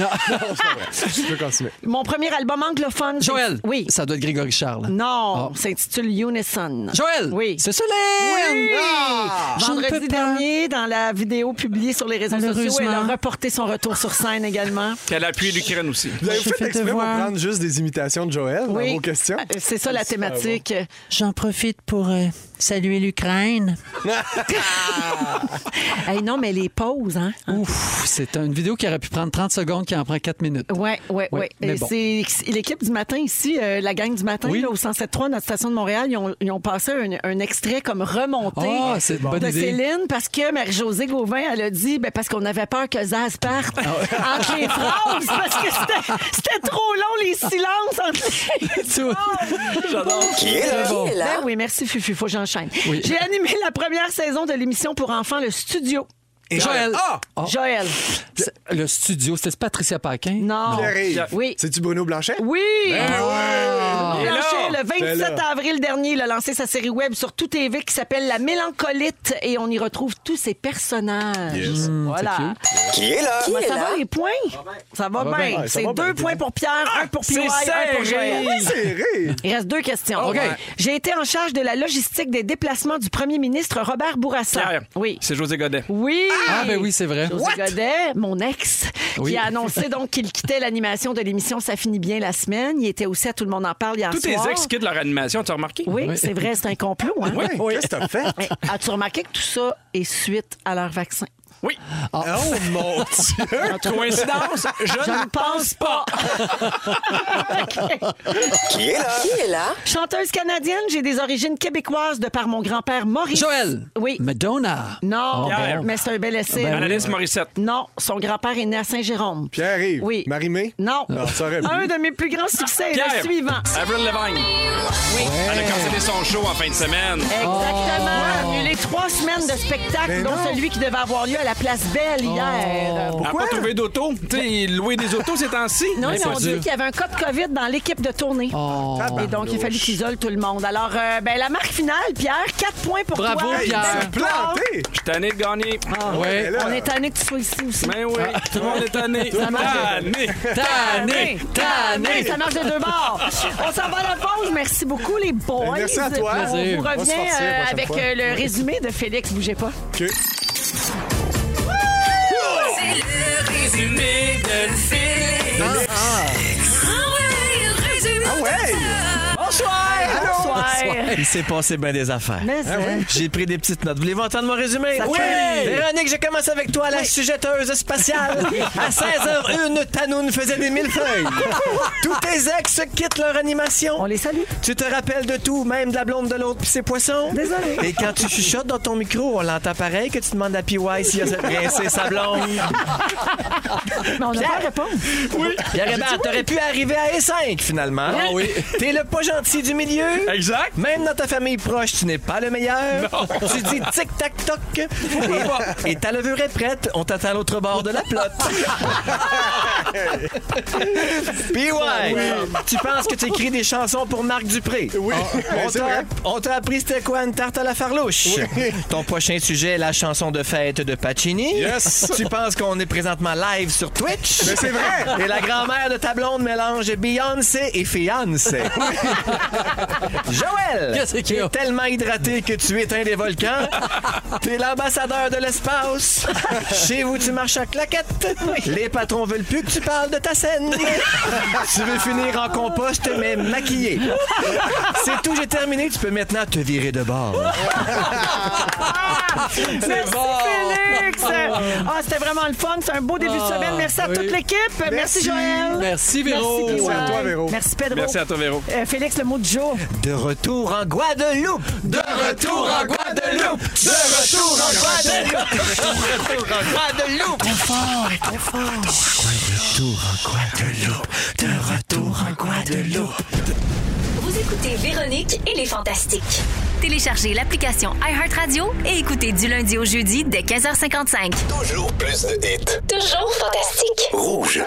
Speaker 3: Non, c'est pas vrai. Je peux continuer.
Speaker 5: Mon premier album anglophone.
Speaker 4: Joël.
Speaker 5: Oui.
Speaker 4: Ça doit être Grégory Charles.
Speaker 5: Non, s'intitule Unison.
Speaker 4: Joël.
Speaker 5: Oui.
Speaker 4: C'est ça,
Speaker 5: Oui!
Speaker 4: Je ne peux
Speaker 5: Vendredi
Speaker 4: pas.
Speaker 5: dernier, dans la vidéo publiée sur les réseaux sociaux, elle a
Speaker 4: Malheureusement.
Speaker 5: reporté son retour sur scène également.
Speaker 6: Puis elle a appuyé l'Ukraine aussi.
Speaker 3: Vous avez
Speaker 4: Je
Speaker 3: fait
Speaker 4: fais te
Speaker 3: exprès pour
Speaker 4: voir.
Speaker 3: prendre juste des imitations de Joël dans vos questions?
Speaker 5: Euh, C'est ça la thématique.
Speaker 4: J'en profite pour saluer l'Ukraine.
Speaker 5: Hey, non, mais les pauses, hein?
Speaker 4: Ouf, c'est une vidéo qui aurait pu prendre 30 secondes, qui en prend 4 minutes.
Speaker 5: Oui, oui, oui.
Speaker 4: Ouais, mais bon.
Speaker 5: Euh, C'est l'équipe du matin ici, euh, la gang du matin,
Speaker 4: Oui.
Speaker 5: là, au 107.3, notre station de Montréal, ils ont, ils ont passé un, un extrait comme remonté
Speaker 4: Ah, c'est une bonne
Speaker 5: de
Speaker 4: idée.
Speaker 5: Céline parce que Marie-Josée Gauvin, elle a dit ben, parce qu'on avait peur que Zaz parte
Speaker 4: Ah
Speaker 5: entre les phrases parce que c'était- c'était trop long, les silences entre les
Speaker 4: Tout.
Speaker 5: Oh! J'adore.
Speaker 7: Qui est là?
Speaker 2: Qui est là?
Speaker 5: Ben oui, merci Fufu, faut que j'enchaîne.
Speaker 4: Oui.
Speaker 5: J'ai animé la première saison de l'émission pour enfants, Le Studio.
Speaker 4: Joël.
Speaker 3: Ah!
Speaker 4: Ah,
Speaker 5: Joël.
Speaker 4: c'est- le studio, c'était Patricia Paquin?
Speaker 5: Non.
Speaker 3: Pierre-Yves,
Speaker 5: Oui.
Speaker 3: c'est-tu Bruno Blanchet?
Speaker 5: Oui!
Speaker 4: Ah
Speaker 6: Il est là.
Speaker 5: Blanchet,
Speaker 3: Ben
Speaker 5: le 27
Speaker 3: là.
Speaker 5: avril dernier, il a lancé sa série web sur Tout TV qui s'appelle La Mélancolite et on y retrouve tous ses personnages.
Speaker 3: Yes.
Speaker 5: Voilà.
Speaker 7: Qui est là?
Speaker 5: Comment
Speaker 2: est
Speaker 5: ça
Speaker 2: là?
Speaker 5: va les points? Ça va
Speaker 4: va
Speaker 5: bien.
Speaker 4: bien.
Speaker 3: Ouais, ça
Speaker 5: C'est
Speaker 3: va bien,
Speaker 5: deux
Speaker 3: t'es
Speaker 5: points pour Pierre, un pour
Speaker 6: C'est
Speaker 5: Pierre, un pour Joël.
Speaker 6: serré.
Speaker 3: C'est rire.
Speaker 5: Il reste deux questions.
Speaker 4: OK.
Speaker 5: Ouais. J'ai été en charge de la logistique des déplacements du premier ministre Robert Bourassa.
Speaker 6: Pierre,
Speaker 5: Oui.
Speaker 6: c'est José Godet.
Speaker 5: Oui.
Speaker 4: Ah, ben oui, c'est vrai.
Speaker 5: José Godet, mon ex,
Speaker 4: Oui.
Speaker 5: qui a annoncé donc qu'il quittait l'animation de l'émission Ça finit bien la semaine. Il était aussi à Tout le monde en parle hier
Speaker 6: Tous tes
Speaker 5: soir.
Speaker 6: ex quittent leur animation, tu as remarqué?
Speaker 5: Oui, c'est vrai, c'est un complot. Hein?
Speaker 3: Ouais, Qu'est-ce que t'as fait?
Speaker 5: Mais as-tu remarqué que tout ça est suite à leur vaccin?
Speaker 6: Oui.
Speaker 3: Oh mon Dieu!
Speaker 6: Coïncidence?
Speaker 5: Je ne pense pas.
Speaker 7: Qui est là?
Speaker 2: Qui est là?
Speaker 5: Chanteuse canadienne, j'ai des origines québécoises de par mon grand-père Maurice.
Speaker 4: Joël.
Speaker 5: Oui.
Speaker 4: Madonna.
Speaker 5: Non,
Speaker 6: Ah, bon.
Speaker 5: mais c'est un bel essai.
Speaker 4: Ben
Speaker 6: Annalise Morissette.
Speaker 5: Non, son grand-père est né à Saint-Jérôme.
Speaker 3: Pierre-Yves,
Speaker 5: Oui.
Speaker 3: Marie-Mé?
Speaker 5: Non.
Speaker 3: Non, ça aurait pu.
Speaker 5: Un de mes plus grands succès est
Speaker 6: Pierre.
Speaker 5: le suivant.
Speaker 6: Avril Lavigne. Elle a cancellé son show en fin de semaine.
Speaker 5: Exactement. Annulé trois semaines de spectacle,
Speaker 3: Mais Oh.
Speaker 5: dont
Speaker 3: Ben non. Oh.
Speaker 5: celui qui devait avoir lieu à la place Belle hier.
Speaker 6: Elle n'a
Speaker 3: Pourquoi?
Speaker 6: pas trouvé d'auto. Tu sais, louer des autos ces temps-ci.
Speaker 5: Non, ils ont dit
Speaker 4: dur.
Speaker 5: qu'il y avait un cas de COVID dans l'équipe de tournée.
Speaker 3: Oh.
Speaker 5: Et donc, il a fallu qu'ils isolent tout le monde. Alors, euh, ben, la marque finale, Pierre, 4 points pour
Speaker 4: Bravo,
Speaker 5: toi.
Speaker 3: Hey, il
Speaker 4: Pierre.
Speaker 5: Belle
Speaker 3: s'est
Speaker 5: victoire.
Speaker 3: planté!
Speaker 6: Je suis tanné de gagner.
Speaker 5: Ah.
Speaker 4: Ouais.
Speaker 3: Mais là,
Speaker 5: On est tanné que tu sois ici aussi.
Speaker 6: Ben oui,
Speaker 5: Ah.
Speaker 6: tout le monde est tanné.
Speaker 5: marche.
Speaker 6: Tanné.
Speaker 4: Tanné.
Speaker 5: Tanné, Ça marche de deux bords. On s'en va à la pause. Merci beaucoup, les boys.
Speaker 3: Ben, Merci à toi.
Speaker 5: On
Speaker 4: Plaisir.
Speaker 5: vous
Speaker 3: On va se
Speaker 5: revient
Speaker 3: forcer la
Speaker 5: euh,
Speaker 3: prochaine
Speaker 5: avec
Speaker 3: fois.
Speaker 5: euh, le résumé de Félix. Bougez pas.
Speaker 3: OK.
Speaker 2: C'est le résumé de Félix. Ah, ouais, le résumé
Speaker 3: Ah ouais!
Speaker 5: Bonsoir.
Speaker 10: Il s'est passé bien des
Speaker 3: Ah
Speaker 10: affaires.
Speaker 5: Mais ça.
Speaker 10: J'ai pris des petites notes. Voulez-vous entendre mon résumé?
Speaker 5: Ça
Speaker 10: oui!
Speaker 5: fait-
Speaker 10: Véronique, je commence avec toi, la sujetteuse spatiale. à 16h01, Tanoun faisait des millefeuilles. Tous tes ex quittent leur animation.
Speaker 5: On les salue.
Speaker 10: Tu te rappelles de tout, même de la blonde de l'autre pis ses poissons.
Speaker 5: Désolé.
Speaker 10: Et quand tu chuchotes dans ton micro, on l'entend pareil que tu demandes à PY s'il a rincé sa blonde.
Speaker 5: Mais on n'a pas de réponse.
Speaker 10: Oui. Pierre Hébert, t'aurais pu arriver à E5 finalement.
Speaker 3: Hein?
Speaker 4: Ah oui.
Speaker 10: T'es le pas gentil du milieu.
Speaker 6: Exact.
Speaker 10: Même dans ta famille proche, tu n'es pas le meilleur. Tu dis tic-tac-toc. Et, et ta levure est prête. On t'attend à l'autre bord de la plotte. Puis ouais, tu penses que tu écris des chansons pour Marc Dupré.
Speaker 3: Oui, Ben,
Speaker 10: On
Speaker 3: c'est
Speaker 10: t'a-
Speaker 3: vrai.
Speaker 10: On t'a appris c'était quoi une tarte à la farlouche. Ton prochain sujet est la chanson de fête de Pacini.
Speaker 3: Yes.
Speaker 10: Tu penses qu'on est présentement live sur Twitch?
Speaker 3: Mais c'est vrai.
Speaker 10: Et la grand-mère de ta blonde mélange Beyoncé et fiancé. Joël!
Speaker 4: Qu'est-ce qu'il y a?
Speaker 10: T'es tellement hydraté que tu éteins des volcans. T'es l'ambassadeur de l'espace. Chez vous, tu marches en claquette. Les patrons veulent plus que tu parles de ta scène. tu veux finir en compost, mais maquillé. C'est tout, j'ai terminé. Tu peux maintenant te virer de bord.
Speaker 5: Merci Félix. Ah, c'était vraiment le fun. C'est un beau début de
Speaker 4: Ah,
Speaker 5: semaine. Merci à
Speaker 4: oui.
Speaker 5: toute l'équipe. Merci,
Speaker 3: Merci.
Speaker 5: Joël.
Speaker 4: Merci, Véro.
Speaker 5: Merci,
Speaker 3: Merci à toi,
Speaker 5: Joël.
Speaker 3: Véro.
Speaker 5: Merci, Pedro.
Speaker 6: Merci à toi, Véro.
Speaker 5: Euh, Félix, le mot du jour.
Speaker 10: De retour en Guadeloupe. De retour en Guadeloupe. De retour en Guadeloupe. De retour en Guadeloupe.
Speaker 8: Vous écoutez Véronique et les Fantastiques.
Speaker 1: Téléchargez l'application iHeartRadio et écoutez du lundi au jeudi dès 15h55.
Speaker 7: Toujours plus de hits.
Speaker 8: Toujours fantastique.
Speaker 7: Rouge.